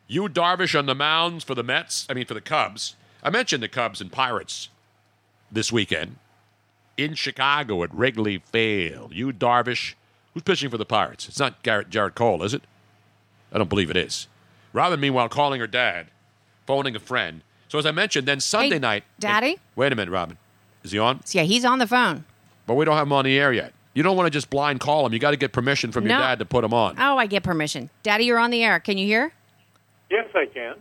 [SPEAKER 2] You Darvish on the mounds for the Mets, I mean for the Cubs. I mentioned the Cubs and Pirates this weekend in Chicago at Wrigley Field. You Darvish, who's pitching for the Pirates? It's not Garrett Jared Cole, is it? I don't believe it is. Robin, meanwhile, calling her dad, phoning a friend. So as I mentioned, then Sunday night.
[SPEAKER 4] Daddy?
[SPEAKER 2] Wait a minute, Robin. Is he on?
[SPEAKER 4] Yeah, he's on the phone.
[SPEAKER 2] But we don't have him on the air yet. You don't want to just blind call him. You got to get permission from your
[SPEAKER 4] No.
[SPEAKER 2] dad to put him on.
[SPEAKER 4] Oh, I get permission. Daddy, you're on the air. Can you hear?
[SPEAKER 15] Yes, I can.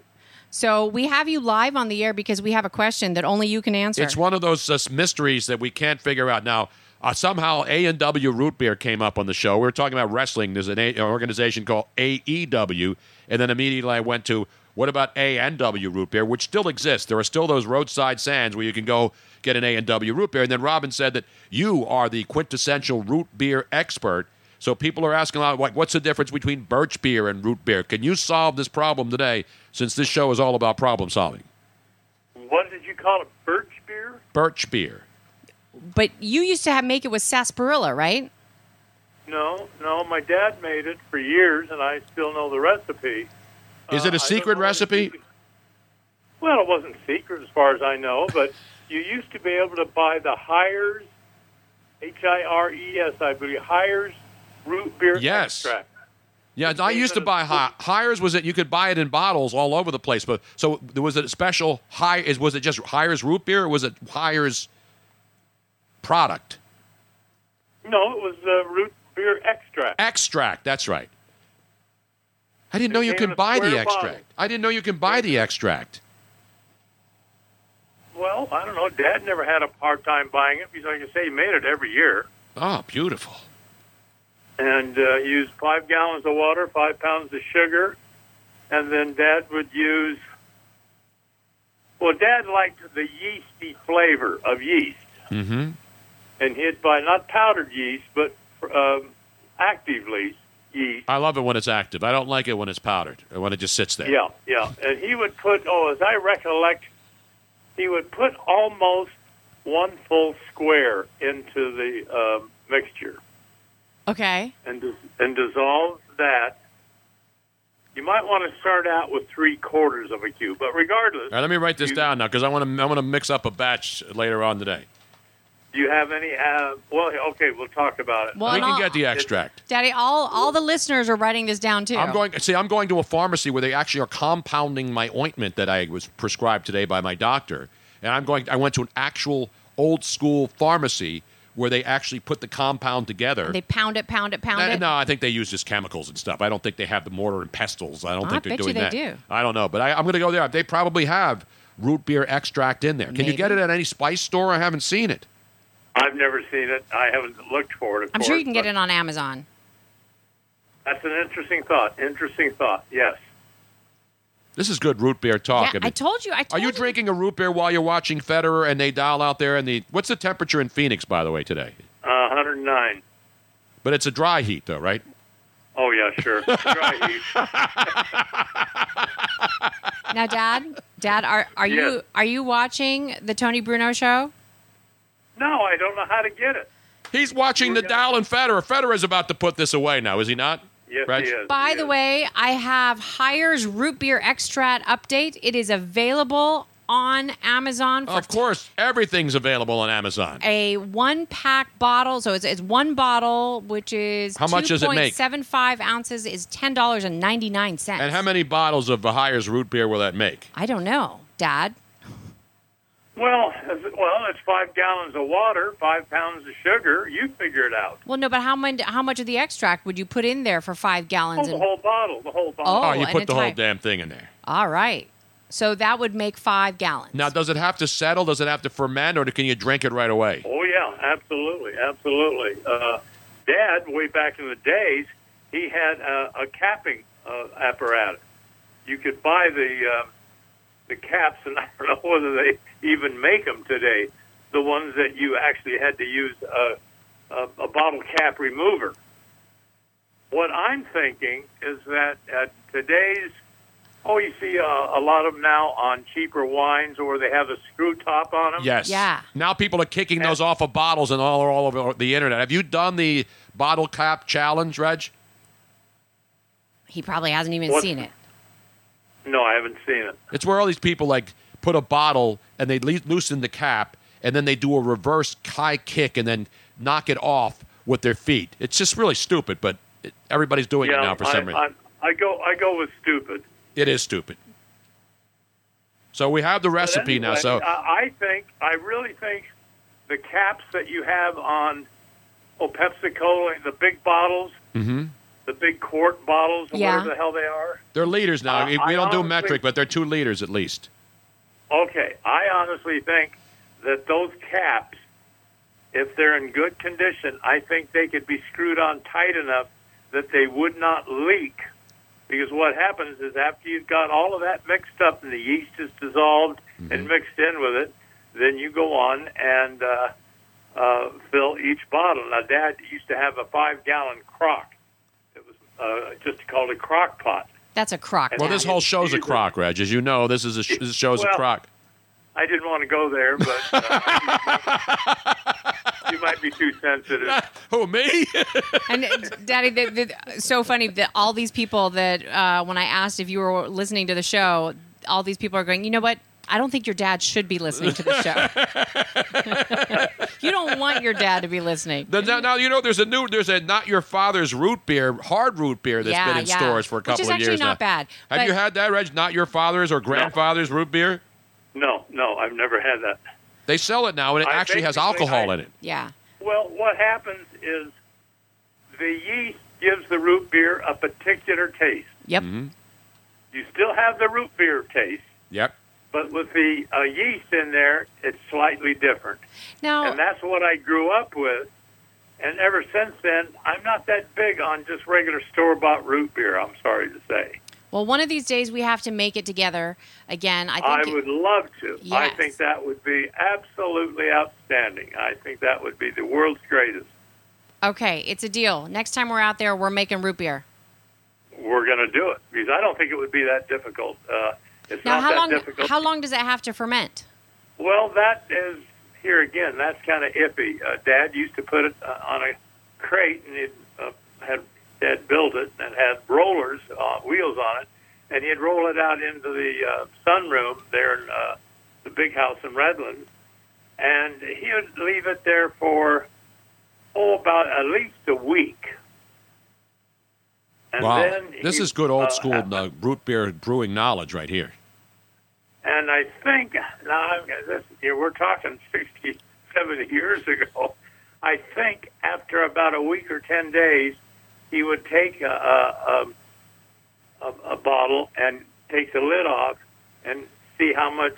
[SPEAKER 4] So we have you live on the air because we have a question that only you can answer.
[SPEAKER 2] It's one of those uh, mysteries that we can't figure out now. Uh, somehow A and W Root Beer came up on the show. We were talking about wrestling. There's an, a- an organization called AEW, and then immediately I went to what about A and W Root Beer, which still exists. There are still those roadside stands where you can go get an A and W Root Beer. And then Robin said that you are the quintessential root beer expert. So people are asking a lot, like, what's the difference between birch beer and root beer? Can you solve this problem today? Since this show is all about problem solving,
[SPEAKER 15] What did you call it? Birch beer?
[SPEAKER 2] birch beer.
[SPEAKER 4] but you used to have make it with sarsaparilla, right?
[SPEAKER 15] No, no. My dad made it for years, and I still know the recipe. Uh,
[SPEAKER 2] Is it a secret recipe?
[SPEAKER 15] Well, it wasn't secret as far as I know, but you used to be able to buy the Hires, H I R E S, I believe, Hires root beer
[SPEAKER 2] Yes.
[SPEAKER 15] extract.
[SPEAKER 2] Yeah, I used to buy hi- hires. Was it you could buy it in bottles all over the place? But so there was a special high. Is was it just hires root beer? or Was it hires product
[SPEAKER 15] No, it was uh, root beer extract.
[SPEAKER 2] extract? That's right. I didn't know
[SPEAKER 15] It
[SPEAKER 2] you
[SPEAKER 15] came in
[SPEAKER 2] could
[SPEAKER 15] a
[SPEAKER 2] buy the
[SPEAKER 15] square bottle.
[SPEAKER 2] extract. I didn't know you could buy the extract.
[SPEAKER 15] Well, I don't know. Dad never had a hard time buying it because, like I say, he made it every year.
[SPEAKER 2] Oh, beautiful.
[SPEAKER 15] and uh, use five gallons of water, five pounds of sugar, and then Dad would use. Well, Dad liked the yeasty flavor of yeast,
[SPEAKER 2] Mm-hmm.
[SPEAKER 15] and he'd buy not powdered yeast, but um, actively yeast.
[SPEAKER 2] I love it when it's active. I don't like it when it's powdered or when it just sits there.
[SPEAKER 15] Yeah, yeah. And he would put, oh, as I recollect, he would put almost one full square into the um, mixture
[SPEAKER 4] Okay.
[SPEAKER 15] and dis- and dissolve that. You might want to start out with three quarters of a cube, but regardless,
[SPEAKER 2] All right, let me write this down now because I want to I want to mix up a batch later on today.
[SPEAKER 15] do you have any? Uh, well, okay, we'll talk about it.
[SPEAKER 4] Well,
[SPEAKER 2] we
[SPEAKER 4] and
[SPEAKER 2] can
[SPEAKER 4] I'll-
[SPEAKER 2] get the extract.
[SPEAKER 4] Daddy, all all the listeners are writing this down too.
[SPEAKER 2] I'm going. See, I'm going to a pharmacy where they actually are compounding my ointment that I was prescribed today by my doctor, and I'm going. I went to an actual old school pharmacy where they actually put the compound together.
[SPEAKER 4] They pound it, pound it, pound
[SPEAKER 2] Uh,
[SPEAKER 4] it.
[SPEAKER 2] No, I think they use just chemicals and stuff. I don't think they have the mortar and pestles. I don't
[SPEAKER 4] I
[SPEAKER 2] think they're
[SPEAKER 4] bet you
[SPEAKER 2] doing
[SPEAKER 4] they
[SPEAKER 2] that.
[SPEAKER 4] do.
[SPEAKER 2] I don't know, but I, I'm going to go there. They probably have root beer extract in there. Can you get it at any spice store? I haven't seen it.
[SPEAKER 15] I've never seen it. I haven't looked for it. Of
[SPEAKER 4] I'm
[SPEAKER 15] course,
[SPEAKER 4] sure you can get
[SPEAKER 15] but
[SPEAKER 4] it on Amazon.
[SPEAKER 15] That's an interesting thought. Interesting thought. Yes.
[SPEAKER 2] This is good root beer talk.
[SPEAKER 4] yeah, I told you. I told
[SPEAKER 2] Are you drinking a root beer while you're watching Federer and Nadal out there? And the what's the temperature in Phoenix, by the way, today?
[SPEAKER 15] Uh, 109.
[SPEAKER 2] But it's a dry heat, though, right?
[SPEAKER 15] Oh yeah, sure. Dry heat.
[SPEAKER 4] now, Dad, Dad, are are
[SPEAKER 15] Yes.
[SPEAKER 4] you are you watching the Tony Bruno show?
[SPEAKER 15] No, I don't know how to get it.
[SPEAKER 2] He's watching Nadal and Federer. Federer's about to put this away now, is he not?
[SPEAKER 15] Yes,
[SPEAKER 2] Reg?
[SPEAKER 15] he is.
[SPEAKER 4] By the way, I have Hires root beer extract update. It is available on Amazon for
[SPEAKER 2] Of course, everything's available on Amazon.
[SPEAKER 4] a one pack bottle. So it's, it's one bottle, which is
[SPEAKER 2] How much does it make?
[SPEAKER 4] 2.75 ounces is ten dollars and ninety nine cents.
[SPEAKER 2] And how many bottles of Vahir's root beer will that make?
[SPEAKER 4] I don't know, Dad.
[SPEAKER 15] Well, as- well, it's five gallons of water, five pounds of sugar. You figure it out.
[SPEAKER 4] Well, no, but how much how much of the extract would you put in there for five
[SPEAKER 15] Oh,
[SPEAKER 4] gallons?
[SPEAKER 15] the
[SPEAKER 4] and-
[SPEAKER 15] whole bottle, the whole bottle.
[SPEAKER 4] Oh,
[SPEAKER 2] you
[SPEAKER 4] an
[SPEAKER 2] put the whole
[SPEAKER 4] entire-
[SPEAKER 2] damn thing in there.
[SPEAKER 4] All right, so that would make five gallons.
[SPEAKER 2] Now, does it have to settle? Does it have to ferment, or can you drink it right away?
[SPEAKER 15] Oh yeah, absolutely, absolutely. Uh, Dad, way back in the days, he had a, a capping uh, apparatus. You could buy the uh, the caps, and I don't know whether they even make them today. The ones that you actually had to use a, a, a bottle cap remover. What I'm thinking is that at today's Oh, you see uh, a lot of them now on cheaper wines, or they have a screw top on them.
[SPEAKER 2] Yes. Now people are kicking those off of bottles and all are all over the internet. Have you done the bottle cap challenge, Reg?
[SPEAKER 4] He probably hasn't even
[SPEAKER 15] What-
[SPEAKER 4] seen it.
[SPEAKER 15] No, I haven't seen it.
[SPEAKER 2] It's where all these people like put a bottle and they le- loosen the cap and then they do a reverse high kick and then knock it off with their feet. It's just really stupid, but it, everybody's doing it now for
[SPEAKER 15] I,
[SPEAKER 2] some reason.
[SPEAKER 15] I, I go. I go with stupid.
[SPEAKER 2] It is stupid. So we have the recipe now.
[SPEAKER 15] Anyway,
[SPEAKER 2] So
[SPEAKER 15] I, I think. I really think the caps that you have on, oh, Pepsi Cola, the big bottles,
[SPEAKER 2] Mhm.
[SPEAKER 15] the big quart bottles, or
[SPEAKER 4] Yeah.
[SPEAKER 15] whatever the hell they are.
[SPEAKER 2] they're liters now.
[SPEAKER 15] Uh,
[SPEAKER 2] we
[SPEAKER 15] I
[SPEAKER 2] we don't do
[SPEAKER 15] honestly-
[SPEAKER 2] metric, but they're two liters at least.
[SPEAKER 15] Okay, I honestly think that those caps, if they're in good condition, I think they could be screwed on tight enough that they would not leak. Because what happens is after you've got all of that mixed up and the yeast is dissolved and mixed in with it, then you go on and uh, uh, fill each bottle. Now, Dad used to have a five-gallon crock. It was uh, just called a crock pot.
[SPEAKER 4] That's a crock.
[SPEAKER 2] Well, this
[SPEAKER 4] Dad.
[SPEAKER 2] whole show's a crock, Reg. As you know, this is a sh- this show's
[SPEAKER 15] Well-
[SPEAKER 2] a crock.
[SPEAKER 15] I didn't want to go there, but uh, you might be too sensitive.
[SPEAKER 2] Who me?
[SPEAKER 4] and uh, Daddy, the, the, so funny that all these people that uh, when I asked if you were listening to the show, all these people are going. You know what? I don't think your dad should be listening to the show. you don't want your dad to be listening.
[SPEAKER 2] The- now, now you know there's a new there's a not your father's root beer, hard root beer that's
[SPEAKER 4] Yeah,
[SPEAKER 2] been in
[SPEAKER 4] yeah.
[SPEAKER 2] stores for a
[SPEAKER 4] Which
[SPEAKER 2] couple
[SPEAKER 4] is
[SPEAKER 2] of
[SPEAKER 4] actually
[SPEAKER 2] years
[SPEAKER 4] not
[SPEAKER 2] now.
[SPEAKER 4] bad,
[SPEAKER 2] Have
[SPEAKER 4] but-
[SPEAKER 2] you had that, Reg? Not your father's or grandfather's root beer?
[SPEAKER 15] No, no, I've never had that.
[SPEAKER 2] They sell it now, and it
[SPEAKER 15] I
[SPEAKER 2] actually has
[SPEAKER 15] basically-
[SPEAKER 2] alcohol
[SPEAKER 15] I-
[SPEAKER 2] in it.
[SPEAKER 4] Yeah.
[SPEAKER 15] Well, what happens is the yeast gives the root beer a particular taste.
[SPEAKER 4] Yep.
[SPEAKER 2] Mm-hmm.
[SPEAKER 15] You still have the root beer taste,
[SPEAKER 2] Yep.
[SPEAKER 15] but with the uh, yeast in there, it's slightly different.
[SPEAKER 4] Now,
[SPEAKER 15] And that's what I grew up with. And ever since then, I'm not that big on just regular store bought root beer, I'm sorry to say.
[SPEAKER 4] well, one of these days we have to make it together again. I
[SPEAKER 15] I,
[SPEAKER 4] think.
[SPEAKER 15] would love to. I
[SPEAKER 4] Yes.
[SPEAKER 15] think that would be absolutely outstanding. I think that would be the world's greatest.
[SPEAKER 4] okay, it's a deal. Next time we're out there, we're making root beer.
[SPEAKER 15] We're going to do it because I don't think it would be that difficult. Uh, it's
[SPEAKER 4] Now,
[SPEAKER 15] not
[SPEAKER 4] how
[SPEAKER 15] that
[SPEAKER 4] long?
[SPEAKER 15] difficult.
[SPEAKER 4] How long does it have to ferment?
[SPEAKER 15] Well, that is here again, that's kind of iffy. Uh, Dad used to put it uh, on a crate, and it uh, had Dad built it and it had rollers, uh, wheels on it, and he'd roll it out into the uh, sunroom there in uh, the big house in Redlands, and he would leave it there for oh about at least a week. And
[SPEAKER 2] wow,
[SPEAKER 15] then
[SPEAKER 2] this
[SPEAKER 15] he-
[SPEAKER 2] is good old
[SPEAKER 15] uh,
[SPEAKER 2] school uh, root beer brewing knowledge right here.
[SPEAKER 15] And I think now I'm, this, you know, we're talking 60, 70 years ago. I think after about a week or ten days, he would take a a, a, a, a bottle and take the lid off and see how much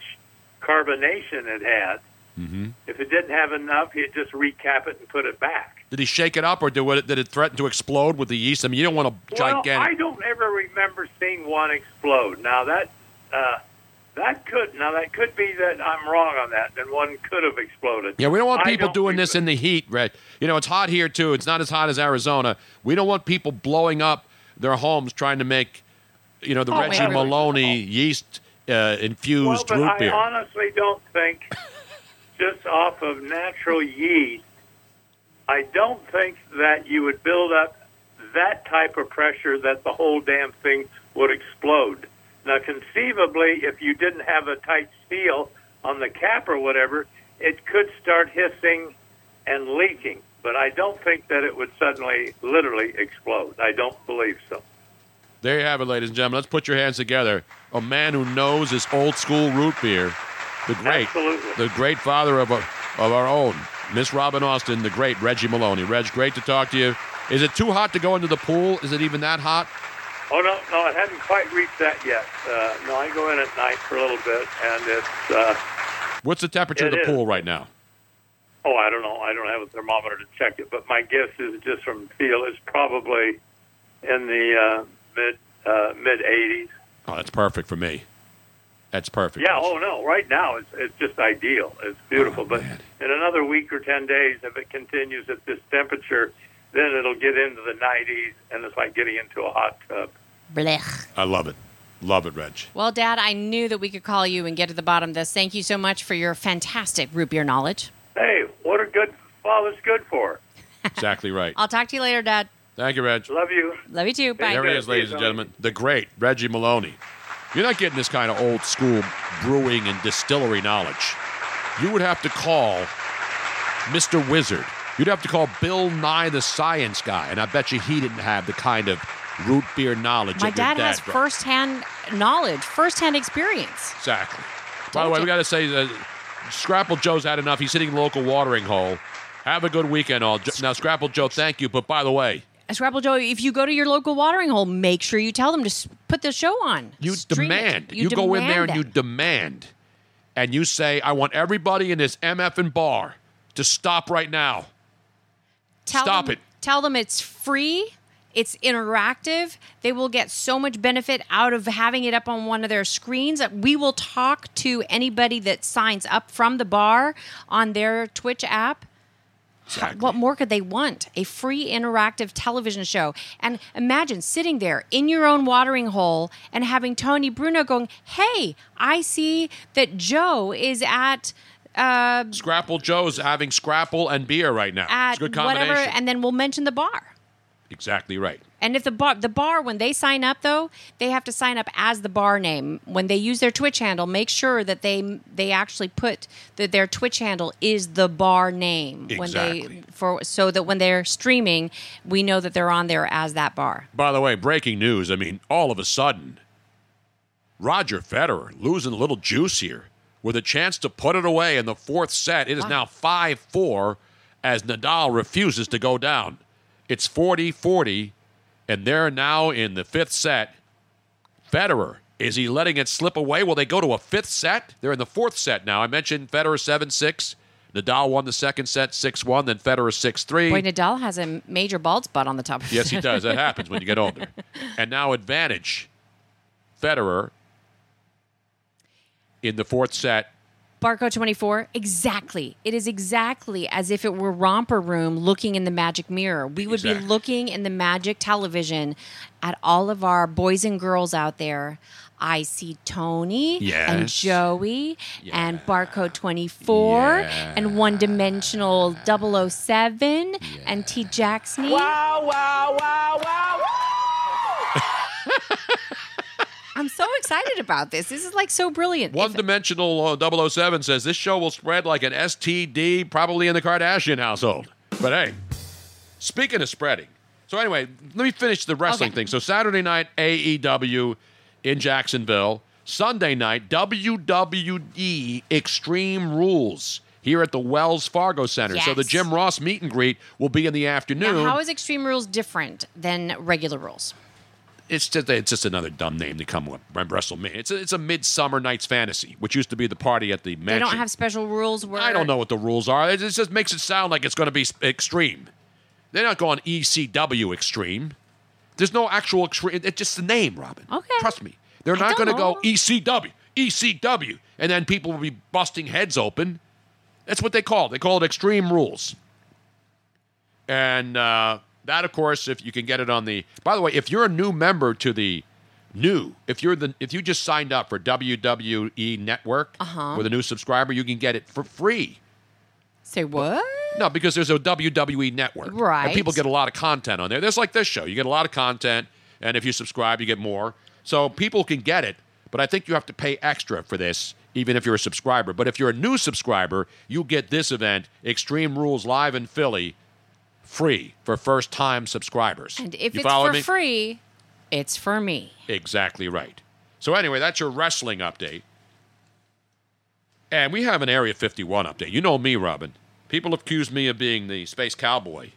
[SPEAKER 15] carbonation it had.
[SPEAKER 2] Mm-hmm.
[SPEAKER 15] If it didn't have enough, he'd just recap it and put it back.
[SPEAKER 2] Did he shake it up, or did it, did it threaten to explode with the yeast? I mean, you don't want a
[SPEAKER 15] Well, I
[SPEAKER 2] gigantic.
[SPEAKER 15] don't ever remember seeing one explode. Now that uh, that could now that could be that I'm wrong on that, and one could have exploded.
[SPEAKER 2] yeah, we don't want
[SPEAKER 15] I
[SPEAKER 2] people
[SPEAKER 15] don't-
[SPEAKER 2] doing this in the heat, Red. You know, it's hot here too. It's not as hot as Arizona. We don't want people blowing up their homes trying to make, you know, the
[SPEAKER 15] Oh,
[SPEAKER 2] Reggie
[SPEAKER 15] yeah.
[SPEAKER 2] Maloney yeast uh,
[SPEAKER 15] well,
[SPEAKER 2] infused
[SPEAKER 15] but
[SPEAKER 2] root
[SPEAKER 15] I
[SPEAKER 2] beer.
[SPEAKER 15] honestly don't think just off of natural yeast. I don't think that you would build up that type of pressure that the whole damn thing would explode. Now, conceivably, if you didn't have a tight seal on the cap or whatever, it could start hissing and leaking. But I don't think that it would suddenly, literally explode. I don't believe so.
[SPEAKER 2] There you have it, ladies and gentlemen. Let's put your hands together. A man who knows his old school root beer, the great, the great father of our, of our own, Miss Robin Austin, the great Reggie Maloney. Reg, great to talk to you. Is it too hot to go into the pool? Is it even that hot?
[SPEAKER 15] Oh no, no, it hadn't quite reached that yet. Uh, no, I go in at night for a little bit, and it's uh,
[SPEAKER 2] What's the temperature of
[SPEAKER 15] It
[SPEAKER 2] the
[SPEAKER 15] is.
[SPEAKER 2] pool right now?
[SPEAKER 15] oh, I don't know, I don't have a thermometer to check it, but my guess is just from feel it's probably in the uh, mid uh, mid 80s.
[SPEAKER 2] Oh, that's perfect for me. That's perfect.
[SPEAKER 15] Yeah. Oh no, right now it's it's just ideal. It's beautiful, but in another week or ten days, if it continues at this temperature, then it'll get into the 90s, and it's like getting into a hot tub.
[SPEAKER 4] Blech.
[SPEAKER 2] I love it. Love it, Reg.
[SPEAKER 4] Well, Dad, I knew that we could call you and get to the bottom of this. Thank you so much for your fantastic root beer knowledge.
[SPEAKER 15] Hey, what a good father's good for.
[SPEAKER 2] Exactly right.
[SPEAKER 4] I'll talk to you later, Dad.
[SPEAKER 2] Thank you, Reg.
[SPEAKER 15] Love you.
[SPEAKER 4] Love you too. Bye.
[SPEAKER 2] There he is, ladies and gentlemen. The great Reggie Maloney. You're not getting this kind of old school brewing and distillery knowledge. You would have to call Mr. Wizard. You'd have to call Bill Nye the Science Guy, and I bet you he didn't have the kind of root beer knowledge.
[SPEAKER 4] My
[SPEAKER 2] of your
[SPEAKER 4] dad, has
[SPEAKER 2] bro.
[SPEAKER 4] firsthand knowledge, firsthand experience.
[SPEAKER 2] Exactly. By the way, we got to say that Scrapple Joe's had enough. He's hitting the local watering hole. Have a good weekend, all. Jo- Now, Scrapple Joe, thank you. But by the way,
[SPEAKER 4] Scrapple Joe, if you go to your local watering hole, make sure you tell them to s- put the show on.
[SPEAKER 2] You
[SPEAKER 4] Stream it.
[SPEAKER 2] demand. You, go in there
[SPEAKER 4] demand
[SPEAKER 2] and you
[SPEAKER 4] it.
[SPEAKER 2] demand. And you say, I want everybody in this MF and bar to stop right now.
[SPEAKER 4] tell
[SPEAKER 2] stop
[SPEAKER 4] them,
[SPEAKER 2] it.
[SPEAKER 4] Tell them it's free. It's interactive. They will get so much benefit out of having it up on one of their screens. We will talk to anybody that signs up from the bar on their Twitch app. What more could they want? A free interactive television show. And imagine sitting there in your own watering hole and having Tony Bruno going, Hey, I see that Joe is at. Uh,
[SPEAKER 2] Scrapple Joe's having Scrapple and beer right now.
[SPEAKER 4] at
[SPEAKER 2] it's a good combination.
[SPEAKER 4] whatever, and then we'll mention the bar.
[SPEAKER 2] exactly right.
[SPEAKER 4] And if the bar, the bar, when they sign up though, they have to sign up as the bar name. When they use their Twitch handle, make sure that they they actually put that their Twitch handle is the bar name when
[SPEAKER 2] Exactly.
[SPEAKER 4] they for so that when they're streaming, we know that they're on there as that bar.
[SPEAKER 2] By the way, breaking news. I mean, all of a sudden, Roger Federer losing a little juice here with a chance to put it away in the fourth set. It is
[SPEAKER 16] Wow.
[SPEAKER 2] now 5 4 as Nadal refuses to go down. It's 40 40, and they're now in the fifth set. Federer, is he letting it slip away? Will they go to a fifth set? They're in the fourth set now. I mentioned Federer 7 6. Nadal won the second set 6 1, then Federer 6 3.
[SPEAKER 4] Boy, Nadal has a major bald spot on the top. of his
[SPEAKER 2] Yes, he
[SPEAKER 4] head.
[SPEAKER 2] does. That happens when you get older. And now advantage, Federer in the fourth set.
[SPEAKER 4] Barco 24, exactly. It is exactly as if it were romper room looking in the magic mirror. We would be
[SPEAKER 2] Exactly.
[SPEAKER 4] looking in the magic television at all of our boys and girls out there. I see Tony and
[SPEAKER 16] Yes.
[SPEAKER 4] Joey and Barcode 24 and One Dimensional 007 and T. Jacksney. Wow, wow, wow, wow, I'm so excited about this. This is like so brilliant.
[SPEAKER 2] One dimensional uh, 007 says this show will spread like an STD, probably in the Kardashian household. But hey, speaking of spreading, so anyway, let me finish the wrestling thing. So Saturday night, AEW in Jacksonville. Sunday night, WWE Extreme Rules here at the Wells Fargo Center. So the
[SPEAKER 4] Yes.
[SPEAKER 2] Jim Ross meet and greet will be in the afternoon.
[SPEAKER 4] Now, how is Extreme Rules different than regular rules?
[SPEAKER 2] it's just it's just another dumb name to come up. WrestleMania. It's a, it's a Midsummer Night's Fantasy, which used to be the party at the
[SPEAKER 4] They
[SPEAKER 2] mansion.
[SPEAKER 4] don't have special rules where
[SPEAKER 2] I don't know what the rules are. It just makes it sound like it's going to be sp- extreme. They're not going ECW extreme. There's no actual extreme. It's just the name, Robin. Okay. Trust me. They're not
[SPEAKER 4] don't
[SPEAKER 2] going to go E ECW, ECW, and then people will be busting heads open. That's what they call it. They call it extreme rules. And uh, that, of course, if you can get it on the. By the way, if you're a new member to the new, if you're the if you just signed up for WWE Network
[SPEAKER 4] Uh-huh.
[SPEAKER 2] with a new subscriber, you can get it for free.
[SPEAKER 4] Say what?
[SPEAKER 2] No, because there's a WWE Network,
[SPEAKER 4] Right.
[SPEAKER 2] And people get a lot of content on there. There's like this show. You get a lot of content, and if you subscribe, you get more. So people can get it, but I think you have to pay extra for this, even if you're a subscriber. But if you're a new subscriber, you get this event, Extreme Rules Live in Philly, free for first time subscribers.
[SPEAKER 4] And if
[SPEAKER 2] you
[SPEAKER 4] it's
[SPEAKER 2] follow
[SPEAKER 4] for
[SPEAKER 2] me?
[SPEAKER 4] free, it's for me.
[SPEAKER 2] Exactly right. So anyway, that's your wrestling update. And we have an Area 51 update. You know me, Robin. People accuse me of being the space cowboy.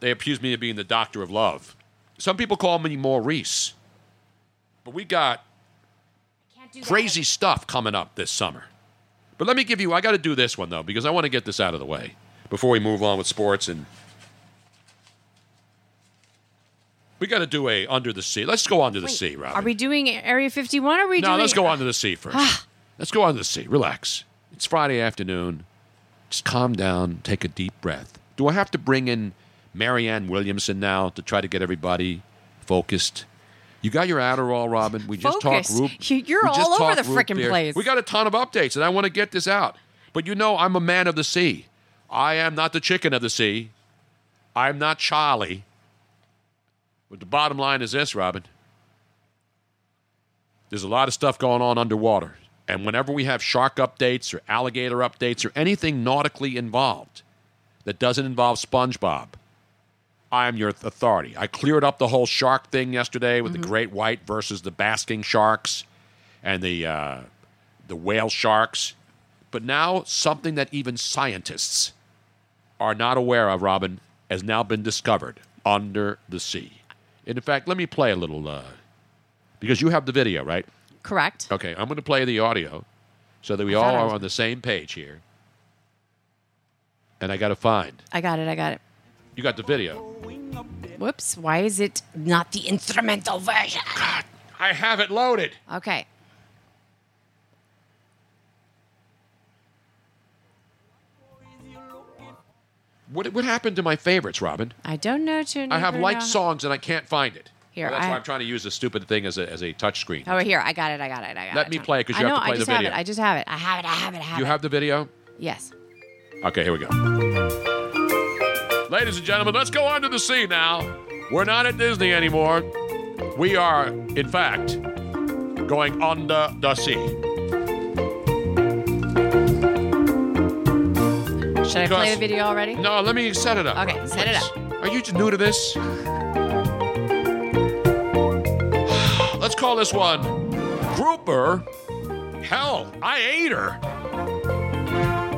[SPEAKER 2] They accuse me of being the doctor of love. Some people call me Maurice. But we got crazy stuff coming up this summer. But let me give you, I got to do this one, though, because I want to get this out of the way before we move on with sports and we got to do a under the sea. Let's go under the sea, Robin.
[SPEAKER 4] Are we doing Area 51? Are we Ah.
[SPEAKER 2] no,
[SPEAKER 4] doing
[SPEAKER 2] let's go on to the sea first. let's go on to the sea. Relax. It's Friday afternoon. Just calm down. Take a deep breath. Do I have to bring in Marianne Williamson now to try to get everybody focused? You got your Adderall, Robin. We just talked
[SPEAKER 4] Focus.
[SPEAKER 2] root.
[SPEAKER 4] You- you're
[SPEAKER 2] we just
[SPEAKER 4] all over
[SPEAKER 2] talked
[SPEAKER 4] the
[SPEAKER 2] root
[SPEAKER 4] frickin'
[SPEAKER 2] beer.
[SPEAKER 4] place.
[SPEAKER 2] We got a ton of updates, and I want to get this out. But you know, I'm a man of the sea. I am not the chicken of the sea. I'm not Charlie. But the bottom line is this, Robin. There's a lot of stuff going on underwater. And whenever we have shark updates or alligator updates or anything nautically involved that doesn't involve SpongeBob, I am your authority. I cleared up the whole shark thing yesterday with the great white versus the basking sharks and the uh, the whale sharks. But now something that even scientists are not aware of, Robin, has now been discovered under the sea. And in fact, let me play a little uh, because you have the video, right?
[SPEAKER 4] Correct.
[SPEAKER 2] Okay, I'm going to play the audio so that we
[SPEAKER 4] I
[SPEAKER 2] all
[SPEAKER 4] thought I
[SPEAKER 2] are
[SPEAKER 4] was-
[SPEAKER 2] on the same page here. And I got to find.
[SPEAKER 4] I got it. I got it.
[SPEAKER 2] You got the video.
[SPEAKER 4] Whoops. Why is it not the instrumental version?
[SPEAKER 2] I have it loaded.
[SPEAKER 4] Okay.
[SPEAKER 2] What, what happened to my favorites, Robin?
[SPEAKER 4] I don't know to.
[SPEAKER 2] I have
[SPEAKER 4] neither
[SPEAKER 2] like
[SPEAKER 4] know-
[SPEAKER 2] songs and I can't find it.
[SPEAKER 4] Here,
[SPEAKER 2] that's
[SPEAKER 4] I-
[SPEAKER 2] why I'm trying to use this stupid thing as a, as a touch screen.
[SPEAKER 4] Oh, here. I got it. I got it. I got
[SPEAKER 2] Let
[SPEAKER 4] it.
[SPEAKER 2] me play it because you
[SPEAKER 4] I know.
[SPEAKER 2] have to play
[SPEAKER 4] I
[SPEAKER 2] the
[SPEAKER 4] just
[SPEAKER 2] video.
[SPEAKER 4] have it. I just have it. I have it. I have it. I have
[SPEAKER 2] you
[SPEAKER 4] it.
[SPEAKER 2] have the video?
[SPEAKER 4] yes.
[SPEAKER 2] Okay, here we go. Ladies and gentlemen, let's go onto the sea now. We're not at Disney anymore. We are, in fact, going under the sea.
[SPEAKER 4] Should I play
[SPEAKER 2] Because-
[SPEAKER 4] the video already?
[SPEAKER 2] No, let me set it up.
[SPEAKER 4] Okay,
[SPEAKER 2] Robin,
[SPEAKER 4] set it
[SPEAKER 2] please. Are you new to this? Let's call this one Grouper. Hell, I ate her.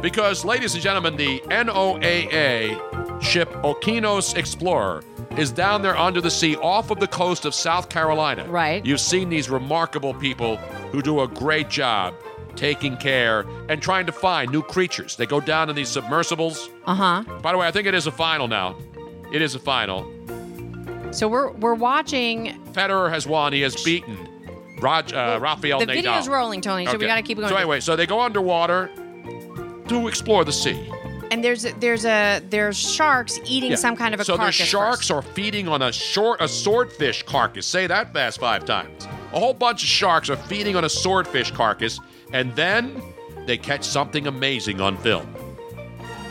[SPEAKER 2] Because, ladies and gentlemen, the NOAA ship Okinos Explorer is down there under the sea off of the coast of South Carolina. Right. You've seen these remarkable people who do a great job taking care and trying to find new creatures. They go down in these submersibles.
[SPEAKER 4] Uh huh.
[SPEAKER 2] By the way, I think it is a final now. It is a final.
[SPEAKER 4] So we're we're watching.
[SPEAKER 2] Federer has won. He has beaten Raj, uh, Rafael
[SPEAKER 4] the
[SPEAKER 2] Nadal.
[SPEAKER 4] video's rolling, Tony. So we got to keep going.
[SPEAKER 2] So anyway, so they go underwater to explore the sea.
[SPEAKER 4] And there's there's a there's sharks eating
[SPEAKER 2] Yeah.
[SPEAKER 4] some kind of a
[SPEAKER 2] so
[SPEAKER 4] carcass.
[SPEAKER 2] the
[SPEAKER 4] first.
[SPEAKER 2] sharks are feeding on a short a swordfish carcass. Say that fast five times. A whole bunch of sharks are feeding on a swordfish carcass, and then they catch something amazing on film.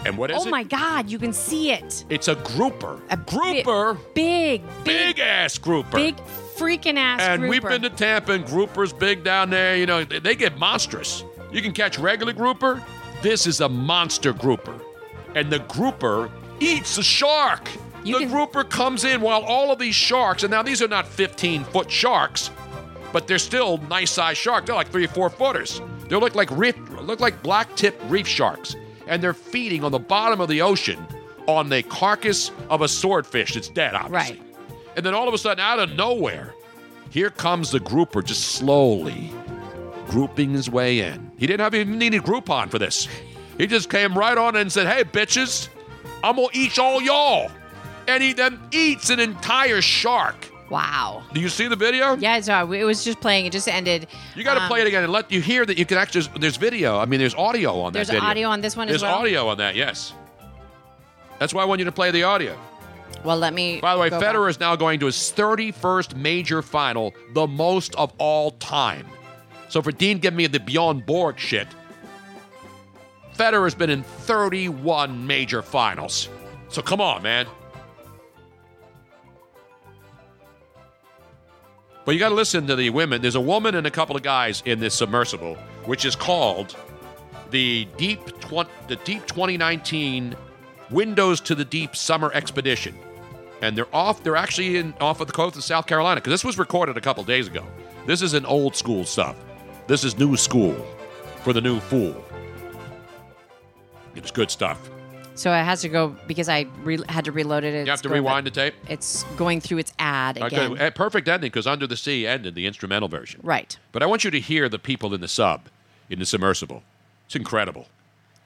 [SPEAKER 2] And what is
[SPEAKER 4] oh
[SPEAKER 2] it?
[SPEAKER 4] my God, you can see it.
[SPEAKER 2] It's a grouper.
[SPEAKER 4] A grouper. Big, big,
[SPEAKER 2] Big ass grouper.
[SPEAKER 4] big, freaking ass
[SPEAKER 2] and
[SPEAKER 4] grouper.
[SPEAKER 2] we've been to Tampa, and groupers big down there. You know, they, they get monstrous. You can catch regular grouper. This is a monster grouper, and the grouper eats the shark. the grouper comes in while all of these sharks, and now these are not 15 foot sharks, but they're still nice sized sharks. They're like three or four footers. They look like reef, look like black tip reef sharks, and they're feeding on the bottom of the ocean on the carcass of a swordfish that's dead, obviously. Right. And then all of a sudden, out of nowhere, here comes the grouper just slowly grouping his way in. He didn't have even needed Groupon for this. He just came right on and said, Hey, bitches, I'm gonna eat all y'all. And he then eats an entire shark.
[SPEAKER 4] Wow.
[SPEAKER 2] Do you see the video?
[SPEAKER 4] Yeah, I saw it. It was just playing. It just ended.
[SPEAKER 2] You got to
[SPEAKER 4] Um,
[SPEAKER 2] play it again and let you hear that you can actually. There's video. I mean, there's audio on that
[SPEAKER 4] There's
[SPEAKER 2] video.
[SPEAKER 4] audio on this one as
[SPEAKER 2] There's
[SPEAKER 4] well?
[SPEAKER 2] audio on that, yes. That's why I want you to play the audio.
[SPEAKER 4] Well, let me.
[SPEAKER 2] By the way,
[SPEAKER 4] go back.
[SPEAKER 2] Federer is now going to his 31st major final, the most of all time. So for Dean giving me the Bjorn Borg shit, Federer's been in 31 major finals. So come on, man. But you got to listen to the women. There's a woman and a couple of guys in this submersible, which is called the Deep 20, the Deep 2019 Windows to the Deep Summer Expedition. And they're off. They're actually in off of the coast of South Carolina because this was recorded a couple days ago. This is an old school stuff. This is new school for the new fool. It was good stuff.
[SPEAKER 4] So it has to go because I re- had to reload it.
[SPEAKER 2] You have to rewind the tape.
[SPEAKER 4] It's going through its ad again.
[SPEAKER 2] Okay, eh. perfect ending because Under the Sea ended the instrumental version.
[SPEAKER 4] Right.
[SPEAKER 2] But I want you to hear the people in the sub, in the submersible. It's incredible.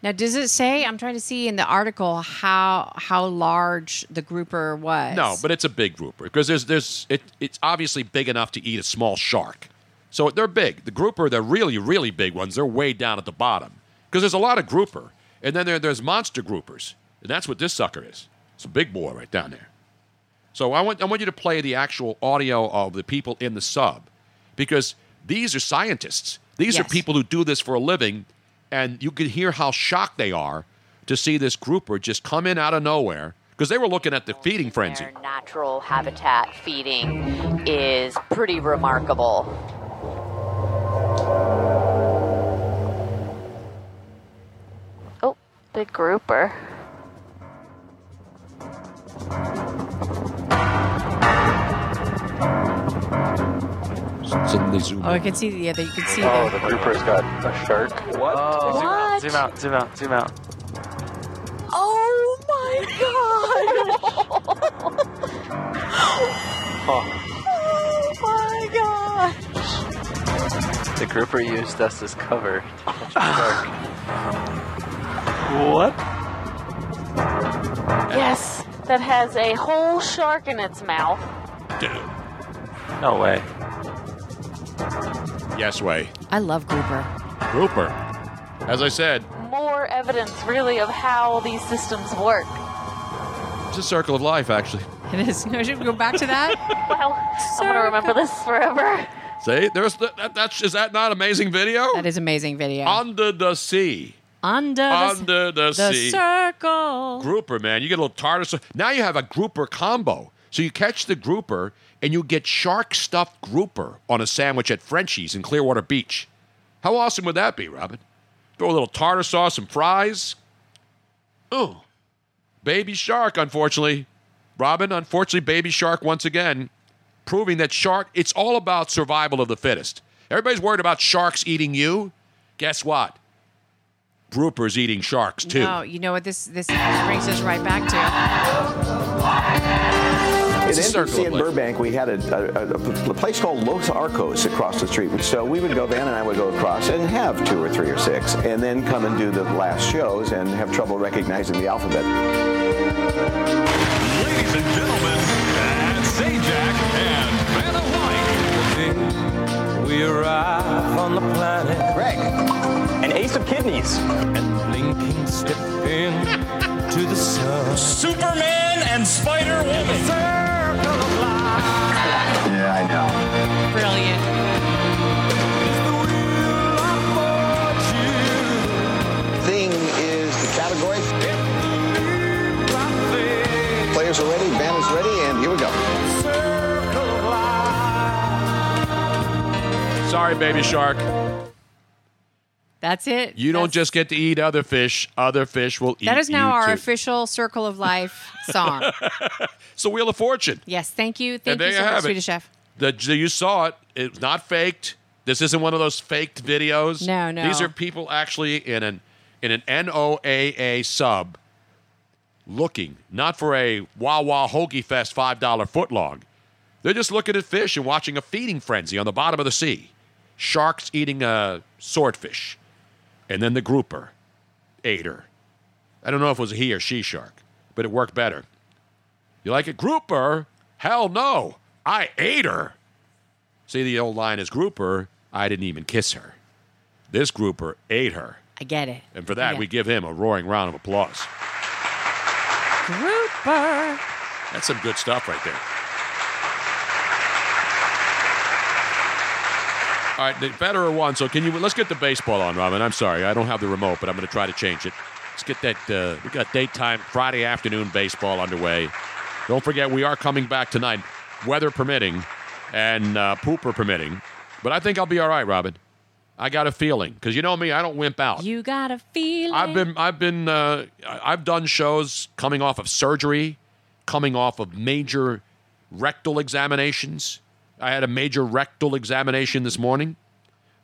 [SPEAKER 4] Now, does it say? I'm trying to see in the article how how large the grouper was.
[SPEAKER 2] No, but it's a big grouper because there's there's it, it's obviously big enough to eat a small shark. So they're big. The grouper, the really really big ones, they're way down at the bottom because there's a lot of grouper, and then there, there's monster groupers, and that's what this sucker is. It's a big boy right down there. So I want I want you to play the actual audio of the people in the sub because these are scientists. These are
[SPEAKER 16] Yes.
[SPEAKER 2] people who do this for a living and you could hear how shocked they are to see this grouper just come in out of nowhere because they were looking at the feeding frenzy.
[SPEAKER 17] natural habitat feeding is pretty remarkable. Oh, the grouper.
[SPEAKER 2] Suddenly zoom.
[SPEAKER 4] Oh, I can see. Yeah, that you can see.
[SPEAKER 18] Oh,
[SPEAKER 4] there.
[SPEAKER 18] the grouper's got a shark. What?
[SPEAKER 17] Zoom out,
[SPEAKER 18] Zoom out, zoom out, zoom out.
[SPEAKER 17] Oh my god! oh my god!
[SPEAKER 18] The grouper used us as cover to catch a shark. what?
[SPEAKER 17] Yes, that has a whole shark in its mouth.
[SPEAKER 18] No way.
[SPEAKER 2] Yes way.
[SPEAKER 4] I love grouper.
[SPEAKER 2] Grouper. As I said,
[SPEAKER 17] More evidence, really, of how these systems work.
[SPEAKER 2] it's a circle of life actually.
[SPEAKER 4] It is. No, should we go back to that?
[SPEAKER 17] Well, I'm gonna remember this forever.
[SPEAKER 2] See, there's the, that, that's is that not amazing video? That
[SPEAKER 4] is amazing video.
[SPEAKER 2] Under the sea.
[SPEAKER 4] Under,
[SPEAKER 2] Under the,
[SPEAKER 4] the, the
[SPEAKER 2] sea.
[SPEAKER 4] circle.
[SPEAKER 2] Grouper, man. You get a little tartar. Now you have a grouper combo. So you catch the grouper and you get shark stuffed grouper on a sandwich at Frenchie's in Clearwater Beach. How awesome would that be, Robin? Throw a little tartar sauce, some fries. Ooh. Baby shark, unfortunately. Robin, unfortunately, baby shark once again, proving that shark, it's all about survival of the fittest. Everybody's worried about sharks eating you. Guess what? Grouper's eating sharks too.
[SPEAKER 4] No, Oh, you know what this this brings us right back
[SPEAKER 19] At
[SPEAKER 4] to.
[SPEAKER 19] NBC in Burbank, we had a, a- a- a place called Los Arcos across the street. So we would go, Van and I would go across and have two or three or six, and then come and do the last shows and have trouble recognizing the alphabet.
[SPEAKER 1] Ladies and gentlemen, that's Sajak and Vanna White. We arrive on the planet. Greg. An ace of kidneys. And blinking step in to the sun. Superman and Spider Woman. Circle of life.
[SPEAKER 19] Yeah, I know.
[SPEAKER 4] Brilliant.
[SPEAKER 2] Sorry, baby shark.
[SPEAKER 4] That's it.
[SPEAKER 2] You don't just get to eat other fish. Other fish will eat
[SPEAKER 4] That is now
[SPEAKER 2] you
[SPEAKER 4] our
[SPEAKER 2] too.
[SPEAKER 4] official Circle of Life song.
[SPEAKER 2] It's the Wheel of Fortune.
[SPEAKER 4] yes, thank you.
[SPEAKER 2] And
[SPEAKER 4] Thank
[SPEAKER 2] there
[SPEAKER 4] you
[SPEAKER 2] you
[SPEAKER 4] so much,
[SPEAKER 2] have it.
[SPEAKER 4] Swedish Chef.
[SPEAKER 2] The, you saw it. It's not faked. This isn't one of those faked videos.
[SPEAKER 4] No, no.
[SPEAKER 2] These are people actually in an in an NOAA sub looking not for a Wawa Hoagie Fest five dollar footlong. They're just looking at fish and watching a feeding frenzy on the bottom of the sea. Sharks eating a swordfish, and then the grouper ate her. I don't know if it was a he or she shark, but it worked better. You like a grouper? Hell no. I ate her. See, the old line is grouper, I didn't even kiss her. This grouper ate her.
[SPEAKER 4] I get it.
[SPEAKER 2] And for that,
[SPEAKER 4] Yeah.
[SPEAKER 2] we give him a roaring round of applause.
[SPEAKER 4] Grouper.
[SPEAKER 2] That's some good stuff right there. All right, the better one. So can you let's get the baseball on, Robin? I'm sorry, I don't have the remote, but I'm going to try to change it. Let's get that. Uh, we got daytime Friday afternoon baseball underway. Don't forget, we are coming back tonight, weather permitting, and uh, pooper permitting. But I think I'll be all right, Robin. I got a feeling because you know me, I don't wimp out.
[SPEAKER 4] You got a feeling.
[SPEAKER 2] I've been I've been uh, I- I've done shows coming off of surgery, coming off of major rectal examinations. I had a major rectal examination this morning,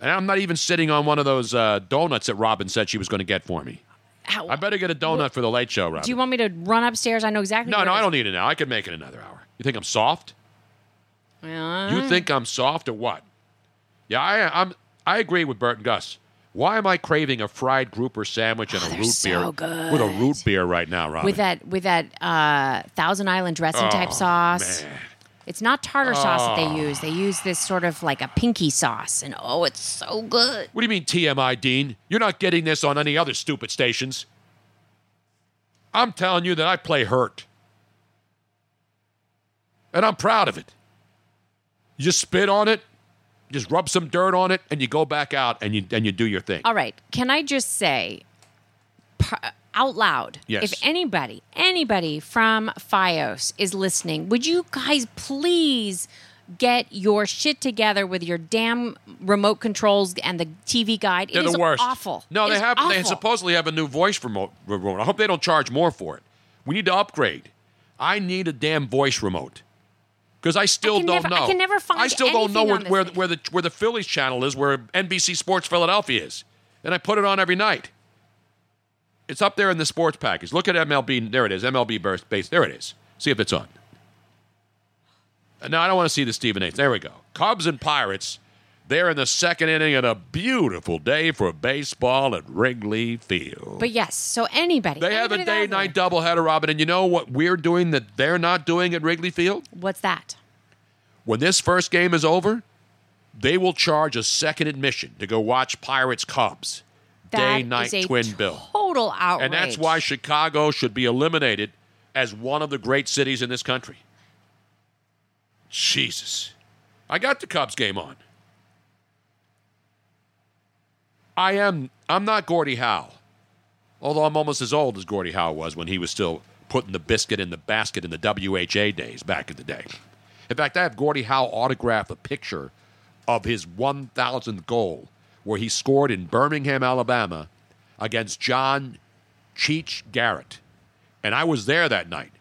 [SPEAKER 2] and I'm not even sitting on one of those uh, donuts that Robin said she was going to get for me.
[SPEAKER 4] How-
[SPEAKER 2] I better get a donut for the late show, Robin.
[SPEAKER 4] Do you want me to run upstairs? I know exactly.
[SPEAKER 2] no,
[SPEAKER 4] where
[SPEAKER 2] no,
[SPEAKER 4] it
[SPEAKER 2] I
[SPEAKER 4] is.
[SPEAKER 2] don't need it now. I could make it another hour. You think I'm soft?
[SPEAKER 4] Well,
[SPEAKER 2] You think I'm soft or what? Yeah, I, I'm. I agree with Bert and Gus. Why am I craving a fried grouper sandwich and a root
[SPEAKER 4] Oh, so
[SPEAKER 2] beer
[SPEAKER 4] good.
[SPEAKER 2] with a root beer right now, Robin?
[SPEAKER 4] with that with that uh, Thousand Island dressing type
[SPEAKER 2] Oh,
[SPEAKER 4] sauce.
[SPEAKER 2] man.
[SPEAKER 4] It's not tartar sauce that
[SPEAKER 2] Oh.
[SPEAKER 4] they use. They use this sort of like a pinky sauce, and oh, it's so good.
[SPEAKER 2] What do you mean TMI, Dean? You're not getting this on any other stupid stations. I'm telling you that I play hurt. And I'm proud of it. You just spit on it, you just rub some dirt on it, and you go back out and you and you do your thing.
[SPEAKER 4] All right, can I just say par- out loud?
[SPEAKER 2] Yes.
[SPEAKER 4] If anybody, anybody from FiOS is listening, would you guys please get your shit together with your damn remote controls and the TV guide?
[SPEAKER 2] They're
[SPEAKER 4] it is
[SPEAKER 2] the worst.
[SPEAKER 4] awful.
[SPEAKER 2] No,
[SPEAKER 4] It
[SPEAKER 2] they
[SPEAKER 4] is
[SPEAKER 2] have. They
[SPEAKER 4] awful.
[SPEAKER 2] supposedly have a new voice remote, remote. I hope they don't charge more for it. We need to upgrade. I need a damn voice remote because I still
[SPEAKER 4] can
[SPEAKER 2] don't
[SPEAKER 4] never- I
[SPEAKER 2] know.
[SPEAKER 4] can never
[SPEAKER 2] I
[SPEAKER 4] find
[SPEAKER 2] still don't know
[SPEAKER 4] anything
[SPEAKER 2] where
[SPEAKER 4] on this
[SPEAKER 2] where, where the where the Phillies channel is, where NBC Sports Philadelphia is, and I put it on every night. It's up there in the sports package. Look at MLB. There it is. MLB burst base. There it is. See if it's on. No, I don't want to see the Stephen A's. There we go. Cubs and Pirates. They're in the second inning and a beautiful day for baseball at Wrigley Field.
[SPEAKER 4] But yes, so anybody.
[SPEAKER 2] they have a
[SPEAKER 4] anybody that has
[SPEAKER 2] day-night doubleheader, Robin, and you know what we're doing that they're not doing at Wrigley Field?
[SPEAKER 4] What's that?
[SPEAKER 2] When this first game is over, they will charge a second admission to go watch Pirates Cubs.
[SPEAKER 4] That
[SPEAKER 2] Day-night
[SPEAKER 4] is a
[SPEAKER 2] twin bill.
[SPEAKER 4] Total outrage.
[SPEAKER 2] And that's why Chicago should be eliminated as one of the great cities in this country. Jesus. I got the Cubs game on. I am I'm not Gordie Howe. Although I'm almost as old as Gordie Howe was when he was still putting the biscuit in the basket in the WHA days back in the day. In fact, I have Gordie Howe autograph a picture of his 1000th goal where he scored in Birmingham, Alabama against John Cheech Garrett. And I was there that night.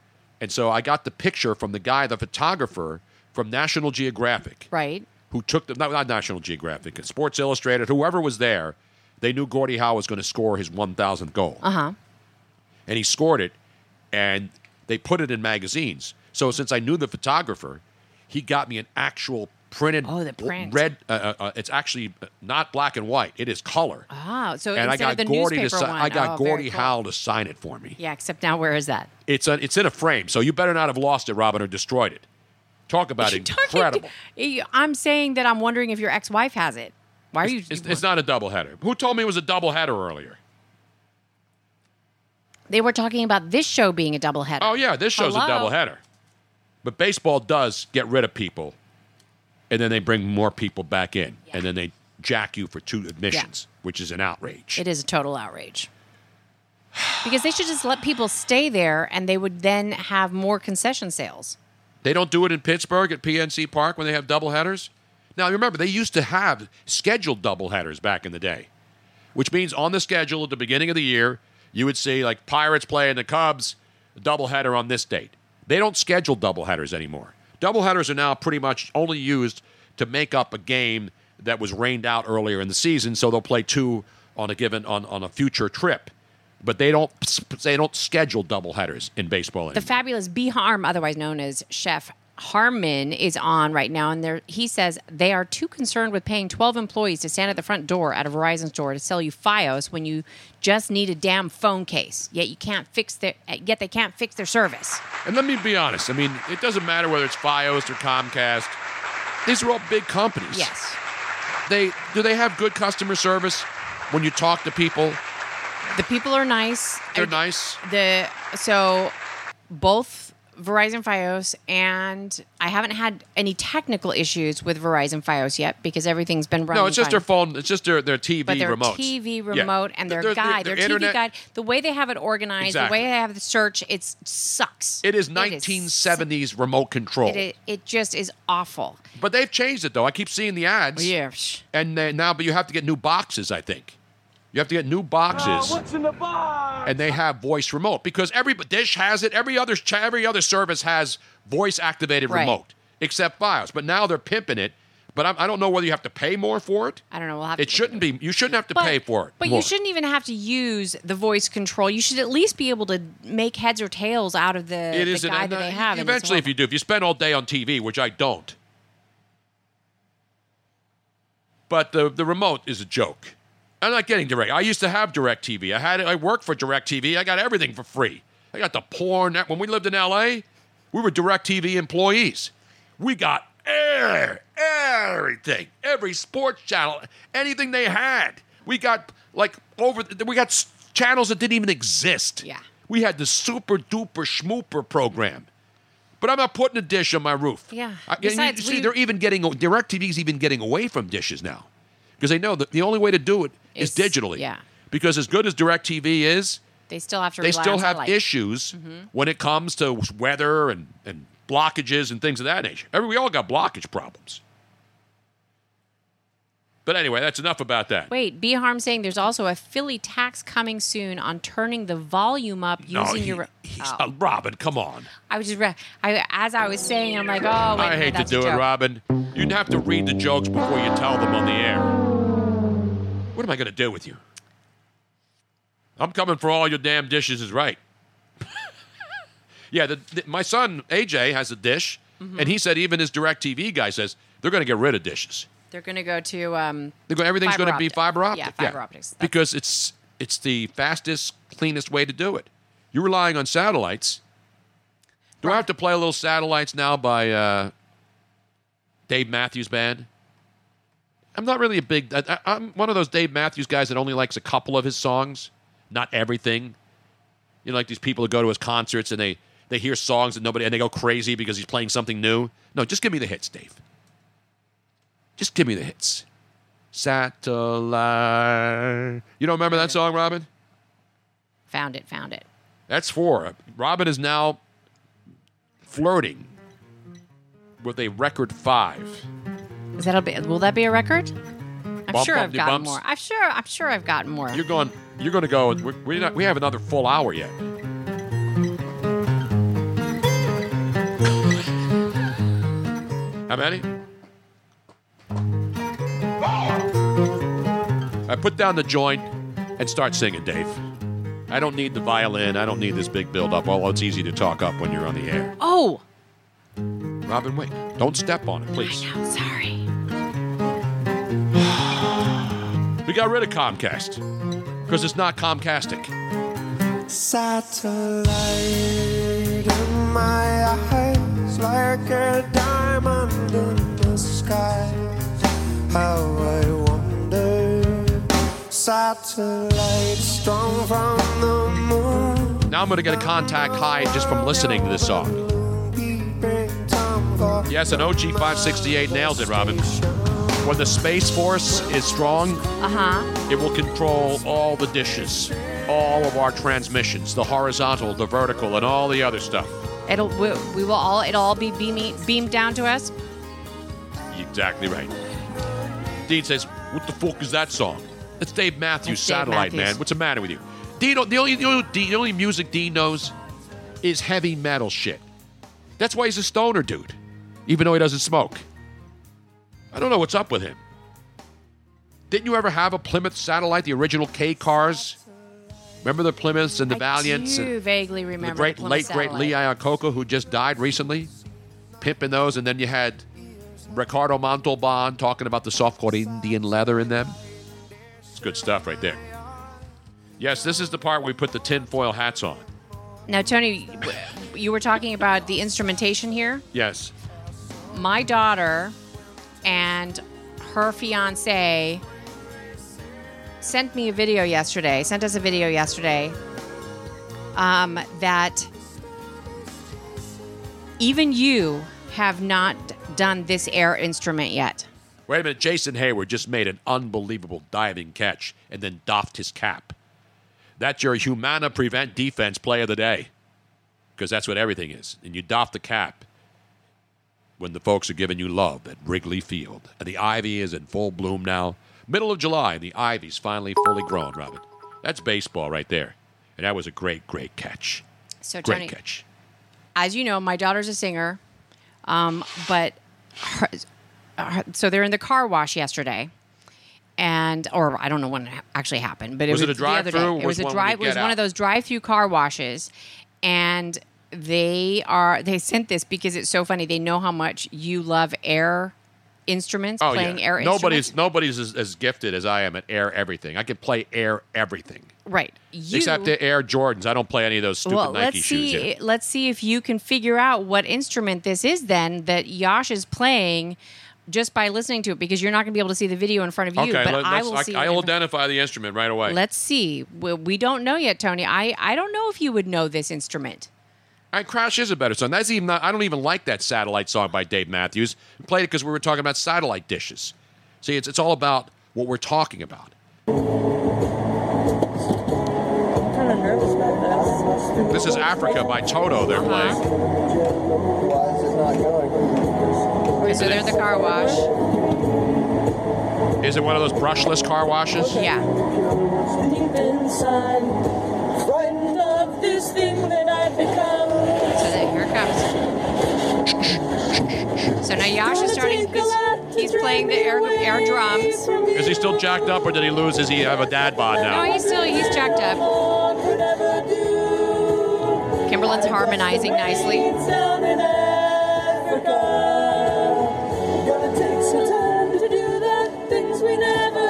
[SPEAKER 2] And so I got the picture from the guy, the photographer from National Geographic
[SPEAKER 4] Right.
[SPEAKER 2] who took the not, not National Geographic, Sports Illustrated, whoever was there, they knew Gordie Howe was going to score his 1,000th goal,
[SPEAKER 4] Uh huh.
[SPEAKER 2] and he scored it, and they put it in magazines. So since I knew the photographer, he got me an actual printed
[SPEAKER 4] Oh, the print.
[SPEAKER 2] red. Uh, uh, uh, it's actually not black and white; it is color.
[SPEAKER 4] Ah, so
[SPEAKER 2] and
[SPEAKER 4] instead
[SPEAKER 2] I got
[SPEAKER 4] of the
[SPEAKER 2] Gordy to
[SPEAKER 4] newspaper
[SPEAKER 2] si-
[SPEAKER 4] one.
[SPEAKER 2] I got
[SPEAKER 4] oh, very
[SPEAKER 2] Gordie
[SPEAKER 4] cool.
[SPEAKER 2] Howe to sign it for me.
[SPEAKER 4] Yeah, except now where is that?
[SPEAKER 2] It's a, it's in a frame, so you better not have lost it, Robin, or destroyed it. Talk about incredible.
[SPEAKER 4] I'm saying that I'm wondering if your ex-wife has it. Why are you?
[SPEAKER 2] It's, it's not a doubleheader. Who told me it was a doubleheader earlier?
[SPEAKER 4] they were talking about this show being a doubleheader.
[SPEAKER 2] Oh yeah, this show's a
[SPEAKER 4] Hello?
[SPEAKER 2] doubleheader. But baseball does get rid of people, and then they bring more people back in, and then they jack you for two admissions, which is an outrage.
[SPEAKER 4] It is a total outrage. Because they should just let people stay there, and they would then have more concession sales.
[SPEAKER 2] They don't do it in Pittsburgh at PNC Park when they have doubleheaders. Now remember, they used to have scheduled doubleheaders back in the day, which means on the schedule at the beginning of the year, you would see like Pirates playing the Cubs, a doubleheader on this date. They don't schedule doubleheaders anymore. Doubleheaders are now pretty much only used to make up a game that was rained out earlier in the season, so they'll play two on a given on, on a future trip. But they don't they don't schedule doubleheaders in baseball
[SPEAKER 4] The fabulous B Harm, otherwise known as Chef Harmon, is on right now, and there he says they are too concerned with paying 12 employees to stand at the front door at a Verizon store to sell you FiOS when you just need a damn phone case. Yet you can't fix their yet they can't fix their service.
[SPEAKER 2] And let me be honest. I mean, it doesn't matter whether it's FiOS or Comcast. These are all big companies.
[SPEAKER 4] Yes.
[SPEAKER 2] They do they have good customer service when you talk to people?
[SPEAKER 4] The people are nice.
[SPEAKER 2] They're nice.
[SPEAKER 4] The so both Verizon FiOS and I haven't had any technical issues with Verizon FiOS yet because everything's been running.
[SPEAKER 2] No, it's just
[SPEAKER 4] fine.
[SPEAKER 2] their phone. It's just their their TV
[SPEAKER 4] but their
[SPEAKER 2] remotes.
[SPEAKER 4] TV
[SPEAKER 2] Yeah.
[SPEAKER 4] remote and their,
[SPEAKER 2] Their- their-
[SPEAKER 4] guide,
[SPEAKER 2] their
[SPEAKER 4] their,
[SPEAKER 2] internet-
[SPEAKER 4] TV guide, the way they have it organized,
[SPEAKER 2] Exactly.
[SPEAKER 4] the way they have the search, it sucks.
[SPEAKER 2] It is
[SPEAKER 4] It
[SPEAKER 2] 1970s remote control.
[SPEAKER 4] It, it, it just is awful.
[SPEAKER 2] But they've changed it though. I keep seeing the ads.
[SPEAKER 4] Yeah.
[SPEAKER 2] And they, now, but you have to get new boxes. I think you have to get new boxes,
[SPEAKER 9] Ah, in the box?
[SPEAKER 2] and they have voice remote because every dish has it. Every other ch- every other service has voice activated
[SPEAKER 4] Right.
[SPEAKER 2] remote except FiOS. But now they're pimping it. But I, I don't know whether you have to pay more for it.
[SPEAKER 4] I don't know. We'll have
[SPEAKER 2] It
[SPEAKER 4] to
[SPEAKER 2] shouldn't be. You shouldn't have to pay for it.
[SPEAKER 4] But
[SPEAKER 2] more.
[SPEAKER 4] you shouldn't even have to use the voice control. You should at least be able to make heads or tails out of the,
[SPEAKER 2] It
[SPEAKER 4] the
[SPEAKER 2] is an-
[SPEAKER 4] guide that
[SPEAKER 2] and, uh,
[SPEAKER 4] they have. and it's
[SPEAKER 2] Eventually, if you do, if you spend all day on TV, which I don't, but the the remote is a joke. I'm not getting direct. I used to have direct TV. I had I worked for direct TV. I got everything for free. I got the porn. That when we lived in LA, we were direct TV employees. We got air, everything, every sports channel, anything they had. We got like over. We got s- channels that didn't even exist. Yeah. We had the super duper schmooper program. But I'm not putting a dish on my roof.
[SPEAKER 4] Yeah.
[SPEAKER 2] I, and you-
[SPEAKER 4] Besides,
[SPEAKER 2] see,
[SPEAKER 4] we-
[SPEAKER 2] they're even getting DirecTV's even getting away from dishes now because they know that the only way to do it is digitally.
[SPEAKER 4] yeah.
[SPEAKER 2] Because as good as DirecTV is,
[SPEAKER 4] They still have to.
[SPEAKER 2] they
[SPEAKER 4] rely
[SPEAKER 2] still
[SPEAKER 4] on
[SPEAKER 2] have
[SPEAKER 4] satellite.
[SPEAKER 2] issues
[SPEAKER 4] Mhm.
[SPEAKER 2] when it comes to weather and, and blockages and things of that nature. Every, we all got blockage problems. But anyway, that's enough about that.
[SPEAKER 4] Wait, B Harm saying there's also a Philly tax coming soon on turning the volume up using
[SPEAKER 2] No, he-
[SPEAKER 4] your. Oh,
[SPEAKER 2] he's- uh, Robin, come on.
[SPEAKER 4] I was just re- I, as I was saying, I'm like, oh, wait,
[SPEAKER 2] I
[SPEAKER 4] no,
[SPEAKER 2] hate to
[SPEAKER 4] that's a
[SPEAKER 2] do it,
[SPEAKER 4] joke.
[SPEAKER 2] Robin. You'd have to read the jokes before you tell them on the air. What am I going to do with you? I'm coming for all your damn dishes is right. yeah, the, the- my son AJ has a dish,
[SPEAKER 4] Mm-hmm.
[SPEAKER 2] and he said even his DirecTV guy says they're going to get rid of dishes.
[SPEAKER 4] They're going to go to. Um,
[SPEAKER 2] They're going, everything's
[SPEAKER 4] fiber
[SPEAKER 2] going to be
[SPEAKER 4] optic.
[SPEAKER 2] fiber optic.
[SPEAKER 4] Yeah, fiber optics. That's-
[SPEAKER 2] Because it's it's the fastest, cleanest way to do it. You're relying on satellites. Do I have to play a little satellites now by uh, Dave Matthews Band? I'm not really a big. I, I- I'm one of those Dave Matthews guys that only likes a couple of his songs, not everything. You know, like these people that go to his concerts and they they hear songs that nobody and they go crazy because he's playing something new. No, just give me the hits, Dave. Just give me the hits. Satellite. You don't remember that song, Robin?
[SPEAKER 4] Found it. Found it.
[SPEAKER 2] That's four. Robin is now flirting with a record five.
[SPEAKER 4] Is that a bit, will that be a record? I'm
[SPEAKER 2] Bump,
[SPEAKER 4] sure
[SPEAKER 2] bump,
[SPEAKER 4] I've
[SPEAKER 2] you
[SPEAKER 4] gotten
[SPEAKER 2] bumps.
[SPEAKER 4] more. I'm sure. I'm sure I've gotten more.
[SPEAKER 2] You're going. You're going to go. We're, we're not, we have another full hour yet. How many? I Uh, put down the joint and start singing, Dave. I don't need the violin. I don't need this big build up. Although it's easy to talk up when you're on the air.
[SPEAKER 4] Oh,
[SPEAKER 2] Robin, wait. Don't step on it, please.
[SPEAKER 4] sorry.
[SPEAKER 2] We got rid of Comcast because it's not Comcastic.
[SPEAKER 9] Satellite in my eyes, like a diamond in the sky. How I wonder. Satellite strong from the moon,
[SPEAKER 2] Now I'm going to get a contact high just from listening to this song.
[SPEAKER 9] peeping Tom for
[SPEAKER 2] Yes, an OG 568 nails it, Robin. When the Space Force is strong,
[SPEAKER 4] Uh huh.
[SPEAKER 2] it will control all the dishes, all of our transmissions, the horizontal, the vertical, and all the other stuff.
[SPEAKER 4] It'll. We, we will all. It'll all be beaming, beamed down to us.
[SPEAKER 2] Exactly right. Dean says, "What the fuck is that song?" It's Dave Matthews,
[SPEAKER 16] It's Dave
[SPEAKER 2] Satellite
[SPEAKER 16] Matthews.
[SPEAKER 2] Man. What's the matter with you? Dean, the only, the, only, the only music Dean knows is heavy metal shit. That's why he's a stoner dude, even though he doesn't smoke. I don't know what's up with him. Didn't you ever have a Plymouth Satellite, the original K cars? Remember the Plymouths and the Valiants? and-
[SPEAKER 4] do vaguely remember
[SPEAKER 2] the great
[SPEAKER 4] Plymouth
[SPEAKER 2] late great
[SPEAKER 4] Satellite.
[SPEAKER 2] Lee Iacocca, who just died recently, pimping those, and then you had Ricardo Montalban talking about the soft-court Indian leather in them. It's good stuff right there. Yes, this is the part where we put the tinfoil hats on.
[SPEAKER 4] Now, Tony, w- you were talking about the instrumentation here.
[SPEAKER 2] Yes,
[SPEAKER 4] My daughter and her fiance sent me a video yesterday, sent us a video yesterday um, that even you have not done this air instrument yet.
[SPEAKER 2] Wait a minute. Jason Hayward just made an unbelievable diving catch and then doffed his cap. That's your Humana Prevent Defense play of the day because that's what everything is. And you doff the cap when the folks are giving you love at Wrigley Field. And the ivy is in full bloom now. Middle of July, and the ivy's finally fully grown, Robin. That's baseball right there. And that was a great, great catch.
[SPEAKER 4] So,
[SPEAKER 2] great
[SPEAKER 4] Tony,
[SPEAKER 2] catch.
[SPEAKER 4] as you know, my daughter's a singer, um, but her, her- so they're in the car wash yesterday, and or I don't know when it ha- actually happened, but it
[SPEAKER 2] Was
[SPEAKER 4] was,
[SPEAKER 2] it a
[SPEAKER 4] The
[SPEAKER 2] drive-through?
[SPEAKER 4] other day. It
[SPEAKER 2] Was
[SPEAKER 4] was a
[SPEAKER 2] one when you
[SPEAKER 4] drive. It was
[SPEAKER 2] get out?
[SPEAKER 4] one of those drive-through car washes, and they are they sent this because it's so funny. They know how much you love air instruments, playing air
[SPEAKER 2] Oh, nobody's
[SPEAKER 4] instruments.
[SPEAKER 2] nobody's as, as gifted as I am at air everything. I can play air everything.
[SPEAKER 4] Right. You,
[SPEAKER 2] Except the Air Jordans. I don't play any of those stupid
[SPEAKER 4] well,
[SPEAKER 2] Nike
[SPEAKER 4] let's
[SPEAKER 2] shoes.
[SPEAKER 4] see.
[SPEAKER 2] yet.
[SPEAKER 4] Let's see if you can figure out what instrument this is then that Yash is playing just by listening to it, because you're not going to be able to see the video in front of you.
[SPEAKER 2] okay,
[SPEAKER 4] but
[SPEAKER 2] let,
[SPEAKER 4] I
[SPEAKER 2] us
[SPEAKER 4] will see.
[SPEAKER 2] I, will identify the instrument right away.
[SPEAKER 4] Let's see. We, we don't know yet, Tony. I I don't know if you would know this instrument.
[SPEAKER 2] I Crash is a better song. That's even not, I don't even like that satellite song by Dave Matthews. We played it because we were talking about satellite dishes. See, it's it's all about what we're talking about.
[SPEAKER 9] Kind of nervous about this.
[SPEAKER 2] This is Africa by Toto. They're
[SPEAKER 4] Uh-huh.
[SPEAKER 2] playing.
[SPEAKER 4] Okay, so they're in the car wash.
[SPEAKER 2] Is it one of those brushless car washes?
[SPEAKER 4] Yeah.
[SPEAKER 9] Deep inside, frightened of this thing that I've become.
[SPEAKER 4] So then here it comes. So now Yash is starting. This, he's playing the air air drums.
[SPEAKER 2] Is he still jacked up, or did he lose? Does he have a dad bod
[SPEAKER 4] No,
[SPEAKER 2] now?
[SPEAKER 4] he's still he's jacked up. Kimberly's harmonizing nicely.
[SPEAKER 9] Down in Africa. Gonna take some time to do the things we never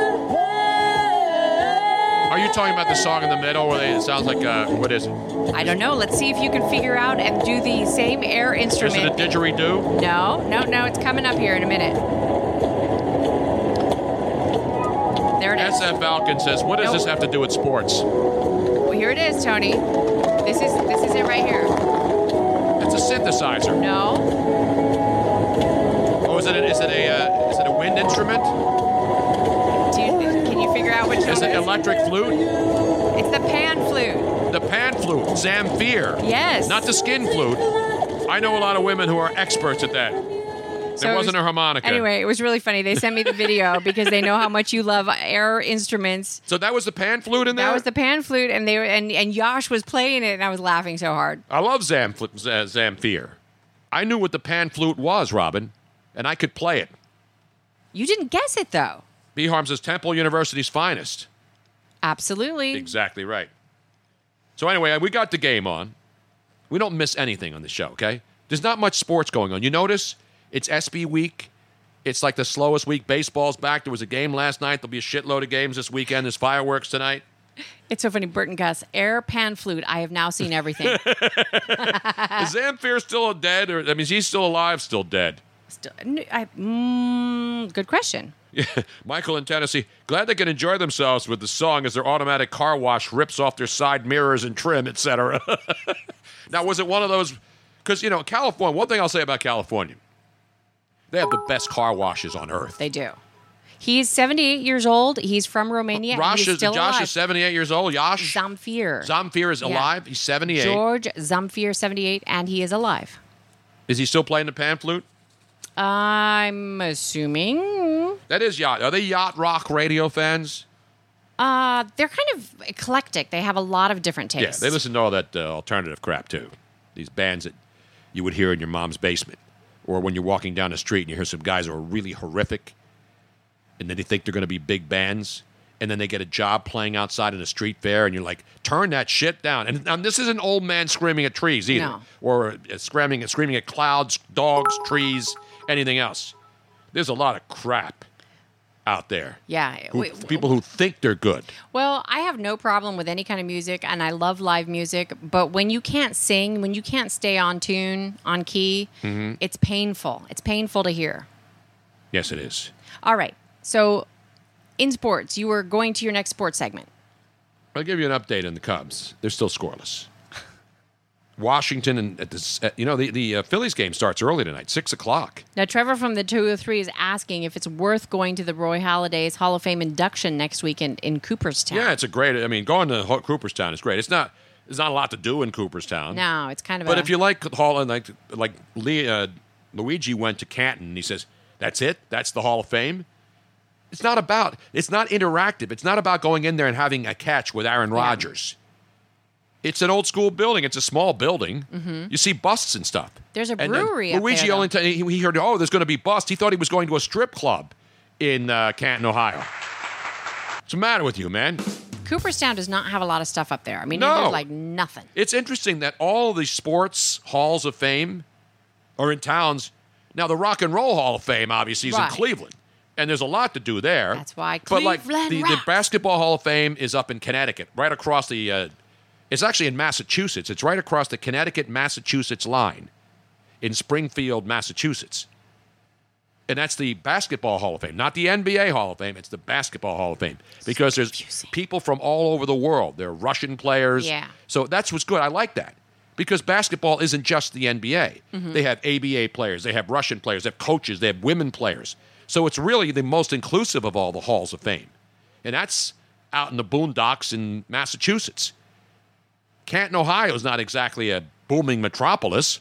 [SPEAKER 2] Are you talking about the song in the middle where they, it sounds like a what is it?
[SPEAKER 4] I don't know. Let's see if you can figure out and do the same air
[SPEAKER 2] Is it a
[SPEAKER 4] instrument.
[SPEAKER 2] didgeridoo?
[SPEAKER 4] No, no, no. It's coming up here in a minute. There it is.
[SPEAKER 2] SF Falcon says, "What does this have to do with sports?"
[SPEAKER 4] Well, here it is, Tony. This is this is it right here.
[SPEAKER 2] It's a synthesizer.
[SPEAKER 4] No,
[SPEAKER 2] Oh, is it a, is it a uh, is it a wind instrument?
[SPEAKER 4] do you, can you figure out which
[SPEAKER 2] Is
[SPEAKER 4] one
[SPEAKER 2] it
[SPEAKER 4] it is?
[SPEAKER 2] electric flute?
[SPEAKER 4] It's the pan flute.
[SPEAKER 2] The pan flute, Zamfir.
[SPEAKER 4] Yes.
[SPEAKER 2] Not the skin flute. I know a lot of women who are experts at that.
[SPEAKER 4] So
[SPEAKER 2] it
[SPEAKER 4] it
[SPEAKER 2] wasn't
[SPEAKER 4] was-
[SPEAKER 2] a harmonica.
[SPEAKER 4] Anyway, it was really funny. They sent me the video because they know how much you love air instruments.
[SPEAKER 2] So that was the pan flute in there.
[SPEAKER 4] That was the pan flute, and they were, and and Yash was playing it, and I was laughing so hard.
[SPEAKER 2] I love Zamf- Z- Zamfir. I knew what the pan flute was, Robin, and I could play it.
[SPEAKER 4] You didn't guess it though.
[SPEAKER 2] B Harms is Temple University's finest.
[SPEAKER 4] Absolutely.
[SPEAKER 2] Exactly right. So anyway, uh, we got the game on. We don't miss anything on the show, okay? There's not much sports going on. You notice it's SB week. It's like the slowest week. Baseball's back. There was a game last night. There'll be a shitload of games this weekend. There's fireworks tonight.
[SPEAKER 4] It's so funny, Burton Gus. Air pan flute. I have now seen everything.
[SPEAKER 2] Is Zamfir still dead? Or I mean, he's still alive, still dead.
[SPEAKER 4] Still, n- I- mm, good question.
[SPEAKER 2] Michael in Tennessee, glad they can enjoy themselves with the song as their automatic car wash rips off their side mirrors and trim, etc. now, was it one of those? Because you know, California. One thing I'll say about California, they have the best car washes on earth.
[SPEAKER 4] They do. He's 78 years old. He's from Romania. and
[SPEAKER 2] Rosh
[SPEAKER 4] he's
[SPEAKER 2] is,
[SPEAKER 4] still
[SPEAKER 2] Josh
[SPEAKER 4] alive.
[SPEAKER 2] is 78 years old. Yosh
[SPEAKER 4] Zamfir.
[SPEAKER 2] Zamfir is
[SPEAKER 4] Yeah.
[SPEAKER 2] alive. He's 78.
[SPEAKER 4] George Zamfir, 78, and he is alive.
[SPEAKER 2] Is he still playing the pan flute?
[SPEAKER 4] I'm assuming.
[SPEAKER 2] That is yacht. Are they yacht rock radio fans?
[SPEAKER 4] Uh, they're kind of eclectic. They have a lot of different tastes.
[SPEAKER 2] Yeah, they listen to all that uh, alternative crap too. These bands that you would hear in your mom's basement, or when you're walking down the street and you hear some guys who are really horrific, and then they think they're going to be big bands, and then they get a job playing outside in a street fair, and you're like, turn that shit down. And, and this isn't old man screaming at trees either,
[SPEAKER 4] No.
[SPEAKER 2] or uh, screaming screaming at clouds, dogs, trees, anything else. There's a lot of crap out there.
[SPEAKER 4] Yeah.
[SPEAKER 2] Who-
[SPEAKER 4] we-
[SPEAKER 2] people who think they're good.
[SPEAKER 4] Well, I have no problem with any kind of music, and I love live music. But when you can't sing, when you can't stay on tune, on key,
[SPEAKER 2] Mhm.
[SPEAKER 4] it's painful. It's painful to hear.
[SPEAKER 2] Yes, it is.
[SPEAKER 4] All right. So, in sports, you were going to your next sports segment.
[SPEAKER 2] I'll give you an update on the Cubs. They're still scoreless. Washington and at this, at, you know the the uh, Phillies game starts early tonight, six o'clock.
[SPEAKER 4] Now, Trevor from the 203 is asking if it's worth going to the Roy Halladay's Hall of Fame induction next week in, in Cooperstown.
[SPEAKER 2] Yeah, it's a great. I mean, going to Ho- Cooperstown is great. It's not. There's not a lot to do in Cooperstown.
[SPEAKER 4] No, it's kind of
[SPEAKER 2] But
[SPEAKER 4] a,
[SPEAKER 2] if you like Hall and like like Lee, uh, Luigi went to Canton, and he says that's it. That's the Hall of Fame. It's not about. It's not interactive. It's not about going in there and having a catch with Aaron Rodgers. It's an old school building. It's a small building.
[SPEAKER 4] Mhm.
[SPEAKER 2] You see busts and stuff.
[SPEAKER 4] There's a
[SPEAKER 2] And then
[SPEAKER 4] brewery up
[SPEAKER 2] Luigi
[SPEAKER 4] there,
[SPEAKER 2] only t- he, he heard oh there's going to be bust. He thought he was going to a strip club in uh, Canton, Ohio. What's the matter with you, man?
[SPEAKER 4] Cooperstown does not have a lot of stuff up there. I mean,
[SPEAKER 2] No.
[SPEAKER 4] there's like nothing.
[SPEAKER 2] It's interesting that all the sports halls of fame are in towns. Now the Rock and Roll Hall of Fame obviously is
[SPEAKER 4] Right.
[SPEAKER 2] in Cleveland, and there's a lot to do there. That's
[SPEAKER 4] why
[SPEAKER 2] But like
[SPEAKER 4] Cleveland
[SPEAKER 2] the, the
[SPEAKER 4] rocks.
[SPEAKER 2] Basketball Hall of Fame is up in Connecticut, right across the. Uh, it's actually in Massachusetts. It's right across the Connecticut Massachusetts line, in Springfield, Massachusetts. And that's the Basketball Hall of Fame, not the NBA Hall of Fame. It's the Basketball Hall of Fame because there's people from all over the world. There are Russian players.
[SPEAKER 1] Yeah.
[SPEAKER 2] So that's what's good. I like that because basketball isn't just the NBA.
[SPEAKER 1] Mhm.
[SPEAKER 2] They have ABA players, they have Russian players, they have coaches, they have women players. So it's really the most inclusive of all the halls of fame. And that's out in the boondocks in Massachusetts. Canton, Ohio is not exactly a booming metropolis.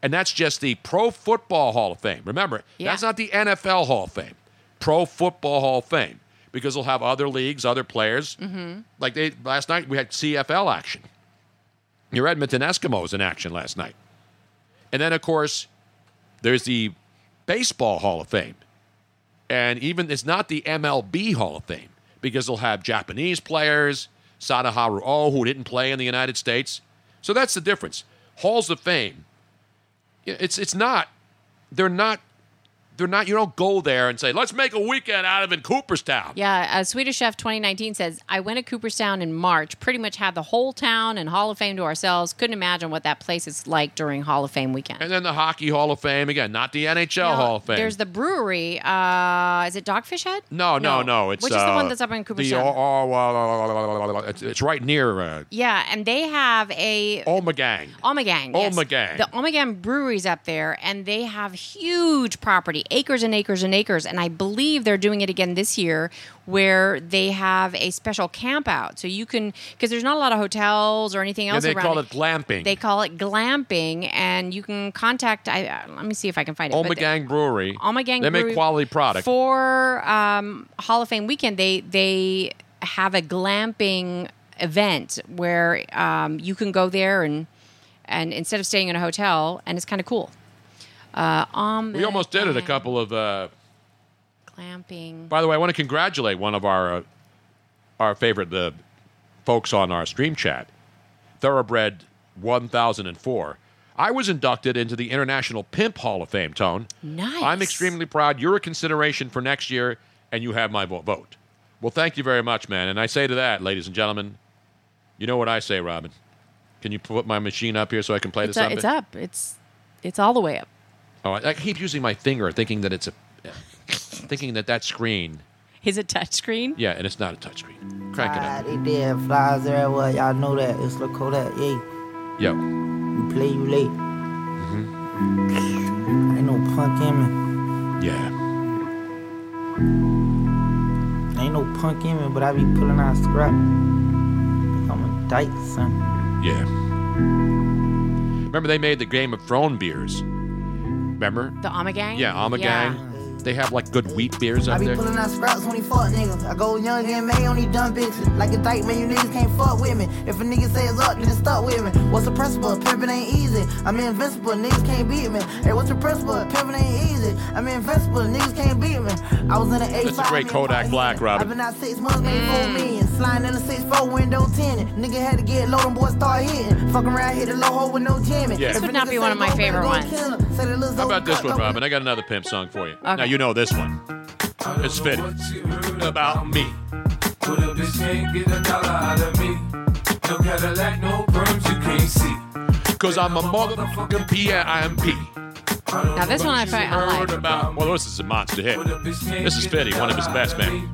[SPEAKER 2] And that's just the Pro Football Hall of Fame. Remember, that's not the NFL Hall of Fame. Pro Football Hall of Fame because they'll have other leagues, other players.
[SPEAKER 1] Mm-hmm.
[SPEAKER 2] Like they last night, we had CFL action. Your Edmonton Eskimos in action last night, and then of course, there's the Baseball Hall of Fame, and even it's not the MLB Hall of Fame because they'll have Japanese players, Sadaharu Oh, who didn't play in the United States. So that's the difference. Halls of Fame. yeah, It's it's not. They're not. They're not. You don't go there and say, "Let's make a weekend out of it in Cooperstown."
[SPEAKER 4] Yeah, uh, Swedish Chef 2019 says, I went to Cooperstown in March, pretty much had the whole town and Hall of Fame to ourselves. Couldn't imagine what that place is like during Hall of Fame weekend.
[SPEAKER 2] And then the Hockey Hall of Fame again, not the NHL Hall of Fame.
[SPEAKER 4] There's the brewery. Uh, is it Dogfish Head?
[SPEAKER 2] no, no, no. It's
[SPEAKER 4] Which is the
[SPEAKER 2] uh,
[SPEAKER 4] one that's up in Cooperstown?
[SPEAKER 2] The, oh, oh, la, la, la, la, la, la, la, it's, it's right near uh,
[SPEAKER 4] yeah, and they have a
[SPEAKER 2] Omegang.
[SPEAKER 4] Omegang. yes.
[SPEAKER 2] Omegang.
[SPEAKER 4] The Omegang brewery's up there, and they have huge property, acres and acres and acres. And I believe they're doing it again this year where they have a special camp out. So you can, because there's not a lot of hotels or anything
[SPEAKER 2] Yeah,
[SPEAKER 4] else
[SPEAKER 2] they
[SPEAKER 4] around.
[SPEAKER 2] call it glamping.
[SPEAKER 4] They call it glamping, and you can contact. I, uh, let me see if I can find it. but the-
[SPEAKER 2] Omegang Brewery.
[SPEAKER 4] Omegang
[SPEAKER 2] They
[SPEAKER 4] Brewery
[SPEAKER 2] make quality product.
[SPEAKER 4] for um, Hall of Fame weekend, they they have a glamping event where um, you can go there and and instead of staying in a hotel, and it's kind of cool. Uh, um,
[SPEAKER 2] we almost did it a couple of. Uh,
[SPEAKER 4] glamping.
[SPEAKER 2] by the way, I want to congratulate one of our uh, our favorite uh, folks on our stream chat, Thoroughbred 1004. I was inducted into the International Pimp Hall of Fame, Tone.
[SPEAKER 4] Nice.
[SPEAKER 2] I'm extremely proud. You're a consideration for next year, and you have my vo- vote. Well, thank you very much, man. And I say to that, ladies and gentlemen, you know what I say, Robin. Can you put my machine up here so I can play
[SPEAKER 4] It's,
[SPEAKER 2] this?
[SPEAKER 4] up- it's up. It's it's all the way up.
[SPEAKER 2] Oh, I, I keep using my finger, thinking that it's a, thinking that that screen.
[SPEAKER 4] Is it touch screen?
[SPEAKER 2] Yeah, and it's not a touchscreen. Crank it up.
[SPEAKER 16] They dead flies everywhere. Y'all know that. It's Lakota. Yeah.
[SPEAKER 2] Yo.
[SPEAKER 16] You play, you late.
[SPEAKER 2] Mm-hmm.
[SPEAKER 16] Ain't no punk in me.
[SPEAKER 2] Yeah.
[SPEAKER 16] Ain't no punk in me, but I be pulling out scrap. I'm a dyke, son.
[SPEAKER 2] Yeah. Remember they made the Game of Thrones beers, Remember?
[SPEAKER 4] The Ama Gang?
[SPEAKER 2] Yeah, Ama Gang. They have like good wheat beers
[SPEAKER 20] I
[SPEAKER 2] up
[SPEAKER 20] be
[SPEAKER 2] there.
[SPEAKER 20] pulling out sprouts when he fuck niggas. I go young and man on these dumb bitches. Like a dyke man, you niggas can't fuck with me. If a nigga say it's up, then it's stuck with me. What's the principle? Pimpin' ain't easy. I'm invincible, niggas can't beat me. Hey, what's the principle? Pimpin' ain't easy. I'm invincible, niggas can't beat me. I was in an A5.
[SPEAKER 2] That's a great Kodak Black,
[SPEAKER 20] I've
[SPEAKER 2] Robin.
[SPEAKER 20] been out six months, made four million. Sliding in a six four window ten. Nigga had to get low, them boys start hitting. Fuck around, hit a low hole with no jamming.
[SPEAKER 2] Yeah. This
[SPEAKER 20] If
[SPEAKER 4] would
[SPEAKER 20] a
[SPEAKER 4] not
[SPEAKER 20] nigga
[SPEAKER 4] be one
[SPEAKER 20] say
[SPEAKER 4] of my
[SPEAKER 20] go, better
[SPEAKER 4] favorite
[SPEAKER 20] go
[SPEAKER 4] ones.
[SPEAKER 20] kill him. Say the little
[SPEAKER 2] How
[SPEAKER 20] zone
[SPEAKER 2] about this
[SPEAKER 20] cut,
[SPEAKER 2] one,
[SPEAKER 20] go
[SPEAKER 2] Robin? I got another pimp song for you.
[SPEAKER 20] Okay.
[SPEAKER 2] Now you know this one. It's fitting. About me.
[SPEAKER 21] But a bitch can't get a dollar out of me. No Cadillac, no perms, you can't see.
[SPEAKER 2] Cause I'm a motherfucking P.I.M.P.
[SPEAKER 4] Now, this one I find I like.
[SPEAKER 2] About, well, this is a monster hit. This is Fitty, one of his best, man.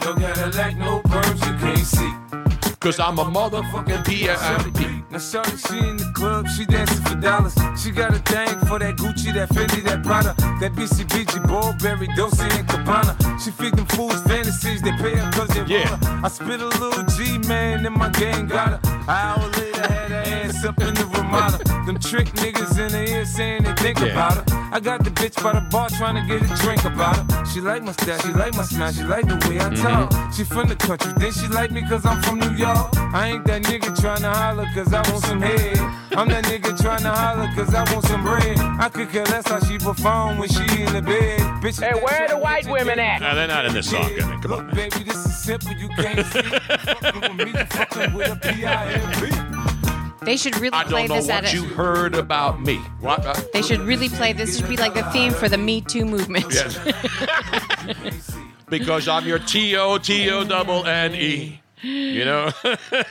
[SPEAKER 21] No Cadillac, no perms, you can't see.
[SPEAKER 2] Cause I'm a motherfucking P.I.M.P.
[SPEAKER 21] Now, Shorty, she in the club, she dancing for dollars. She got a thing for that Gucci, that Fendi, that Prada, that BCBG, Burberry, Dolce and Cabana. She feed them fools fantasies, they pay her cause they yeah. want her. I spit a little G, man, and my gang got her. An hour later, had her ass up in the Ramada. Them trick niggas in the ear saying they think Yeah. about her. I got the bitch by the bar trying to get a drink about her. She like my style, she like my smile, she like the way
[SPEAKER 2] Mm-hmm.
[SPEAKER 21] I talk. She from the country, then she like me cause I'm from New York. I ain't that nigga tryna holler cause I want some head. I'm that nigga tryna holler cause I want some bread. I could care less how she perform when she in the bed. Bitch, hey, where the white women at?
[SPEAKER 2] Now, they're not in this song, I mean, come on.
[SPEAKER 21] Look, baby, this is simple, you can't see. fucking with me, you fucking with a P.I.M.P.
[SPEAKER 4] They should really
[SPEAKER 2] I
[SPEAKER 4] play
[SPEAKER 2] don't know
[SPEAKER 4] this at
[SPEAKER 2] what
[SPEAKER 4] it.
[SPEAKER 2] you heard about me. What? Uh,
[SPEAKER 4] They should really play this. Should be like the theme for the Me Too movement.
[SPEAKER 2] Yes. because I'm your T O T O double N E. You know?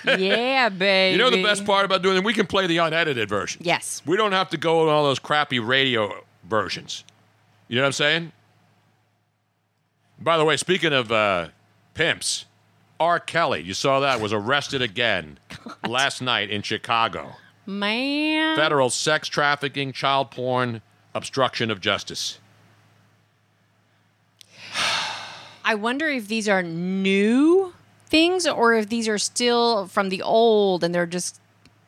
[SPEAKER 4] yeah, baby.
[SPEAKER 2] You know the best part about doing it? We can play the unedited version.
[SPEAKER 4] Yes.
[SPEAKER 2] We don't have to go on all those crappy radio versions. You know what I'm saying? By the way, speaking of uh, pimps, R. Kelly, you saw that, was arrested again last night in Chicago.
[SPEAKER 4] Man.
[SPEAKER 2] Federal sex trafficking, child porn, obstruction of justice.
[SPEAKER 4] I wonder if these are new things or if these are still from the old and they're just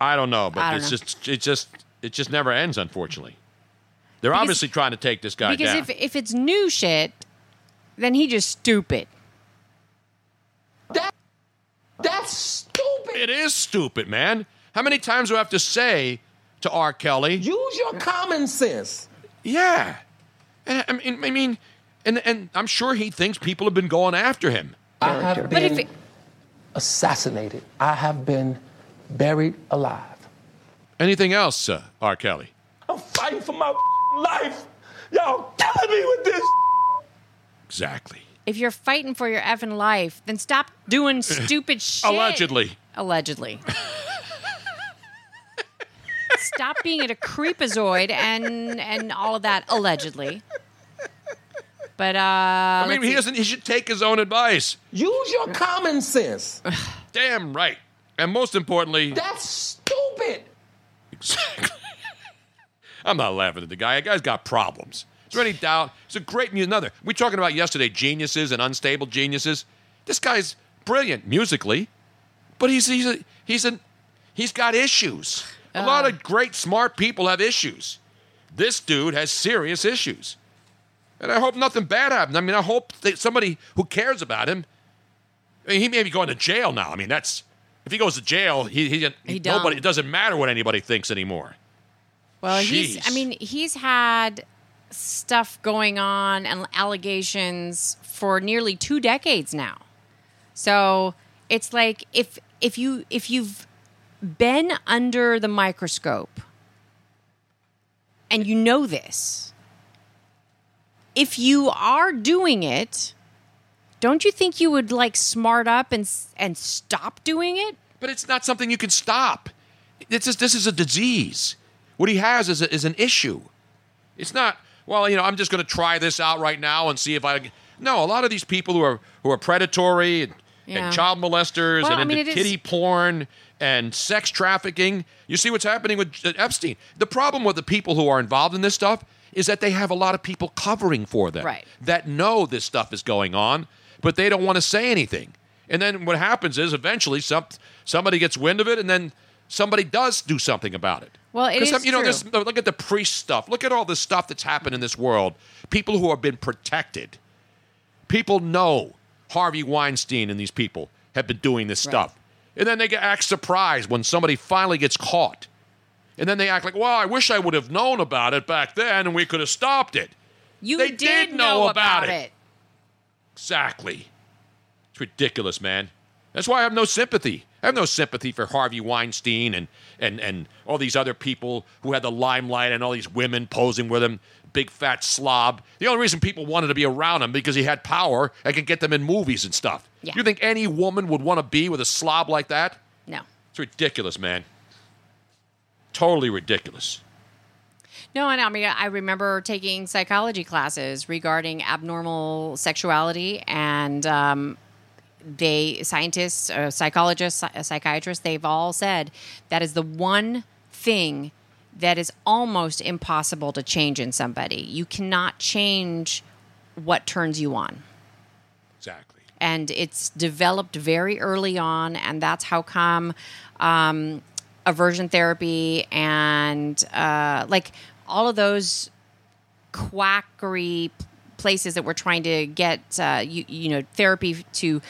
[SPEAKER 2] I don't know, but
[SPEAKER 4] I don't
[SPEAKER 2] it's
[SPEAKER 4] know.
[SPEAKER 2] just it just it just never ends, unfortunately. They're
[SPEAKER 4] Because-
[SPEAKER 2] obviously trying to take this guy
[SPEAKER 4] because
[SPEAKER 2] down.
[SPEAKER 4] if if it's new shit, then he just stupid.
[SPEAKER 2] That's stupid. It is stupid, man. How many times do I have to say to R. Kelly? Use your common sense. Yeah. And I mean, I mean, and and I'm sure he thinks people have been going after him.
[SPEAKER 22] I have been assassinated. I have been buried alive.
[SPEAKER 2] Anything else, uh, R. Kelly?
[SPEAKER 22] I'm fighting for my life. Y'all killing me with this.
[SPEAKER 2] Exactly.
[SPEAKER 4] If you're fighting for your effing life, then stop doing stupid shit.
[SPEAKER 2] Allegedly.
[SPEAKER 4] Allegedly. stop being at a creepazoid and and all of that allegedly. But uh
[SPEAKER 2] I mean, he doesn't. He should take his own advice.
[SPEAKER 22] Use your common sense.
[SPEAKER 2] Damn right. And most importantly,
[SPEAKER 22] That's stupid.
[SPEAKER 2] Exactly. I'm not laughing at the guy. The guy's got problems. Is there any doubt? He's a great mu- another. We talking about yesterday geniuses and unstable geniuses. This guy's brilliant musically, but he's he's a, he's an he's got issues. A lot of great smart people have issues. This dude has serious issues, and I hope nothing bad happens. I mean, I hope that somebody who cares about him. I mean, he may be going to jail now. I mean, that's if he goes to jail, he he,
[SPEAKER 4] He dumb.
[SPEAKER 2] nobody. It doesn't matter what anybody thinks anymore.
[SPEAKER 4] Well, he's. I
[SPEAKER 2] Jeez.
[SPEAKER 4] mean, he's had stuff going on and allegations for nearly two decades now. So it's like if if you if you've been under the microscope and you know this, if you are doing it, don't you think you would like smart up and s- and stop doing it?
[SPEAKER 2] But it's not something you can stop. It's just, this is a disease. What he has is, a, is an issue. It's not, well, you know, I'm just going to try this out right now and see if I. No, a lot of these people who are who are predatory and,
[SPEAKER 4] Yeah.
[SPEAKER 2] and child molesters
[SPEAKER 4] Well, I
[SPEAKER 2] and
[SPEAKER 4] mean,
[SPEAKER 2] into
[SPEAKER 4] it is-
[SPEAKER 2] kitty porn and sex trafficking. You see what's happening with uh, Epstein. The problem with the people who are involved in this stuff is that they have a lot of people covering for them
[SPEAKER 4] Right.
[SPEAKER 2] that know this stuff is going on, but they don't want to say anything. And then what happens is eventually some somebody gets wind of it, and then somebody does do something about it.
[SPEAKER 4] Well, it
[SPEAKER 2] 'Cause
[SPEAKER 4] is
[SPEAKER 2] some- you know,
[SPEAKER 4] true.
[SPEAKER 2] this, look at the priest stuff. Look at all the stuff that's happened in this world. People who have been protected. People know Harvey Weinstein and these people have been doing this stuff. And then they get act surprised when somebody finally gets caught. And then they act like, well, I wish I would have known about it back then and we could have stopped it.
[SPEAKER 4] You
[SPEAKER 2] They
[SPEAKER 4] did,
[SPEAKER 2] did know about it. Exactly. It's ridiculous, man. That's why I have no sympathy. I have no sympathy for Harvey Weinstein and, and, and all these other people who had the limelight and all these women posing with him, big fat slob. The only reason people wanted to be around him because he had power and could get them in movies and stuff.
[SPEAKER 4] Yeah.
[SPEAKER 2] You think any woman would want to be with a slob like that?
[SPEAKER 4] No.
[SPEAKER 2] It's ridiculous, man. Totally ridiculous.
[SPEAKER 4] No, and I mean, I remember taking psychology classes regarding abnormal sexuality, and um, they scientists, uh, psychologists, psy- psychiatrists, they've all said that is the one thing that is almost impossible to change in somebody. You cannot change what turns you on
[SPEAKER 2] Exactly.
[SPEAKER 4] and it's developed very early on and that's how come um, aversion therapy and uh, like all of those quackery places that we're trying to get uh, you, you know therapy to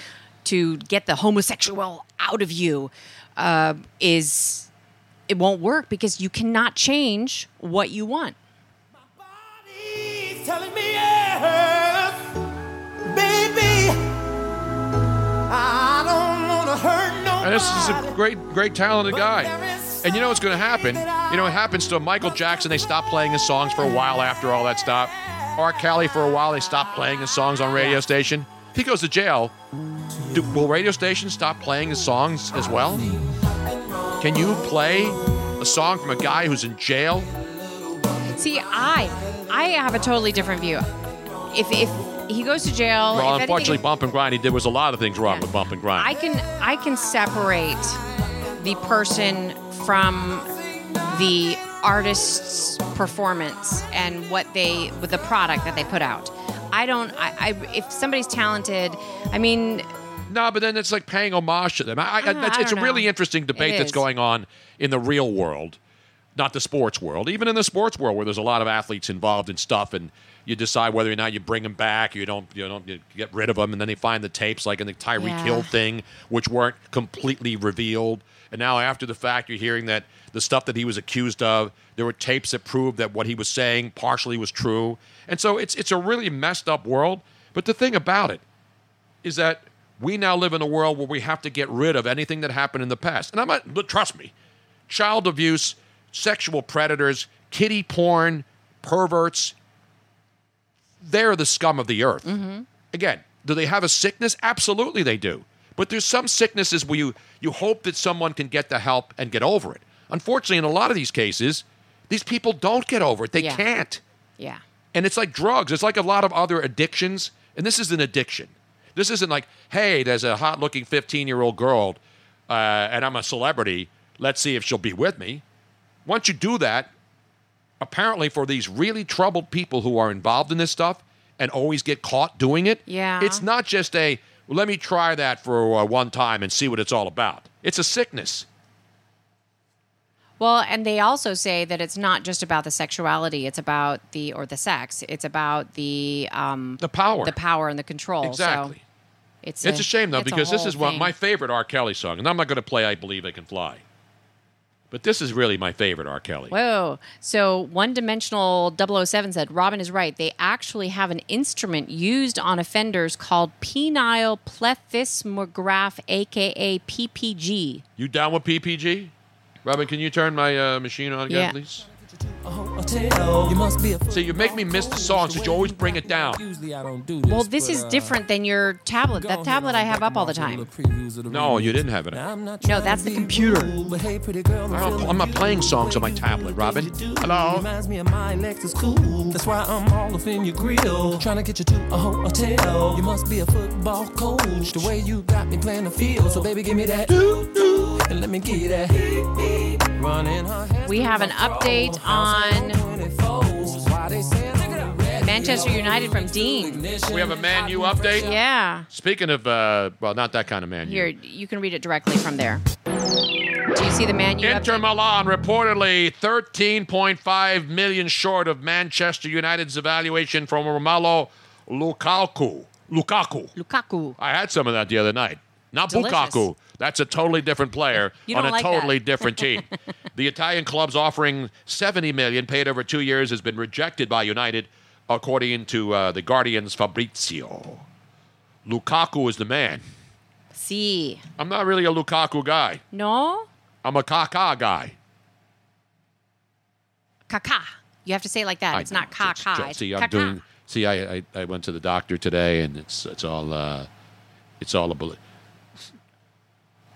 [SPEAKER 4] to get the homosexual out of you uh, is it won't work because you cannot change what you want
[SPEAKER 9] He's telling me yes, baby. I don't wanna hurt no.
[SPEAKER 2] And this is a great, great talented guy. And you know what's going to happen? You know, it happens to Michael Jackson. They stopped playing his songs for a while after all that stuff. R. Kelly, for a while, they stopped playing his songs on radio station. He goes to jail. Do, will radio stations stop playing his songs as well? Can you play a song from a guy who's in jail?
[SPEAKER 4] See, I I have a totally different view. If if he goes to jail,
[SPEAKER 2] Well,
[SPEAKER 4] if anything-
[SPEAKER 2] unfortunately, Bump and Grind, he did was a lot of things wrong with Bump and Grind.
[SPEAKER 4] I can I can separate the person from the artist's performance and what they with the product that they put out. I don't. I, I if somebody's talented, I mean,
[SPEAKER 2] No, but then it's like paying homage to them. I, I,
[SPEAKER 4] Ah,
[SPEAKER 2] it's
[SPEAKER 4] I
[SPEAKER 2] it's a
[SPEAKER 4] don't
[SPEAKER 2] really
[SPEAKER 4] know.
[SPEAKER 2] interesting debate
[SPEAKER 4] It
[SPEAKER 2] that's
[SPEAKER 4] is.
[SPEAKER 2] going on in the real world, not the sports world. Even in the sports world, where there's a lot of athletes involved in stuff, and you decide whether or not you bring them back, you don't, you don't you get rid of them, and then they find the tapes, like in the Tyreek
[SPEAKER 1] Yeah.
[SPEAKER 2] Hill thing, which weren't completely revealed. And now, after the fact, you're hearing that the stuff that he was accused of, there were tapes that proved that what he was saying partially was true. And so it's it's a really messed up world. But the thing about it is that we now live in a world where we have to get rid of anything that happened in the past. And I'm not, but trust me, child abuse, sexual predators, kiddie porn, perverts, they're the scum of the earth. Again, do they have a sickness? Absolutely they do. But there's some sicknesses where you, you hope that someone can get the help and get over it. Unfortunately, in a lot of these cases, these people don't get over it. They
[SPEAKER 4] Yeah.
[SPEAKER 2] can't.
[SPEAKER 4] yeah.
[SPEAKER 2] And it's like drugs. It's like a lot of other addictions. And this is an addiction. This isn't like, hey, there's a hot looking 15 year old girl uh, and I'm a celebrity. Let's see if she'll be with me. Once you do that, apparently for these really troubled people who are involved in this stuff and always get caught doing it,
[SPEAKER 4] Yeah.
[SPEAKER 2] it's not just a, "Well, let me try that for uh, one time and see what it's all about. It's a sickness.
[SPEAKER 4] Well, and they also say that it's not just about the sexuality; it's about the or the sex. It's about the um,
[SPEAKER 2] the power,
[SPEAKER 4] the power and the control. So
[SPEAKER 2] Exactly.
[SPEAKER 4] it's
[SPEAKER 2] It's a shame though
[SPEAKER 4] it's a
[SPEAKER 2] because this
[SPEAKER 4] whole
[SPEAKER 2] is one
[SPEAKER 4] thing.
[SPEAKER 2] my favorite R. Kelly song, and I'm not going to play "I Believe I Can Fly," but this is really my favorite R. Kelly.
[SPEAKER 4] Whoa. So one dimensional 007 said Robin is right. They actually have an instrument used on offenders called penile plethysmograph, aka PPG.
[SPEAKER 2] You down with PPG? Robin, can you turn my uh, machine on again,
[SPEAKER 4] Yeah.
[SPEAKER 2] please?
[SPEAKER 7] You must be a
[SPEAKER 2] See, you make me miss the song since you always bring it down.
[SPEAKER 7] Usually I don't do uh,
[SPEAKER 4] Well, this
[SPEAKER 9] uh,
[SPEAKER 4] is different than your tablet. That tablet I have up all the time.
[SPEAKER 2] No, you didn't have it. up.
[SPEAKER 4] No, that's the computer.
[SPEAKER 2] I don't- I'm not playing songs on my tablet, Robin. Hello.
[SPEAKER 7] Reminds me of my Lexus cool. That's why I'm all up in your grill. Trying to get you to a hotel. You must be a football coach. The way you got me playing the field. So baby, give me that doo doo and let me get that heat heat. Running her hands
[SPEAKER 4] We have an update on Manchester United from Dean.
[SPEAKER 2] We have a Man U update.
[SPEAKER 4] Yeah.
[SPEAKER 2] Speaking of, uh, well, not that kind of Man U.
[SPEAKER 4] Here, you can read it directly from there. Do you see the man you
[SPEAKER 2] Inter Milan reportedly 13.5 million short of Manchester United's evaluation from Romelu Lukaku. Lukaku.
[SPEAKER 4] Lukaku.
[SPEAKER 2] I had some of that the other night. Not
[SPEAKER 4] Delicious.
[SPEAKER 2] Bukaku. That's a totally different player
[SPEAKER 4] You
[SPEAKER 2] on
[SPEAKER 4] don't
[SPEAKER 2] a
[SPEAKER 4] like that.
[SPEAKER 2] totally different team. the Italian club's offering 70 million paid over 2 years has been rejected by United according to uh, the Guardian's Fabrizio. Lukaku is the man.
[SPEAKER 4] see?
[SPEAKER 2] I'm not really a Lukaku guy.
[SPEAKER 4] No?
[SPEAKER 2] I'm a Kaká guy.
[SPEAKER 4] Kaka. You have to say it like that.
[SPEAKER 2] I
[SPEAKER 4] it's not kaka.
[SPEAKER 2] See,
[SPEAKER 4] it's
[SPEAKER 2] I'm
[SPEAKER 4] kaka.
[SPEAKER 2] doing. See, I, I I went to the doctor today, and it's it's all uh, it's all a bullet.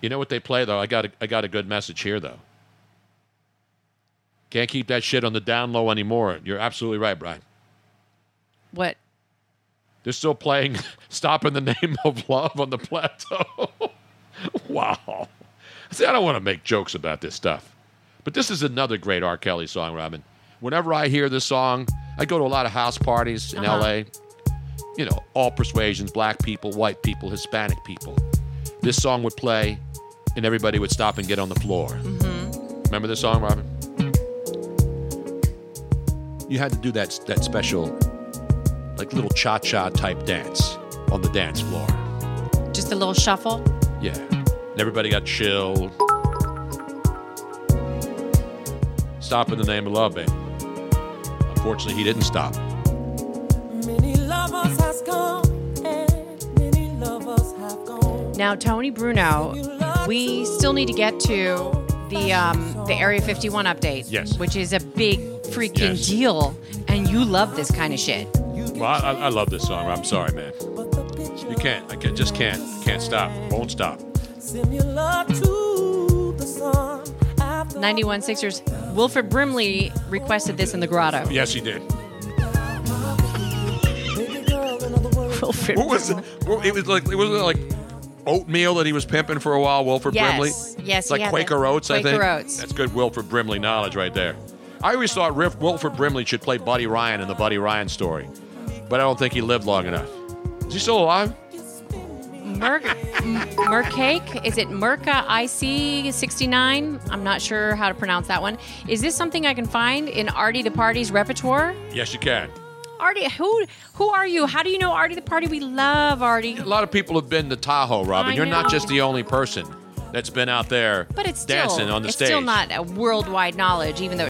[SPEAKER 2] You know what they play though? I got a, I got a good message here though. Can't keep that shit on the down low anymore. You're absolutely right, Brian.
[SPEAKER 4] What?
[SPEAKER 2] They're still playing "Stop in the Name of Love" on the plateau. wow. See, I don't want to make jokes about this stuff, but this is another great R. Kelly song, Robin. Whenever I hear this song, I go to a lot of house parties in
[SPEAKER 1] Uh-huh.
[SPEAKER 2] L.A. You know, all persuasions: black people, white people, Hispanic people. This song would play, and everybody would stop and get on the floor. Remember this song, Robin? You had to do that that special like little cha cha type dance on the dance floor.
[SPEAKER 4] Just a little shuffle.
[SPEAKER 2] Yeah. And everybody got chilled. Stop in the name of love, baby. Unfortunately, he didn't stop.
[SPEAKER 9] Many lovers has come and many lovers have gone.
[SPEAKER 4] Now, Tony Bruno, we still need to get to the um, the Area 51 update.
[SPEAKER 2] Yes.
[SPEAKER 4] Which is a big freaking
[SPEAKER 2] Yes.
[SPEAKER 4] deal, and you love this kind of shit.
[SPEAKER 2] Well, I, I- I love this song. I'm sorry, man. You can't. I can, just can't. Can't stop. Won't stop.
[SPEAKER 9] Similar to the sun.
[SPEAKER 4] 91 Sixers. Wilfred Brimley requested this in the grotto.
[SPEAKER 2] Yes, he did.
[SPEAKER 4] Wilfred
[SPEAKER 2] What was it? Well, It was like it was like oatmeal that he was pimping for a while. Wilford Brimley.
[SPEAKER 4] Yes. Yes,
[SPEAKER 2] It's
[SPEAKER 4] he
[SPEAKER 2] like
[SPEAKER 4] had
[SPEAKER 2] Quaker
[SPEAKER 4] that.
[SPEAKER 2] Oats. I
[SPEAKER 4] Quaker
[SPEAKER 2] think
[SPEAKER 4] Oats.
[SPEAKER 2] that's good Wilford Brimley knowledge right there. I always thought Riff Wilford Brimley should play Buddy Ryan in the Buddy Ryan story, but I don't think he lived long enough. Is he still alive?
[SPEAKER 4] Merc, M- Mercake? Is it Merca IC 69? I'm not sure how to pronounce that one. Is this something I can find in Artie the Party's repertoire?
[SPEAKER 2] Yes, you can.
[SPEAKER 4] Artie, who who are you? How do you know Artie the Party? We love Artie.
[SPEAKER 2] A lot of people have been to Tahoe, Robin.
[SPEAKER 4] I
[SPEAKER 2] You're not
[SPEAKER 4] know.
[SPEAKER 2] just the only person that's been out there
[SPEAKER 4] But it's still,
[SPEAKER 2] dancing on the
[SPEAKER 4] it's
[SPEAKER 2] stage.
[SPEAKER 4] still not a worldwide knowledge, even though